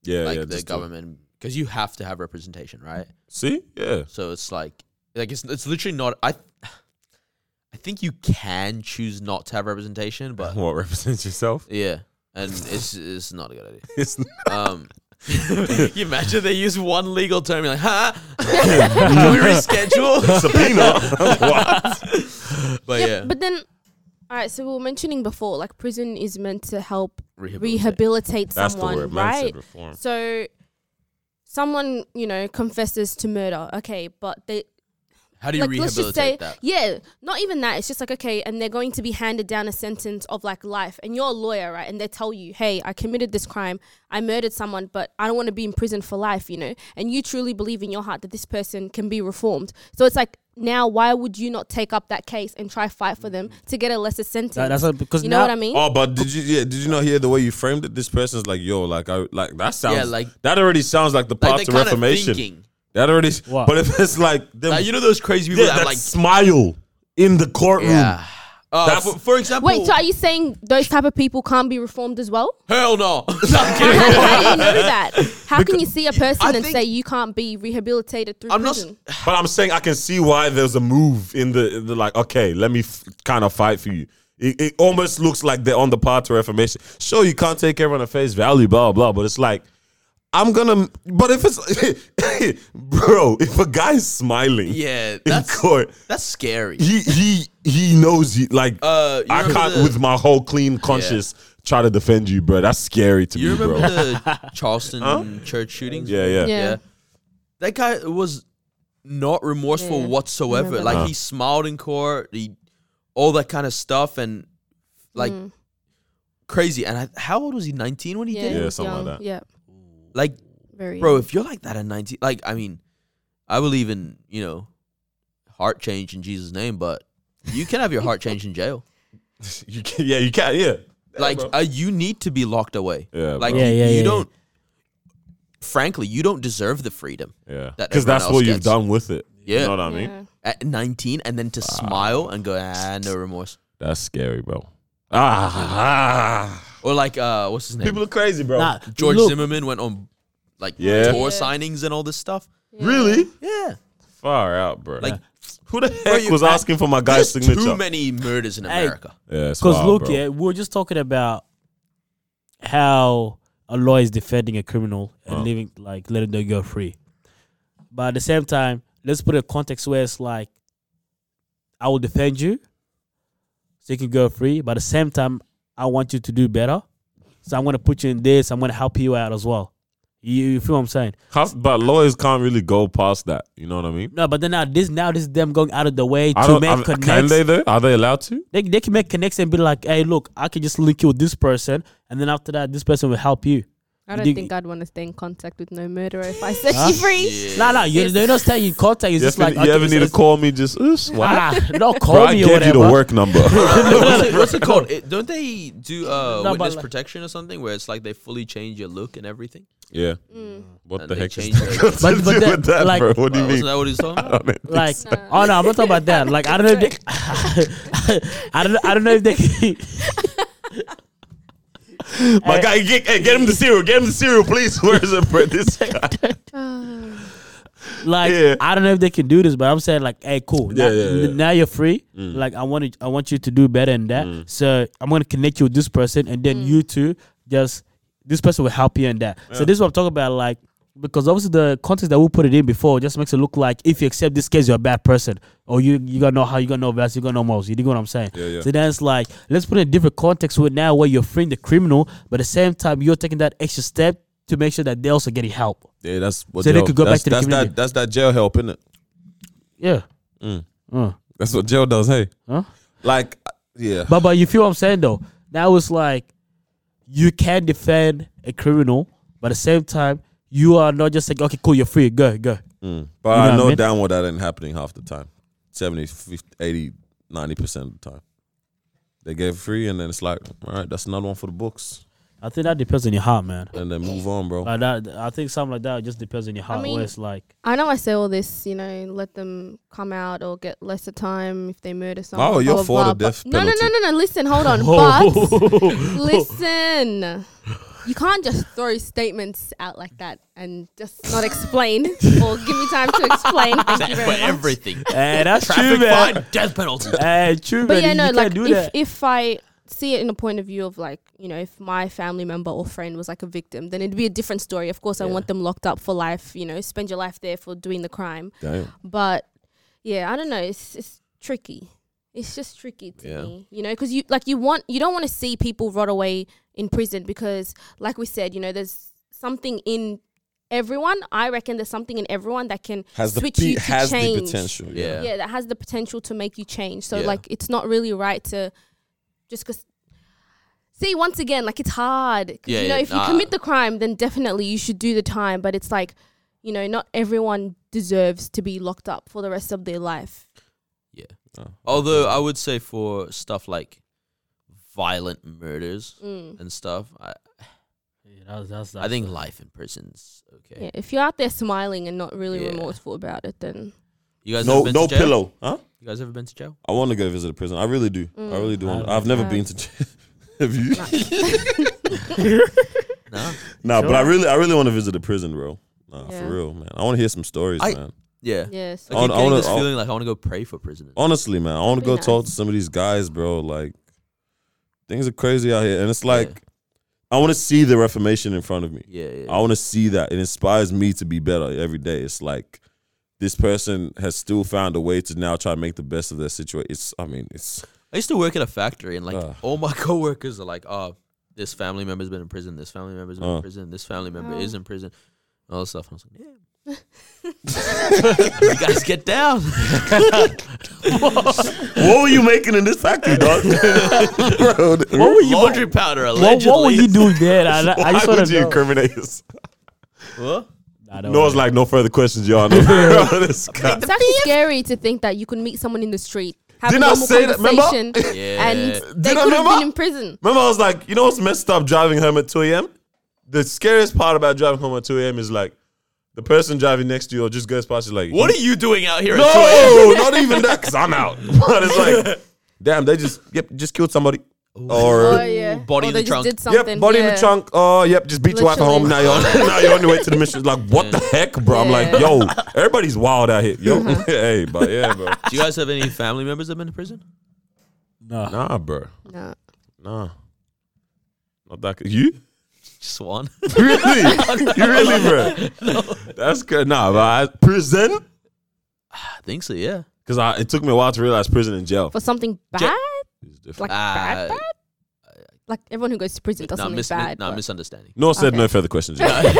Yeah, like yeah. the just to- government, because you have to have representation, right? See, yeah, So it's like, like it's it's literally not. I, I think you can choose not to have representation, [LAUGHS] but what represents yourself? yeah, and it's [LAUGHS] it's not a good idea. It's Um, [LAUGHS] can you imagine they use one legal term, you're like, huh? [LAUGHS] [LAUGHS] Can we [LAUGHS] reschedule? [LAUGHS] [LAUGHS] subpoena. What? But yeah, But then, all right. So we were mentioning before, like prison is meant to help Rehabilitate. rehabilitate That's the someone, word. Man right? said reform. So, someone you know confesses to murder. Okay, but they How do you like let's rehabilitate just say that? yeah, not even that. It's just like okay, and they're going to be handed down a sentence of like life, and you're a lawyer, right? And they tell you, hey, I committed this crime, I murdered someone, but I don't want to be in prison for life, you know. And you truly believe in your heart that this person can be reformed. So it's like now, why would you not take up that case and try fight for them to get a lesser sentence? That- that's what- because you know now- what I mean. Oh, but did you yeah, did you not hear the way you framed it? This person's like, yo, like I like that sounds Yeah, like- that already sounds like the path Like to they're kind of reformation. thinking. That already What? but if it's like them, Like, you know those crazy people yeah, that that like smile in the courtroom. yeah. Uh, That's- for, for example, Wait, so are you saying those type of people can't be reformed as well? hell no. [LAUGHS] No, I'm kidding. How, how do you know that? How can you see a person I and think- say you can't be rehabilitated through I'm not. prison? But I'm saying I can see why there's a move in the, in the like, okay, let me f- kind of fight for you. It, it almost looks like they're on the path to reformation. Sure, you can't take everyone at face value, blah, blah, but it's like, I'm gonna, but if it's, [LAUGHS] bro, if a guy's smiling Yeah, in that's court, that's scary. he, he, he knows he, like, Uh, you I remember can't the- with my whole clean conscience try to defend you, bro. That's scary to You me, bro. remember the [LAUGHS] Charleston church shootings? yeah, yeah, Yeah. yeah. That guy was not remorseful Yeah. whatsoever. Remember Like that. he smiled in court, he, all that kind of stuff, and like Mm. crazy. And I, how old was he? Nineteen when he did it. Yeah, he's something like young. that. Yeah, Like, very. bro, young. if you're like that at nineteen, like I mean, I believe in you know heart change in Jesus' name, but you can have your heart changed in jail. You can, yeah, you can, [LAUGHS] yeah. Like uh, you need to be locked away. Yeah, like bro. Yeah, you, yeah, you yeah, don't. Frankly, you don't deserve the freedom. Yeah. that Because everyone that's else what you've gets. done with it. Yeah. You know what I mean? Yeah. At 19, and then to smile and go, ah, no remorse. That's scary, bro. Ah, Or like, uh, what's his name? people are crazy, bro. Nah, Oh, George look, Zimmerman went on like Yeah. tour Yeah. signings and all this stuff. Really? Yeah, Far out, bro. like who the Bro, heck you- was asking for my guy's there's signature? too many murders in Hey. America. yeah, it's Because wild, look, bro. yeah, we were just talking about how a lawyer is defending a criminal and Wow. leaving, like, letting them go free. But at the same time, let's put a context where it's like, I will defend you so you can go free. But at the same time, I want you to do better. So I'm going to put you in this. I'm going to help you out as well. You, you feel what I'm saying? How- but lawyers can't really go past that. You know what I mean? No, but then now this now this is them going out of the way I to don't. make I, connects. can they though? Are they allowed to? they, they can make connects and be like, hey, look, I can just link you with this person, and then after that, this person will help you. I You don't dig- think I'd want to stay in contact with no murderer [LAUGHS] if I set Huh? you free. Nah, nah, you, they're not staying in contact. It's You just ever, like, you okay, ever it's- need to it's- [LAUGHS] call me? Just oops, what? Nah, [LAUGHS] nah, don't Bro, call I me gave or you whatever. the work [LAUGHS] number. what's, it, what's it called? It, don't they do uh, No, but witness like- protection or something where it's like they fully change your look and everything? yeah. What And the they heck is changed that it. got to But- do but that- with that, like- bro? What do you Wasn't mean? that what he's talking [LAUGHS] about? Like, oh no, I'm not talking about that. Like, I don't know if they, [LAUGHS] I don't, I don't know if they. My guy, get, hey, get him the cereal. Get him the cereal, please. [LAUGHS] Where is it, bro? This [LAUGHS] guy. Um, like Yeah. I don't know if they can do this, but I'm saying like, hey, cool. Yeah, now, yeah, yeah. Mm. n- now you're free. Like I want to, I want you to do better than that. So I'm gonna connect you with this person, and then you two just this person will help you in that. So this is what I'm talking about, like because obviously the context that we put it in before just makes it look like if you accept this case, you're a bad person, or you you got no how, you got no values, you got no morals. You dig what I'm saying? Yeah, yeah. So then it's like let's put it in a different context where now where you're freeing the criminal, but at the same time you're taking that extra step to make sure that they also getting help. Yeah, that's what So they could go back that's- to the that's community. That, that's that jail help, isn't it? Yeah. Mm. Uh. That's what jail does. Hey, Huh? like, uh, yeah, But but you feel what I'm saying though. Now it's like you can defend a criminal, but at the same time you are not just like okay, cool, you're free, go go. Mm. but You know what I I know mean? down well that ain't happening half the time, 70, 50, 80, 90 percent of the time. They get free, and then it's like, all right, that's another one for the books. I think that depends on your heart, man. and then move on, bro. Like that, I think something like that just depends on your heart. mean- where it's [LAUGHS] like, I know I say all this, you know, let them come out or get lesser time if they murder someone. Oh, you're blah, blah, for the blah, death but- No, no, no, penalty. no, no. Listen, [LAUGHS] hold on. But listen, you can't just throw statements out like that and just not [LAUGHS] explain or give me time to explain. Thank you for very much. everything. hey, Eh, that's true, Traffic man. fine, death penalty. Hey, true, But man. yeah, no, you like can't do if, that. if I see it in a point of view of like, you know, if my family member or friend was like a victim, then it'd be a different story. Of course, I want them locked up for life, you know, spend your life there for doing the crime. Damn. But yeah, I don't know. It's it's tricky. It's just tricky to Yeah. me, you know, because you like you want you don't want to see people rot away in prison because, like we said, you know, there's something in everyone. I reckon there's something in everyone that can Has the switch pe- you to has change the potential. Yeah. Yeah. yeah that has the potential to make you change so Yeah. like it's not really right to just because see once again like it's hard 'Cause, Yeah, you know yeah, if nah. you commit the crime then definitely you should do the time but it's like you know not everyone deserves to be locked up for the rest of their life Yeah. Although I would say for stuff like violent murders Mm. and stuff, I, Yeah, that's, that's, I think life in prison's okay. yeah if you're out there smiling and not really Yeah. remorseful about it then You guys No, ever been no to jail? pillow, huh? You guys ever been to jail? I want to go visit a prison. I really do. I really do. Want Mm. I- I've never I- been to jail. [LAUGHS] Have you? [LAUGHS] No. Nah, but I really, I really want to visit a prison, bro. Nah, Yeah. for real, man. I want to hear some stories, I- man. Yeah. yes I Like, I wanna- I getting wanna- this I- feeling like I want to go pray for prisoners. Honestly, man, I want to That'd go be talk to nice. some of these guys, bro. Like, things are crazy out here, and it's like, I want to see the reformation in front of me. Yeah, yeah. I want to see that. It inspires me to be better every day. It's like this person has still found a way to now try to make the best of their situation. It's, I mean, it's I used to work at a factory, and like Ugh. all my [LAUGHS] coworkers are like, "Oh, this family member's been in prison. This family member's been Uh. in prison. This family member Oh. is in prison." and all this stuff. And I was [LAUGHS] like, "Yeah, you guys get down." [LAUGHS] [LAUGHS] what were you making in this factory, dog? [LAUGHS] bro, What were you? Laundry powder, What, allegedly. what were you doing there? I, I just why want would to you know. incriminate us? What? Nah, don't No, it's worry. like no further questions, y'all. [LAUGHS] No, bro, this guy. it's actually scary to think that you could meet someone in the street have Didn't a I normal say that, remember? conversation Yeah. and they Did I could have remember? been in prison Remember, I was like, you know what's messed up driving home at 2 a.m.? The scariest part about driving home at 2 a.m. is like the person driving next to you or just goes past you, like, [LAUGHS] What are you doing out here? at 2 a.m.? No, [LAUGHS] not even that, because I'm out. [LAUGHS] But it's like, damn, they just, yep, just killed somebody. oh Or, yeah Body or in the they just trunk. did yep, something body in yeah. the trunk. Oh, yep, just beat your wife at Literally. home. Now you're, on, [LAUGHS] now you're on your way to the mission. It's Like, what the heck, bro? I'm like, Yeah. Mm-hmm. yo, everybody's wild out here. Yo, [LAUGHS] hey, but yeah, bro. Do you guys have any family members that have been in prison? [LAUGHS] Nah. [LAUGHS] Nah, bro. No. Nah. Not that good. You? Just one. [LAUGHS] [LAUGHS] Really? you really, bro? That's good. Nah, but I, prison? I think so. Yeah. Because it took me a while to realize prison and jail for something bad, is different. like bad, Uh, bad. Like everyone who goes to prison does Nah, something mis- bad. nah, but- misunderstanding. no, said no Okay. further [LAUGHS] questions. Yeah. [LAUGHS]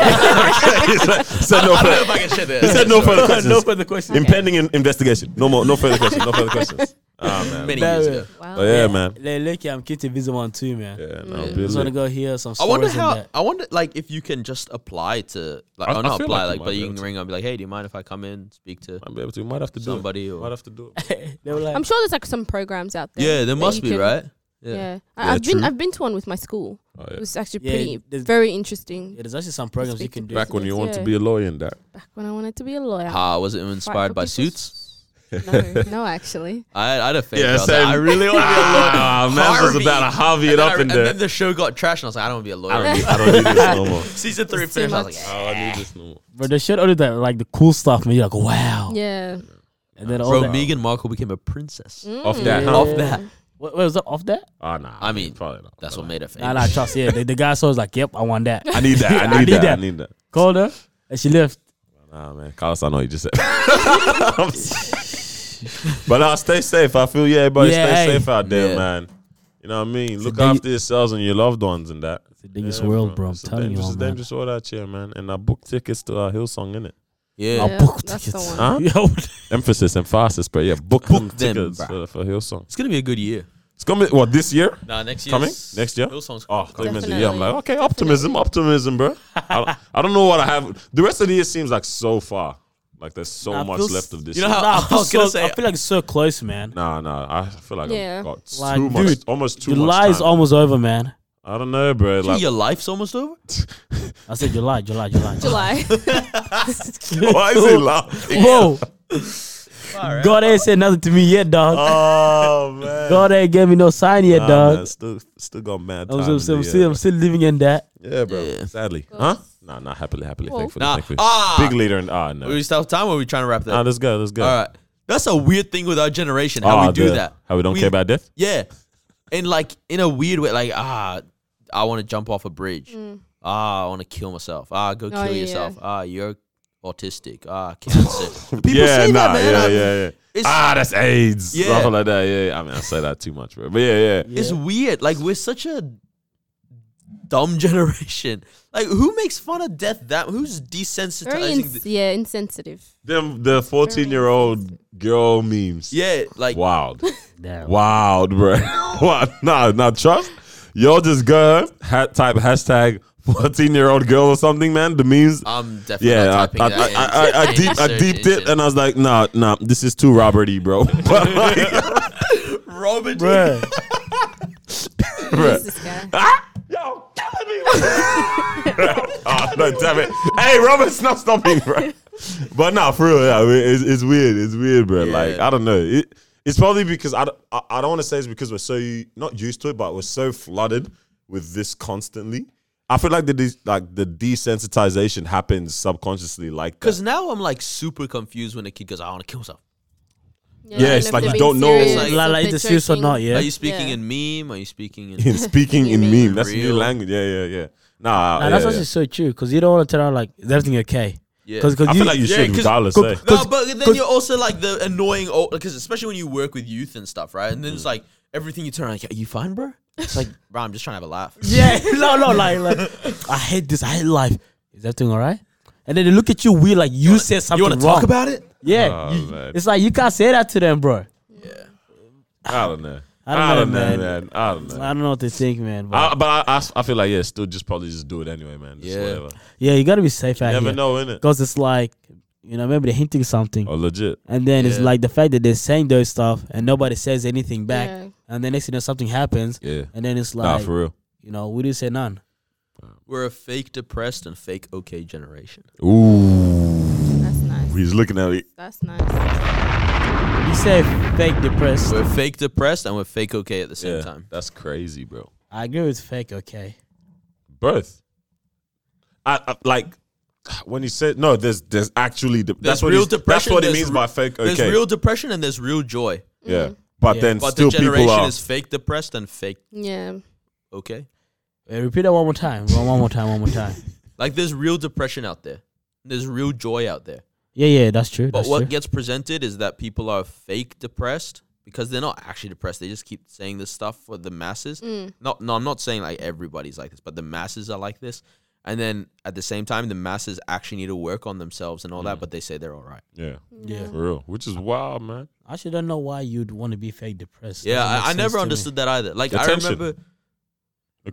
He said- said no further. I can share that. He said no further questions. no further questions. Impending in- investigation. No more. No further questions. No further [LAUGHS] questions. Ah man. Many Nah, years man. ago. wow. But Oh, yeah, man. Le- Lucky, I'm keen to visit one too, man. Yeah, no, Mm. be Just want lit. to go hear some I stories. wonder and how. that. I wonder, like, if you can just apply to, like, I- or I not feel apply, like you like, might but be you able can to. ring up, and be like, hey, do you mind if I come in, speak to Might be able to. Might have to do somebody It. Might or? have to do [LAUGHS] it. [LAUGHS] they were like, I'm sure there's like some programs out there. Yeah, there that must you be, can- right? Yeah, I, Yeah, have true. been I've been to one with my school. Oh, It yeah. was actually Yeah, pretty there's- very interesting. yeah, there's actually some programs you Speak to can do. Back when you want to Yeah. be a lawyer and that. Back when I wanted to be a lawyer. Ah, was it Fight inspired for by people's- suits? no, [LAUGHS] no, actually. I, I had a fake. Yeah, I, was like, same. I really want to be a lawyer. Ah, man, was about to Harvey it And, up I, in and there. then the show got trash, and I was like, I don't want to be a I don't, [LAUGHS] lawyer. need, I don't need this no [LAUGHS] more. Season three It's too finished. I was much. like, Oh, I need this no more. But they showed only that like the cool stuff, man. You're like, Oh. wow. Yeah. And then all bro, that. Meghan Markle became a princess. Off that, Yeah. huh? Off that, What, what was that off that? Oh, nah. I mean, probably not. that's what made her famous. Nah, nah, trust. Yeah, the, the guy saw was like, yep, I want [LAUGHS] that. I need that. I need, that. I need that. Called her and she left. Nah, man. Carlos, I know what you just said. I'm sorry. [LAUGHS] but nah, stay safe. I feel you, everybody. Yeah, stay hey. safe out there, Yeah. man. You know what I mean? Look big- after yourselves and your loved ones and that. It's the biggest world, bro. I'm It's a telling you, dangerous, it's a man. dangerous world out here, man. And I booked tickets to our Hillsong, innit? Yeah, I'll Yeah, book that's tickets. the one. [LAUGHS] Yo, Emphasis, emphasis, but yeah, book, them them, tickets bruh. for, for Hillsong. it's gonna be a good year. It's coming, what, this year? Nah, next year Coming? Next year? Hillsong's Oh, coming. coming to- yeah. I'm like, okay, optimism, Definitely. optimism, bro. I, don't- I don't know what I have. The rest of the year seems like so far. Like there's so I much feel s- left of this you know year. how- nah, I, I feel was gonna so, say- I feel like it's so close, man. Nah, nah. I feel like Yeah. I've got Like, too much, dude, almost too July much is time. almost over, man. I don't know, [LAUGHS] bro. Like, Your life's almost over. I said July, July, July. [LAUGHS] July. [LAUGHS] why is he laughing? [LAUGHS] Whoa. God ain't said nothing to me yet, dog. Oh man. God ain't gave me no sign yet, Nah, man, dog. still, still got mad. I'm time still, in I'm the, still, uh, I'm still living in that. [LAUGHS] Yeah, bro. Yeah. Sadly, Well, huh? Nah, nah. Happily, happily. Well. thankfully, Nah. thankfully. Ah. Big leader and ah, no. Are we still have time or are we trying to wrap that? Nah, let's go. Let's go. All right. That's a weird thing with our generation, how Ah, we do the- that. How we don't care about death? Yeah. And like in a weird way, like, ah, I want to jump off a bridge. Ah, I want to kill myself. Ah, go kill Mm. Oh, yeah, yeah. yourself. Ah, you're autistic. Ah, [LAUGHS] cancer. People yeah, say nah, that, man. yeah, I- yeah, yeah. It's, Ah, that's AIDS. Yeah. Something like that. Yeah, yeah. I mean, I say that too much, bro. But yeah, yeah. it's weird. Like we're such a dumb [LAUGHS] generation. Like who makes fun of death that who's Very desensitizing ins- the, yeah, insensitive. Them the fourteen year old girl memes. Yeah, like [LAUGHS] Wild. Damn. Wild, bro. [LAUGHS] what? Nah, nah. Trust. Y'all just go home, ha- type hashtag fourteen year old girl or something, man. The memes. Uh, I'm definitely not Yeah, typing I, I, that I, I, I, in- in deep, the I [LAUGHS] search deeped it, engine. and I was like, nah, nah, this is too Roberty, [LAUGHS] bro. [LAUGHS] But like, Robert Bruh. Who's [LAUGHS] this guy? Yo, killing me. oh, [LAUGHS] no, damn it. Hey, Robert's not stopping, bro. But nah, for real, yeah, I mean, it's, it's weird. It's weird, bro. Like, I don't know. It, it's probably because I, don't- I, I don't want to say it's because we're so not used to it, but we're so flooded with this constantly. I feel like the des- like the desensitization happens subconsciously, like that. Because now I'm like super confused when a kid goes, I want to kill myself. I don't it's if like they're you being don't know. serious, Like- if Like, like they're either serious or joking. not, yeah. Are you speaking Yeah. in meme? Are you [LAUGHS] speaking in. [LAUGHS] in speaking in Mean. meme, that's a new Real. language. Yeah, yeah, yeah. Nah, Nah, yeah, that's Oh, yeah. actually so true because you don't want to turn around like, is everything okay? Yeah. Because I you, feel like you Yeah, should, 'cause- regardless. could- [LAUGHS] eh? No, Cause- but then cause- you're also like the annoying old, because especially when you work with youth and stuff, right? And then Mm. it's like everything you turn on, like, are you fine, bro? It's like, bro, I'm just trying to have [LAUGHS] a laugh. [LAUGHS] yeah, [LAUGHS] no, no, like, like I hate this. I hate life. Is everything all right? And then they look at you weird, like you, said You something want to wrong. talk about it? yeah, Oh, you- [LAUGHS] man. it's like you can't say that to them, bro. I don't know. I don't know, man. I don't know. I don't know what they think, man. But I, but I, I, I feel like yeah, still just probably just do it anyway, man. Just Yeah. whatever. You yeah, you gotta be safe out never here know, innit? because it's like you know maybe they're hinting something, Oh, legit. and then it's Yeah. like the fact that they're saying those stuff and nobody says anything back, Yeah. and then next thing you know something happens, Yeah. and then it's nah, like for real. you know we didn't say none. We're a fake depressed and fake okay generation. Ooh. That's nice. He's looking at me. That's nice. You say fake depressed. We're fake depressed and we're fake okay at the same Yeah, time. that's crazy, bro. I agree with fake. Okay. Both. I, I like when he said no. There's there's actually de- There's that's what real he's- depression, That's what he there's means re- by fake. Okay. There's real depression and there's real joy. yeah. But Yeah. then But still the generation people are. is fake depressed and fake Yeah. okay. Wait, repeat that one more time. One, one more time. One [LAUGHS] more time. Like there's real depression out there. There's real joy out there. Yeah, yeah, that's true. But that's what true. gets presented is that people are fake depressed because they're not actually depressed. They just keep saying this stuff for the masses. Not, no, I'm not saying like everybody's like this, but the masses are like this. And then at the same time, the masses actually need to work on themselves and all Mm. that, but they say they're all right. yeah. yeah. For real, which is wild, man. I actually don't know why you'd want to be fake depressed. Yeah, Doesn't make I, I sense to never me. understood that either. Like Attention. I remember,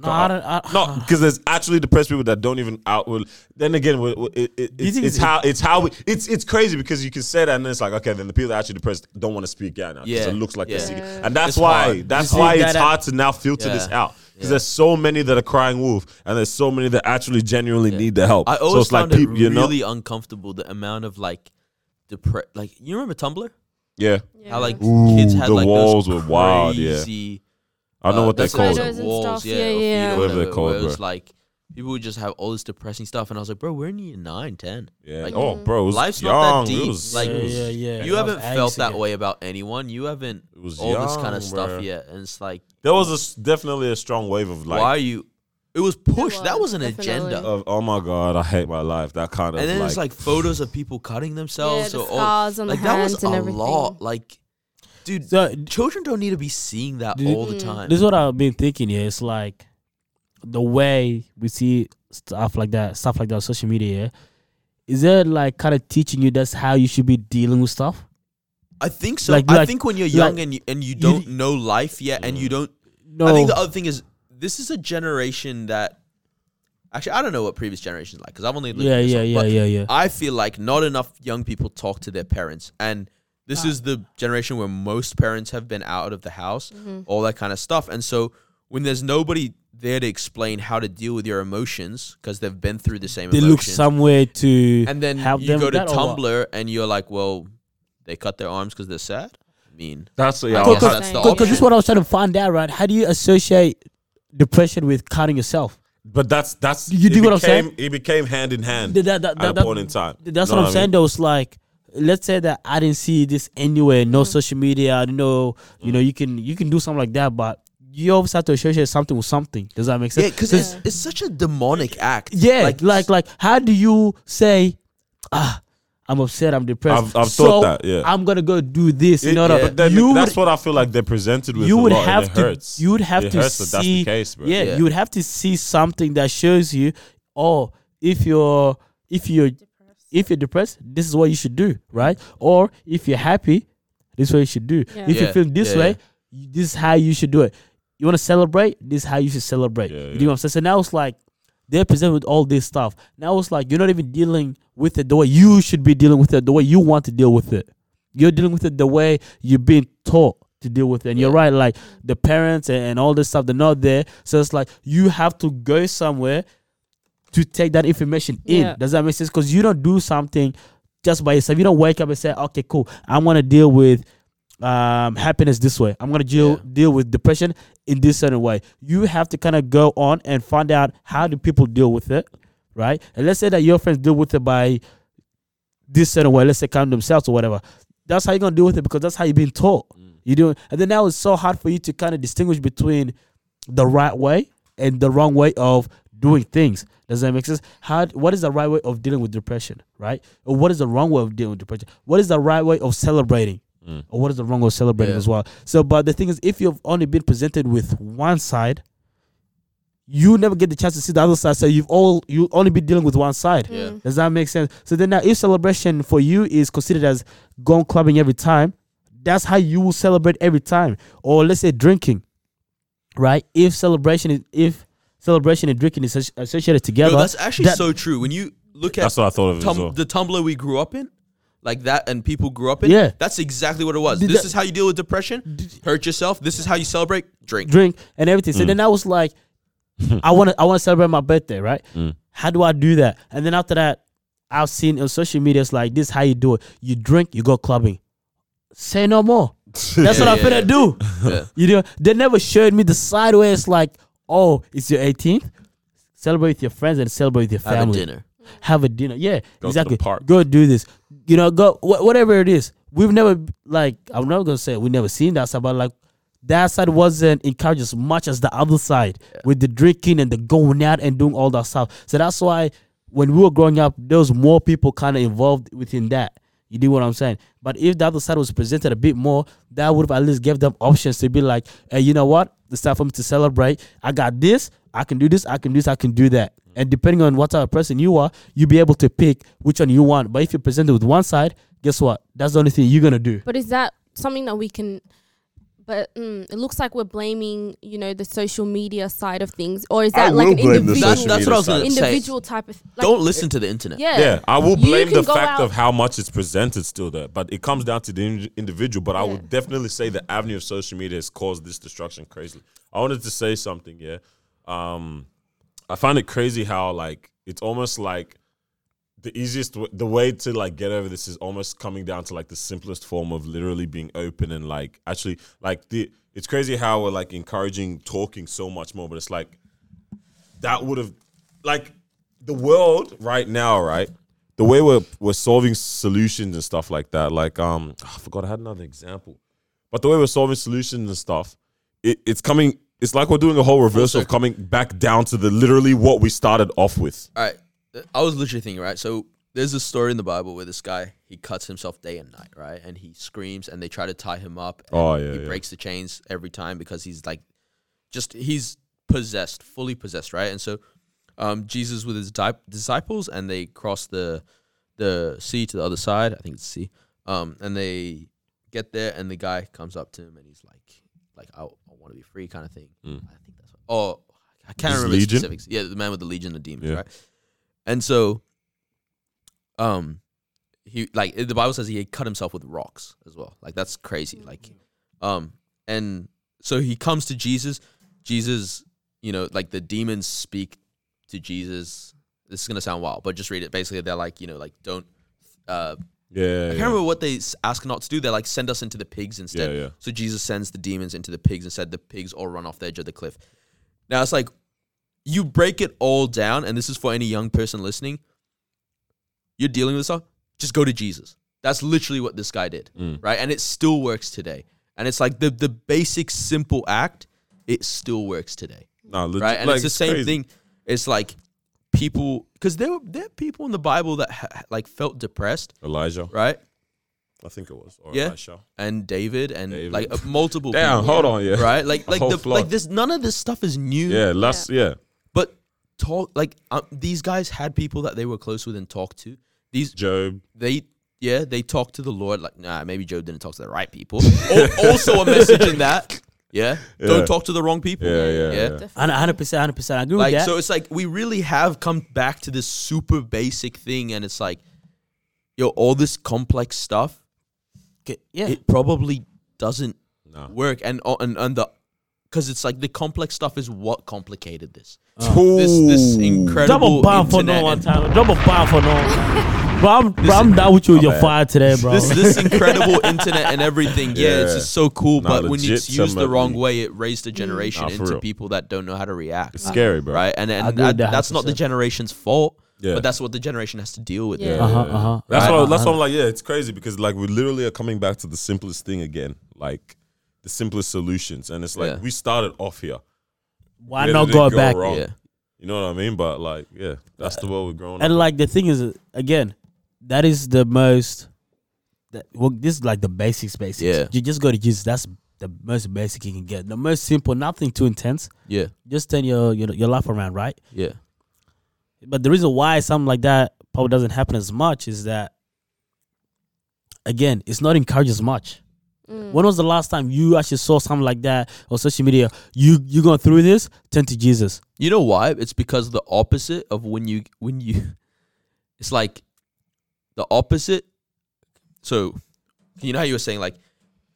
No, I don't. I, No, [SIGHS] because there's actually depressed people that don't even out. Well, then again, we- we- it, it, it's, think it's it's- how it's how we, it's it's crazy because you can say that and then it's like okay, then the people that are actually depressed don't want to speak out now because Yeah, it looks like yeah. they're seeking, and that's It's why hard. that's You see why that it's at- hard to now filter this Yeah, out because yeah. there's so many that are crying wolf and there's so many that actually genuinely need the help. I so always it's like found people, it you know, really uncomfortable. The amount of like, depre- like you remember Tumblr? yeah. How like Ooh, kids had the like walls those were wild, yeah. crazy- I know uh, what they that's call what it them. is. Walls, stuff, yeah, yeah, or feet or yeah. Whatever they're where called, it was bro. like people would just have all this depressing stuff, and I was like, bro, we're in year nine, ten. Yeah. Like, oh, bro, it was life's young. not that It deep. was, Like, it was- yeah, yeah, yeah. you I was haven't felt angst that again. way about anyone. You haven't It was all this kind young, of stuff bro. yet, and it's like, There was a s definitely a strong wave of like why are you? It was pushed. that was was, an agenda. definitely. of oh my god, I hate my life. That kind of and then like, it's like photos of people cutting themselves the or all- scars on the like that was hands a and everything. lot like dude So children don't need to be seeing that Dude, all the time this is what I've been thinking. Yeah, it's like the way we see stuff like that, stuff like that on social media. Yeah? Is it like kind of teaching you that's how you should be dealing with stuff? i think so like- i like- think when you're like- young and you, and you don't know life yet and you don't No, i think the other thing is this is a generation that actually i don't know what previous generations like because i've only lived yeah, this yeah, long, yeah, but yeah, yeah. i feel like not enough young people talk to their parents and this is the generation where most parents have been out of the house all that kind of stuff and so when there's nobody there to explain how to deal with your emotions because they've been through the same They look emotions. somewhere to and then help you them go with to that or what? Tumblr and you're like, well, they cut their arms because they're sad. I mean, That's yeah. I I'll- guess Cause- that's the Because this option. is what I was trying to find out, right? How do you associate depression with cutting yourself? But that's that's You it do what I'm became- saying? It became hand in hand Th- that- that- at a that- point in time. That's Know what I'm I mean? saying. Though it's like, let's say that I didn't see this anywhere, no Mm-hmm. social media. I don't know. You know, you can you can do something like that, but you always have to associate something with something. Does that make sense? yeah, because it's, it's such a demonic act. Yeah, like like like, how do you say, ah, I'm upset, I'm depressed. I've- I've so thought that, yeah. I'm gonna go do this. You It- know, yeah, that- but then you that's would, what I feel like they're presented with. you a would lot, and have it to hurts. you would have It to hurts see that that's the case, bro. Yeah, Yeah. you would have to see something that shows you, oh, if you're if you're if you're depressed, this is what you should do, right? Or if you're happy, this is what you should do. Yeah. If you Yeah, feel this yeah, way, yeah. you- this is how you should do it. You want to celebrate? This is how you should celebrate. Yeah, you yeah. know what I'm saying? So now it's like they're presented with all this stuff. Now it's like you're not even dealing with it the way you should be dealing with it, the way you want to deal with it. You're dealing with it the way you've been taught to deal with it. And you're right, like the parents and, and all this stuff, they're not there. So it's like you have to go somewhere to take that information Yeah. in. Does that make sense? Because you don't do something just by yourself. You don't wake up and say, okay, cool, I'm gonna deal with um happiness this way. I'm gonna deal Yeah. deal with depression in this certain way. You have to kind of go on and find out how do people deal with it, right? And let's say that your friends deal with it by this certain way. Let's say calm themselves or whatever. That's how you're gonna deal with it because that's how you've been taught. You do, and then now it's so hard for you to kind of distinguish between the right way and the wrong way of doing things. Does that make sense? How what is the right way of dealing with depression, right? Or what is the wrong way of dealing with depression? What is the right way of celebrating? Or what is the wrong way of celebrating Yeah. as well? So but the thing is if you've only been presented with one side, you never get the chance to see the other side. So you've all you only be dealing with one side. Yeah. Does that make sense? So then now if celebration for you is considered as going clubbing every time, that's how you will celebrate every time. Or let's say drinking. Right? If celebration is if celebration and drinking is as- associated Yo, together. that's actually that- so true. When you look at That's what I thought of as tum- well. the Tumblr we grew up in, like that, and people grew up in. Yeah. that's exactly what it was. Did this that- is how you deal with depression. Hurt yourself. This is how you celebrate. [LAUGHS] Drink. drink and everything. Mm. So then I [LAUGHS] was like, I want to I want to celebrate my birthday, right? Mm. How do I do that? And then after that, I've seen on social media it's like this: is how you do it? You drink, you go clubbing. Say no more. That's what [LAUGHS] I'm yeah, finna yeah. do. Yeah. You know, they never showed me the side where it's like, oh, it's your 18th. Celebrate with your friends and celebrate with your Have family. a dinner. Have a dinner. Yeah, the exactly. park. Go do this. You know, go wh- whatever it is. We've never like I'm not gonna say we never seen that side, but like that side wasn't encouraged as much as the other side with the drinking and the going out and doing all that stuff. So that's why when we were growing up, there was more people kind of involved within that. You do what I'm saying. But if the other side was presented a bit more, that would have at least gave them options to be like, hey, you know what? It's time for me to celebrate. I got this. I can do this. I can do this. I can do that. And depending on what type of person you are, you'll be able to pick which one you want. But if you're presented with one side, guess what? That's the only thing you're gonna do. But is that something that we can? But mm, it looks like we're blaming, you know, the social media side of things, or is I that like will an blame the individual, social That's- that's media what I was side. gonna- individual type of? Like, Don't listen to the internet. Yeah. Yeah, I will You blame can the go fact out- of how much it's presented still there, but it comes down to the in- individual. But I Yeah. would definitely say the avenue of social media has caused this destruction crazily. I wanted to say something, yeah. Um, I find it crazy how like it's almost like the easiest w- the way to like get over this is almost coming down to like the simplest form of literally being open and like actually like the it's crazy how we're like encouraging talking so much more, but it's like that would have like the world right now, right? The way we're we're solving solutions and stuff like that, like um, I forgot I had another example, but the way we're solving solutions and stuff, it, it's coming. It's like we're doing a whole reversal of circle. coming back down to the literally what we started off with. All right. I was literally thinking, right? So there's a story in the Bible where this guy he cuts himself day and night, right? And he screams, and they try to tie him up. and Oh, yeah, He yeah. breaks the chains every time because he's like, just he's possessed, fully possessed, right? And so, um, Jesus with his di- disciples, and they cross the the sea to the other side. I think it's sea. Um, and they get there, and the guy comes up to him, and he's like, like I, I want to be free, kind of thing. I think that's what. Oh, I can't This Hmm. is remember the Legion? specifics. Yeah, the man with the legion of demons, Yeah. right? And so, um, he like the Bible says he had cut himself with rocks as well. Like that's crazy. Like, um, and so he comes to Jesus. Jesus, you know, like the demons speak to Jesus. This is gonna sound wild, but just read it. Basically, they're like, you know, like don't. Uh, Yeah. I can't remember what they s- ask not to do. They're like, send us into the pigs instead. Yeah, yeah. So Jesus sends the demons into the pigs and said the pigs all run off the edge of the cliff. Now it's like you break it all down, and this is for any young person listening. You're dealing with stuff, just go to Jesus. That's literally what this guy did, Mm. right? And it still works today. And it's like the the basic simple act, it still works today Nah, legit, right? And like, it's the same crazy. thing. It's like people, because there were there are people in the Bible that ha- like felt depressed, Elijah, right? I think it was. Or Yeah. Elisha. And David and David. like uh, multiple Damn, people, hold on, yeah. right? Like A like whole the, flock. like this. None of this stuff is new. Yeah, last yeah. But talk like um, these guys had people that they were close with and talked to. These Job. they yeah they talked to the Lord. Like nah, maybe Job didn't talk to the [LAUGHS] right people. Al- also a message in that. Yeah. Yeah. don't talk to the wrong people. Yeah, yeah, yeah. And 100%, 100%. I agree like with that. so it's like we really have come back to this super basic thing and it's like yo all this complex stuff Okay, yeah. it probably doesn't Nah. work and oh, and and the because it's like the complex stuff is what complicated this Oh, this this Ooh. incredible Double bomb for internet no one and- time. Double bomb for no [LAUGHS] one. Bro, I'm, bro, I'm down with you with your bad. fire today, bro. Oh, this [LAUGHS] this incredible internet and everything yeah, it's Yeah. just so cool Nah, but when legit, it's used the somebody- wrong way it raised a Mm. generation Nah, for into real. people that don't know how to react It's scary, bro. right and, and agree with that, that that's not the 100%. generation's fault Yeah. but that's what the generation has to deal with Yeah. Yeah, Uh-huh, yeah, yeah. uh-huh. That's Right. why. That's why I'm like, yeah, it's crazy because like we literally are coming back to the simplest thing again, like the simplest solutions, and it's like Yeah. we started off here. Why Yeah, not they go go back? wrong. yeah You know what I mean? But like, yeah, that's the world we're growing up. And like the thing is, again, that is the most. That, well, this is like the basics, basics. Yeah. You just go to Jesus. That's the most basic you can get. The most simple, nothing too intense. yeah Just turn your your, your life around, right? yeah But the reason why something like that probably doesn't happen as much is that, again, it's not encouraged as much. Mm. When was the last time you actually saw something like that on social media? You you going through this? Turn to Jesus. You know why? It's because the opposite of when you when you [LAUGHS] it's like the opposite. So you know how you were saying like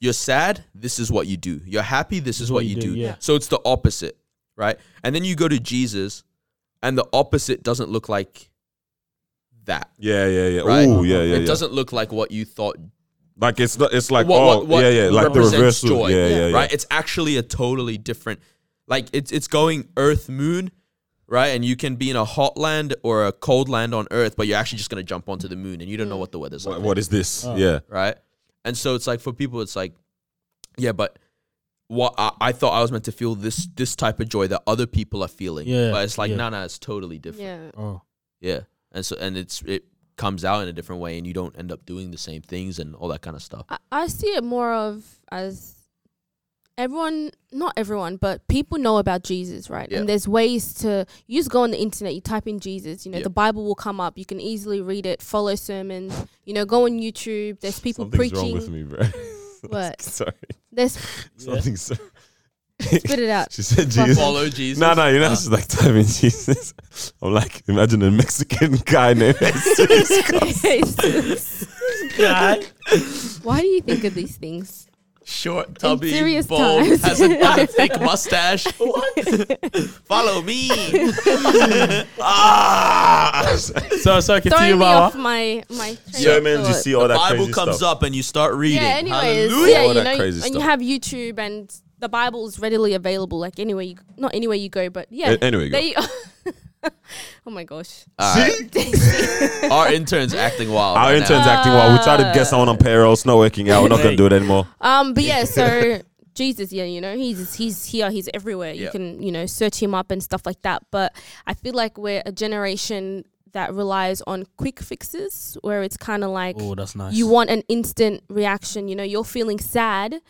you're sad, this is what you do. You're happy, this is what you do. yeah. So it's the opposite, right? And then you go to Jesus and the opposite doesn't look like that. yeah, yeah, yeah. Right? Ooh, yeah, yeah, It yeah. doesn't look like what you thought like it's not. It's like what- oh, what- what yeah, yeah. Like the represents reversal. joy, yeah, yeah, yeah. right? It's actually a totally different. Like it's it's going Earth Moon, right? And you can be in a hot land or a cold land on Earth, but you're actually just gonna jump onto the moon, and you don't Hmm. know what the weather's like, What, what is this? Oh. Yeah, right? And so it's like for people, it's like, yeah, but what I, I thought I was meant to feel this this type of joy that other people are feeling, Yeah, But it's like, yeah. no, no, it's totally different, Yeah. Oh, yeah. And so and it's it comes out in a different way, and you don't end up doing the same things and all that kind of stuff. I, I see it more of as everyone, not everyone, but people know about Jesus, right? Yeah. And there's ways to you just go on the internet, you type in Jesus, you know, Yeah. the Bible will come up. You can easily read it, follow sermons, you know, go on YouTube. There's people something's preaching. wrong with me, bro. [LAUGHS] What? Sorry, There's something's. [LAUGHS] spit it out. She said Fuck. Jesus. Follow [LAUGHS] Jesus. No, no, you know, she's like typing [LAUGHS] Jesus. I'm like, imagine a Mexican guy named Jesus. God. [LAUGHS] Why do you think of these things? short, tubby, serious bald, times. has a- [LAUGHS] has a thick mustache. Follow me. ah! [LAUGHS] so so Throwing continue, me off Baba. my my. train of Sermons, you thought. see all that Bible crazy comes stuff. up and you start reading. Yeah. Anyways, Hallelujah. yeah, All you that know, crazy and you stuff. have YouTube and the Bible is readily available. Like anywhere you, not anywhere you go, but yeah, A- anywhere you go. Uh, they- [LAUGHS] oh [LAUGHS] my gosh. All right. Our [LAUGHS] intern's acting wild. Our right intern's now. acting wild. We tried to get someone on payroll. It's not working out. We're not going to do it anymore. Um, but [LAUGHS] yeah, so Jesus, yeah, you know, he's he's here, he's everywhere. You Yeah. can you know search him up and stuff like that. But I feel like we're a generation that relies on quick fixes, where it's kind of like Oh, that's nice. you want an instant reaction. You know, you're feeling sad,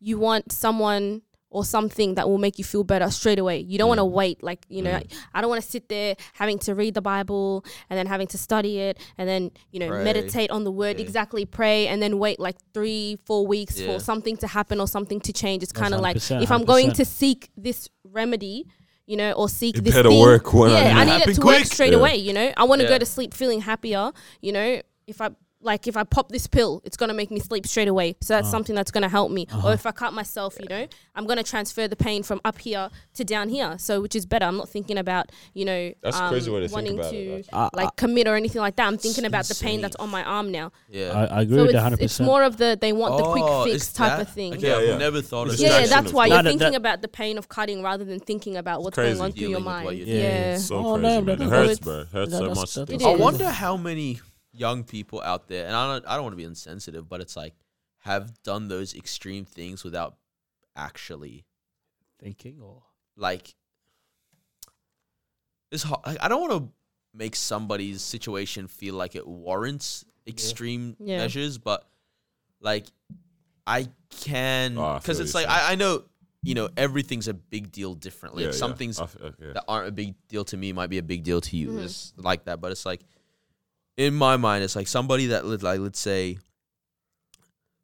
you want someone or something that will make you feel better straight away. You don't want to wait. Like, you know, I don't want to sit there having to read the Bible and then having to study it and then, you know, Pray. meditate on the word, Yeah. exactly pray and then wait like three, four weeks Yeah. for something to happen or something to change. It's That's kind of like 100%, if I'm going 100%. to seek this remedy, you know, or seek It this better thing. work when I yeah, need I it. need Happen it to quick. work straight Yeah. away. You know, I want to Yeah. go to sleep feeling happier. You know, if I like if I pop this pill, it's gonna make me sleep straight away. So Uh-huh. that's something that's gonna help me. Or if I cut myself, you know, I'm gonna transfer the pain from up here to down here. So which is better. I'm not thinking about you know That's a um, crazy way to think wanting about it, Uh, to actually. like commit or anything like that. I'm thinking about the pain insane. that's on my arm now. Yeah. I, I agree So with that it's, 100%. it's more of the they want the Oh, quick it's fix type that? of thing. Okay, Yeah, I've yeah. neought thought of It's Yeah, Distraction that's of thought. why you're No, that- thinking that- about the pain of cutting rather than thinking about what's Crazy. going on through your Dealing with what mind. you're Yeah. doing. So Oh, crazy, no, man. no, It no. hurts, It's- bro. It hurts that- so that's- much. that's- It I is. wonder how many young people out there, and I don't, I don't want to be insensitive, but it's like have done those extreme things without actually thinking or like. It's hard. I I don't want to make somebody's situation feel like it warrants extreme Yeah. measures, but like I can Oh, I because feel it's you, like Sam. I, I know you know everything's a big deal differently. Yeah, Like, some yeah. things I f- okay. that aren't a big deal to me might be a big deal to you. It's like that, but it's like in my mind, it's like somebody that li- like let's say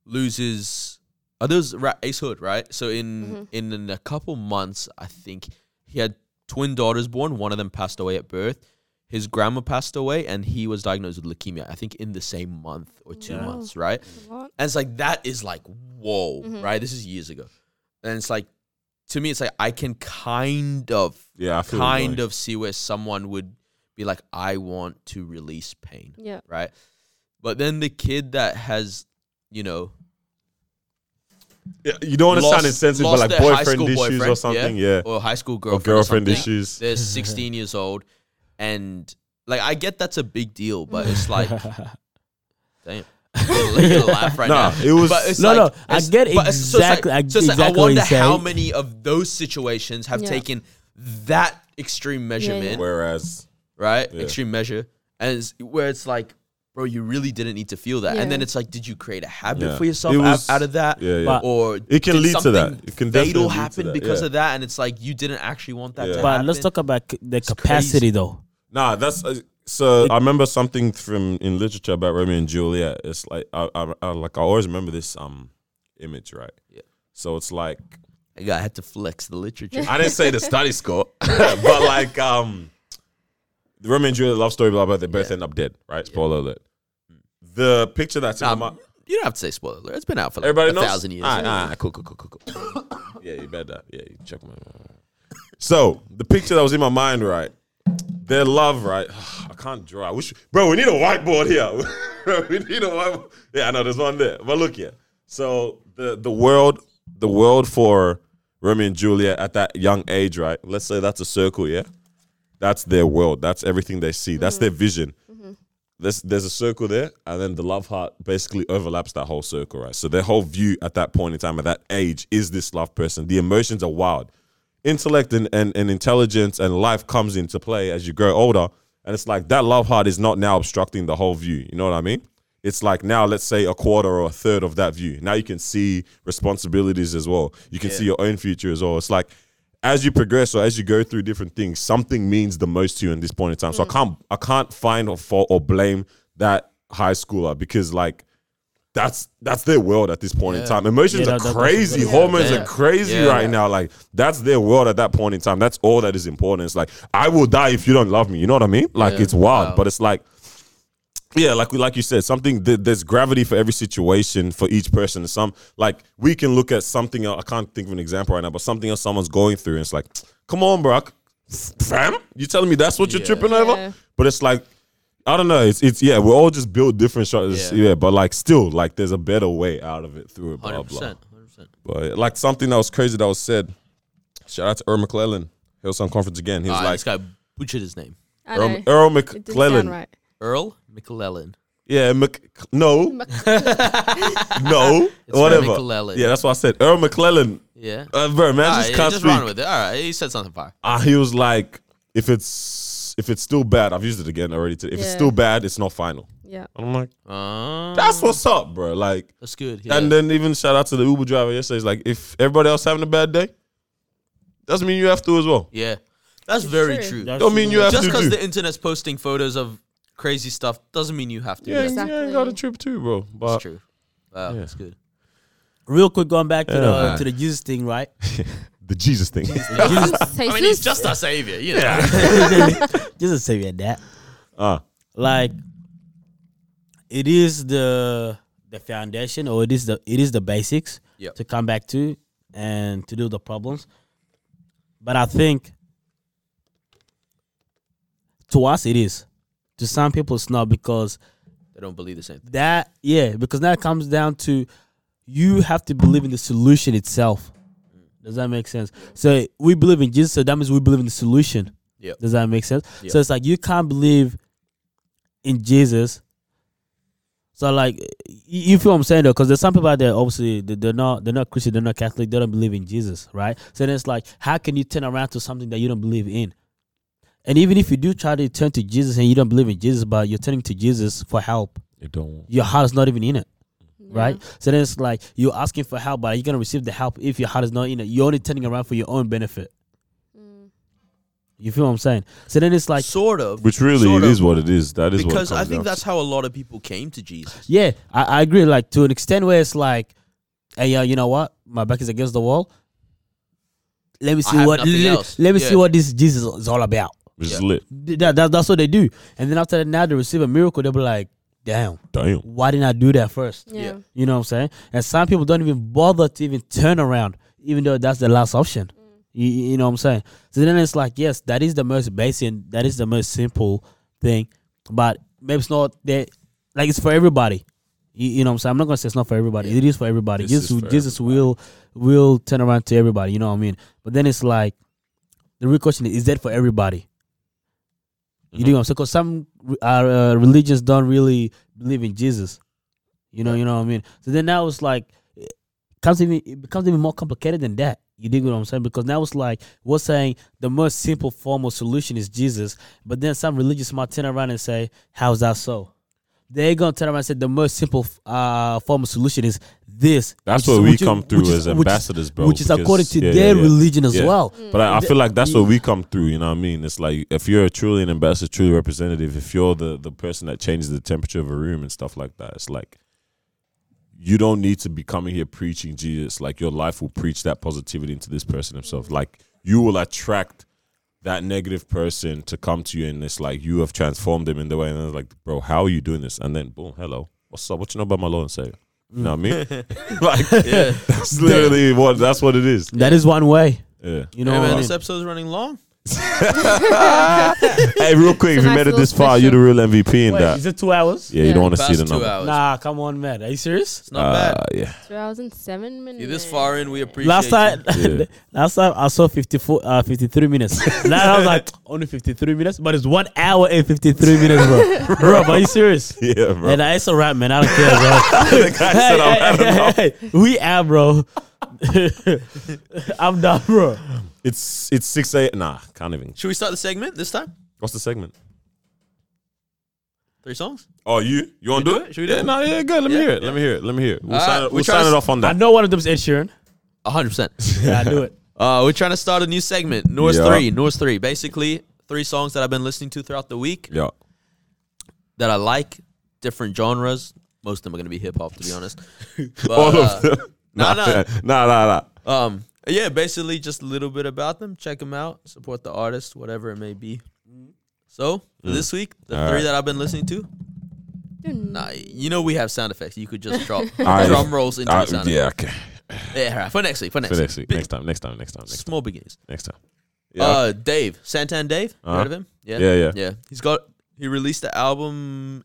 loses. Are those ra- Ace Hood right? So in, in in a couple months, I think he had twin daughters born. One of them passed away at birth. His grandma passed away, and he was diagnosed with leukemia. I think in the same month or two Wow. months, right? What? And it's like that is like whoa, right? This is years ago, and it's like to me, it's like I can kind of Yeah, I feel you, kind bro. of see where someone would be like, I want to release pain, Yeah. right? But then the kid that has, you know, Yeah, you don't want to sound lost- insensitive, lost but like their high boyfriend school issues boyfriend, or something. Yeah, or high school or girlfriend, or girlfriend something, issues. [LAUGHS] They're 16 years old, and like I get that's a big deal, but it's [LAUGHS] like, damn. You're gonna laugh [LAUGHS] right Nah, now. it was- But it's No, like- no, I it's- get but it's- so it's like- exactly- I- so it's like, exactly I what wonder you're how saying. many of those situations have Yeah. taken that extreme measurement Whereas, right? Yeah. Extreme measure, and it's, where it's like, bro, you really didn't need to feel that. And then Yeah. it's like, did you create a habit Yeah. for yourself It out- was- out, of that? Yeah, yeah. Or It can did lead to that. something It can definitely fatal lead to happen that, because yeah. of that, and it's like you didn't actually want that. Yeah. to But But happen. let's talk about c- the capacity crazy. though. nah, that's uh, so. I remember something from in literature about Romeo and Juliet. It's like I, I, I like I always remember this um image, right? Yeah. So it's like I got- I had to flex the [LAUGHS] literature. I didn't say the study score, [LAUGHS] but like um, the Romeo and Juliet love story, blah blah. They both Yeah. end up dead, right? Spoiler alert. The picture that's in Nah, my mind. Um, you don't have to say spoiler. alert. It's been out for like Everybody a knows. thousand years. Alright, alright, cool, cool, cool, cool, cool. yeah, you better. Yeah, you check my. So the picture that was in my mind, right? Their love, right? [SIGHS] I can't draw. I wish, bro. We need a whiteboard here. [LAUGHS] we need a whiteboard. Yeah, I know there's one there, but look here. So the the world, the world for Romeo and Juliet at that young age, right? Let's say that's a circle, yeah. That's their world. That's everything they see. That's their vision there's there's a circle there, and then the love heart basically overlaps that whole circle, right? So their whole view at that point in time, at that age, is this love person. The emotions are wild. Intellect and, and, and intelligence and life comes into play as you grow older. And it's like that love heart is not now obstructing the whole view. You know what I mean? It's like now, let's say a quarter or a third of that view. Now you can see responsibilities as well. You can see your own future as well. It's like as you progress or as you go through different things, something means the most to you in this point in time. So I can't I can't find or fault or blame that high schooler because like that's that's their world at this point in time. Emotions Yeah, are that- that- that's crazy, exactly- hormones Yeah. are crazy Yeah. right now. Like that's their world at that point in time. That's all that is important. It's like I will die if you don't love me. You know what I mean? Like Yeah. it's wild, Wow. but it's like yeah, like we like you said, something th- there's gravity for every situation for each person. Some like we can look at something else. I can't think of an example right now, but something else someone's going through, and it's like, come on, bro, fam, you telling me that's what you're Yeah. tripping Yeah. over? But it's like, I don't know. It's it's yeah, we're all just built different shots. Yeah. Yeah. but like still, like there's a better way out of it through it. Blah Hundred blah. percent. Hundred percent. But like something that was crazy that was said. Shout out to Earl McClellan, Hillsong Conference again. He was This like guy butchered his name. I know. Earl, Earl it didn't sound McClellan. right. Earl McClellan. Yeah, Mc, [LAUGHS] no, no, whatever. McClellan. Yeah, that's what I said. Earl McClellan. Yeah. Uh, bro, man, Alright, just yeah, can't just speak. run with it. All right. He said something fire. Uh, he was like, if it's if it's still bad, I've used it again already. Today. If it's Yeah. still bad, it's not final. Yeah. I'm like, Uh, that's what's up, bro. Like, that's good. Yeah. and then even shout out to the Uber driver yesterday. He's like, if everybody else having a bad day, doesn't mean you have to as well. yeah. That's very true. true. Don't mean you have just to do. because the internet's posting photos of crazy stuff doesn't mean you have to. yeah, That's you ain't Exactly. got a trip too, bro. But true. Wow, that's good. Real quick, going back to the Yeah. to the Jesus thing, right? [LAUGHS] the Jesus [LAUGHS] thing. Jesus, [LAUGHS] I mean, he's just our savior. You know? Jesus said that. Ah. Like, it is the the foundation or it is the it is the basics Yep. to come back to and to deal with the problems. But I think to us it is. To some people it's not because They don't believe the same thing. that yeah, because now it comes down to you have to believe in the solution itself. Does that make sense? So we believe in Jesus, so that means we believe in the solution. Yep. Does that make sense? Yeah. So it's like you can't believe in Jesus. So like y- you feel what I'm saying though, because there's some people out there obviously they- they're not they're not Christian, they're not Catholic, they don't believe in Jesus, right? So then it's like how can you turn around to something that you don't believe in? And even if you do try to turn to Jesus and you don't believe in Jesus, but you're turning to Jesus for help, It don't. your heart is not even in it. Right? So then it's like you're asking for help, but are you gonna receive the help if your heart is not in it? You're only turning around for your own benefit. Mm. You feel what I'm saying? So then it's like sort of. Which really, sort it of, is what it is. That is Because what it I think that's how a lot of people came to Jesus. Yeah, I, I agree. Like to an extent where it's like, hey, yo, you know what? My back is against the wall. Let me see have what. nothing Let, else. let me Yeah. see what this Jesus is all about. Which is Yeah. lit. Th- That, that, that's what they do. And then after that, now they receive a miracle. They'll be like, damn, Damn. why didn't I do that first? Yeah. Yeah. You know what I'm saying? And some people don't even bother to even turn around, even though that's the last option. You, you know what I'm saying? So then it's like, yes, that is the most basic, and that is the most simple thing, but maybe it's not that, like, it's for everybody. You, you know what I'm saying? I'm not gonna say it's not for everybody. It is for everybody. This Jesus, is for Jesus will will turn around to everybody. You know what I mean? But then it's like the real question is: Is that for everybody? Mm-hmm. You know what I'm saying? Because some uh, uh, religions don't really believe in Jesus. You know, you know what I mean. So then now it's like it comes even it becomes even more complicated than that. You dig what I'm saying? Because now it's like we're saying the most simple form of solution is Jesus, but then some religious might turn around and say, "How's that so?" They're gonna turn around and say the most simple uh, form of solution is this. That's which is- where we which is- come through which is- as which is- ambassadors, bro. Which is because- according to yeah, their yeah, yeah. religion as Yeah. well. But I, I feel like that's where we come through. You know what I mean? It's like if you're truly an ambassador, truly representative, if you're the the person that changes the temperature of a room and stuff like that, it's like you don't need to be coming here preaching Jesus. Like your life will preach that positivity into this person himself. Like you will attract that negative person to come to you, and it's like you have transformed them in the way. And it's like, bro, how are you doing this? And then boom, hello, what's up? What you know about my law and say? You know what I mean? [LAUGHS] like that's literally what that's what it is. That is one way. Yeah. You No, know what I mean? this episode's running long. Hey, real quick, if you made It's a nice it little this far, special. you're the real MVP in Wait, that. is it two hours? Yeah, you Yeah. don't want to see Past the two number. hours. Nah, come on, man. Are you serious? It's not bad. Uh, yeah, [LAUGHS] Two hours and seven minutes. You're this far in, we appreciate Last time, [LAUGHS] Yeah. last time I saw 54, uh, 53 minutes. now I [LAUGHS] was like, only 53 minutes, but it's one hour and 53 minutes, [LAUGHS] bro. bro, are you serious? yeah, bro. [LAUGHS] And uh, it's a wrap, man. I don't care, [LAUGHS] bro. the guy said I'm out of hey, mouth. hey, hey, we are, bro. I'm done, bro. It's it's six eight. Nah, can't even. Should we start the segment this time? What's the segment? Three songs? Oh, you you want to do we do it? it? Should we do yeah, it? No, yeah, good. Let me Yeah, hear it. Let me hear it. Let me hear it. We'll Uh, sign, it- we're we'll trying sign to it s- off on I that. know one of them's Ed Sheeran. 100%. Yeah, I do it. [LAUGHS] Uh, we're trying to start a new segment, Norse Yeah. 3. Norse 3. Basically, three songs that I've been listening to throughout the week Yeah. that I like, different genres. Most of them are going to be hip hop, to be honest. [LAUGHS] But, All uh, of them. Nah, nah, nah, [LAUGHS] nah. nah, nah. Um, yeah, basically just a little bit about them. Check them out. Support the artist, whatever it may be. So for this week, the Mm. All three right. that I've been listening to. Dun. Nah, you know we have sound effects. You could just drop right. drum rolls into Uh, the sound. yeah, okay. effect. Yeah, all right, for next week. For next, For next week, Big- next time, next time, next time, next time, small beginnings. next time. Yeah. Uh, Dave Santan. Dave, You Uh-huh. heard of him? Yeah, yeah. yeah. He's got he released the album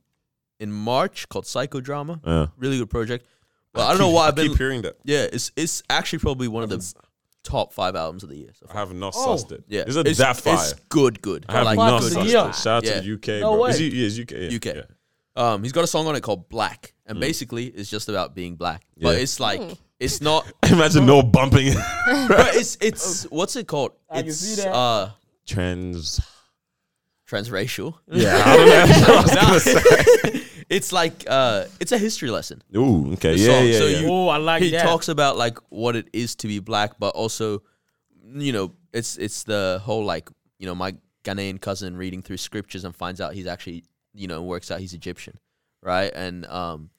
in March called Psychodrama. yeah. Really good project. Well, I don't know why I've been. Uh. keep hearing that. Yeah, it's it's actually probably one of the top five albums of the year. So far. I have not Oh. sussed it. Yeah, is it that fire? It's good, good. I have like not good, Fuck the sussed year. it. Shout out to Yeah. the UK, No bro. way. Is he, yeah, it's UK. Yeah. UK. Yeah. [LAUGHS] Um, he's got a song on it called Black, and basically it's just about being black. But Hmm. Yeah. it's like Hmm. it's [COUGHS] not. Imagine no bumping. [LAUGHS] but it's it's what's it called? I can it's see that. uh Trans. transracial. Yeah, [LAUGHS] I don't know. [LAUGHS] it's like uh it's a history lesson. Ooh, okay, The yeah, song, yeah, so yeah. you- Oh, I like he that. talks about like what it is to be black, but also, you know, it's it's the whole like you know my Ghanaian cousin reading through scriptures and finds out he's actually you know works out he's Egyptian, right? And um,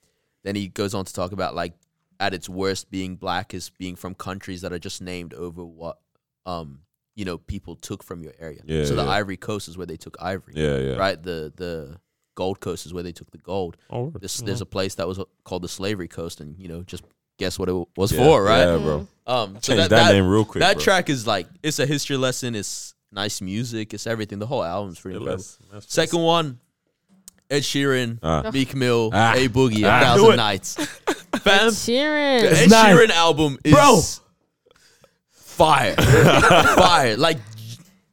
then he goes on to talk about like at its worst, being black is being from countries that are just named over what um you know people took from your area. Yeah, so the yeah. Ivory Coast is where they took ivory. Yeah, yeah. Right. The the Gold Coast is where they took the gold. Oh, word. This, there's a place that was uh, called the Slavery Coast, and you know, just guess what it was Yeah, for, right? Yeah, bro. Um, so Change that, that that- name real quick, That bro. track is like it's a history lesson. It's nice music. It's everything. The whole album's pretty Yeah, incredible. let's- let's- Second one, Ed Sheeran, Ah. Meek Mill, Ah. A Boogie, Ah. A Do it. Thousand Nights. [LAUGHS] Fam, the Sheeran. Ed nice. Sheeran album is Bro. [LAUGHS] fire, fire. Like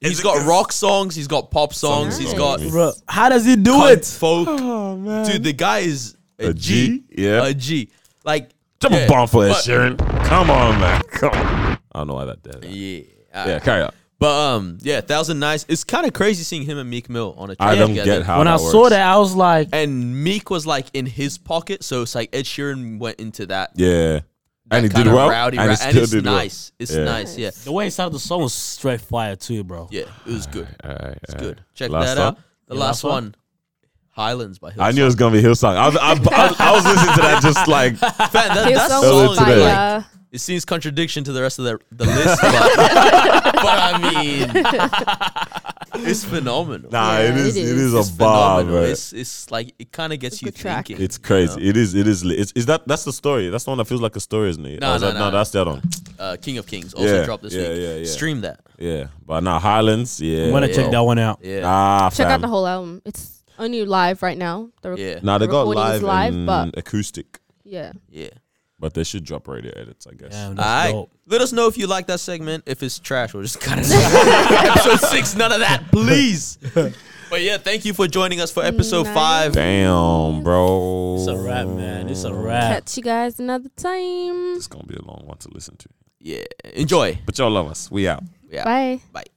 he's it got good? rock songs, he's got pop songs, he's Nice. got Bro, how does he do punk it? folk. Oh man, Dude, the guy is a, A G. G? Yeah. a G. Like Jump yeah, a bomb for Ed but- Sheeran. Come on, man. Come on. I don't know why that did. Yeah. all Yeah, right. carry on. But um, yeah, Thousand Nights. It's kind of crazy seeing him and Meek Mill on a track I don't together. get how When that I works. saw that, I was like, And Meek was like in his pocket, so it's like Ed Sheeran went into that. Yeah, and he kind did of well, Rowdy, and ra- he and still it's did well. nice. It's Yeah. nice. Yeah. the way he started the song was straight fire too, bro. Yeah. It was good. Alright, It's alright. good. Check Last that song? out. The Yeah, last last one. one, Highlands by Hillsong. I knew it was gonna be Hillsong. I was, I, I, was- I was listening to that just [LAUGHS] like Fan, that, that Earlier song, Hillsong was is like, today. fire. it seems contradiction to the rest of the, the list, but, [LAUGHS] but I mean, it's phenomenal. nah. Yeah, it is it it is. is, it's a bar, phenomenal. bro. It's, It's, it's like it kind of gets you good track. thinking. crazy. It is it is lit. It's, is that that's the story? That's the one that feels like a story, isn't it? No, I was no, like, no. that's the other one. Uh, King of Kings also Yeah, dropped this yeah, week. yeah, yeah. Stream that. Yeah, but now Highlands. Yeah, I'm gonna Yeah. check that one out. Yeah. ah, Check out fam. the whole album. It's only live right now. The rec- Yeah. Nah, they the got recording live, is live, and but- acoustic, yeah. yeah. but they should drop radio edits, I guess. Damn, All that's right. dope. Let us know if you like that segment. If it's trash, we'll just cut it. [LAUGHS] episode six, none of that, [LAUGHS] please. but yeah, thank you for joining us for episode Nice. five. Damn, bro. It's a rap, man. It's a rap. Catch you guys another time. It's gonna be a long one to listen to. Yeah, enjoy. But y'all love us. We out. Yeah. Bye. Bye.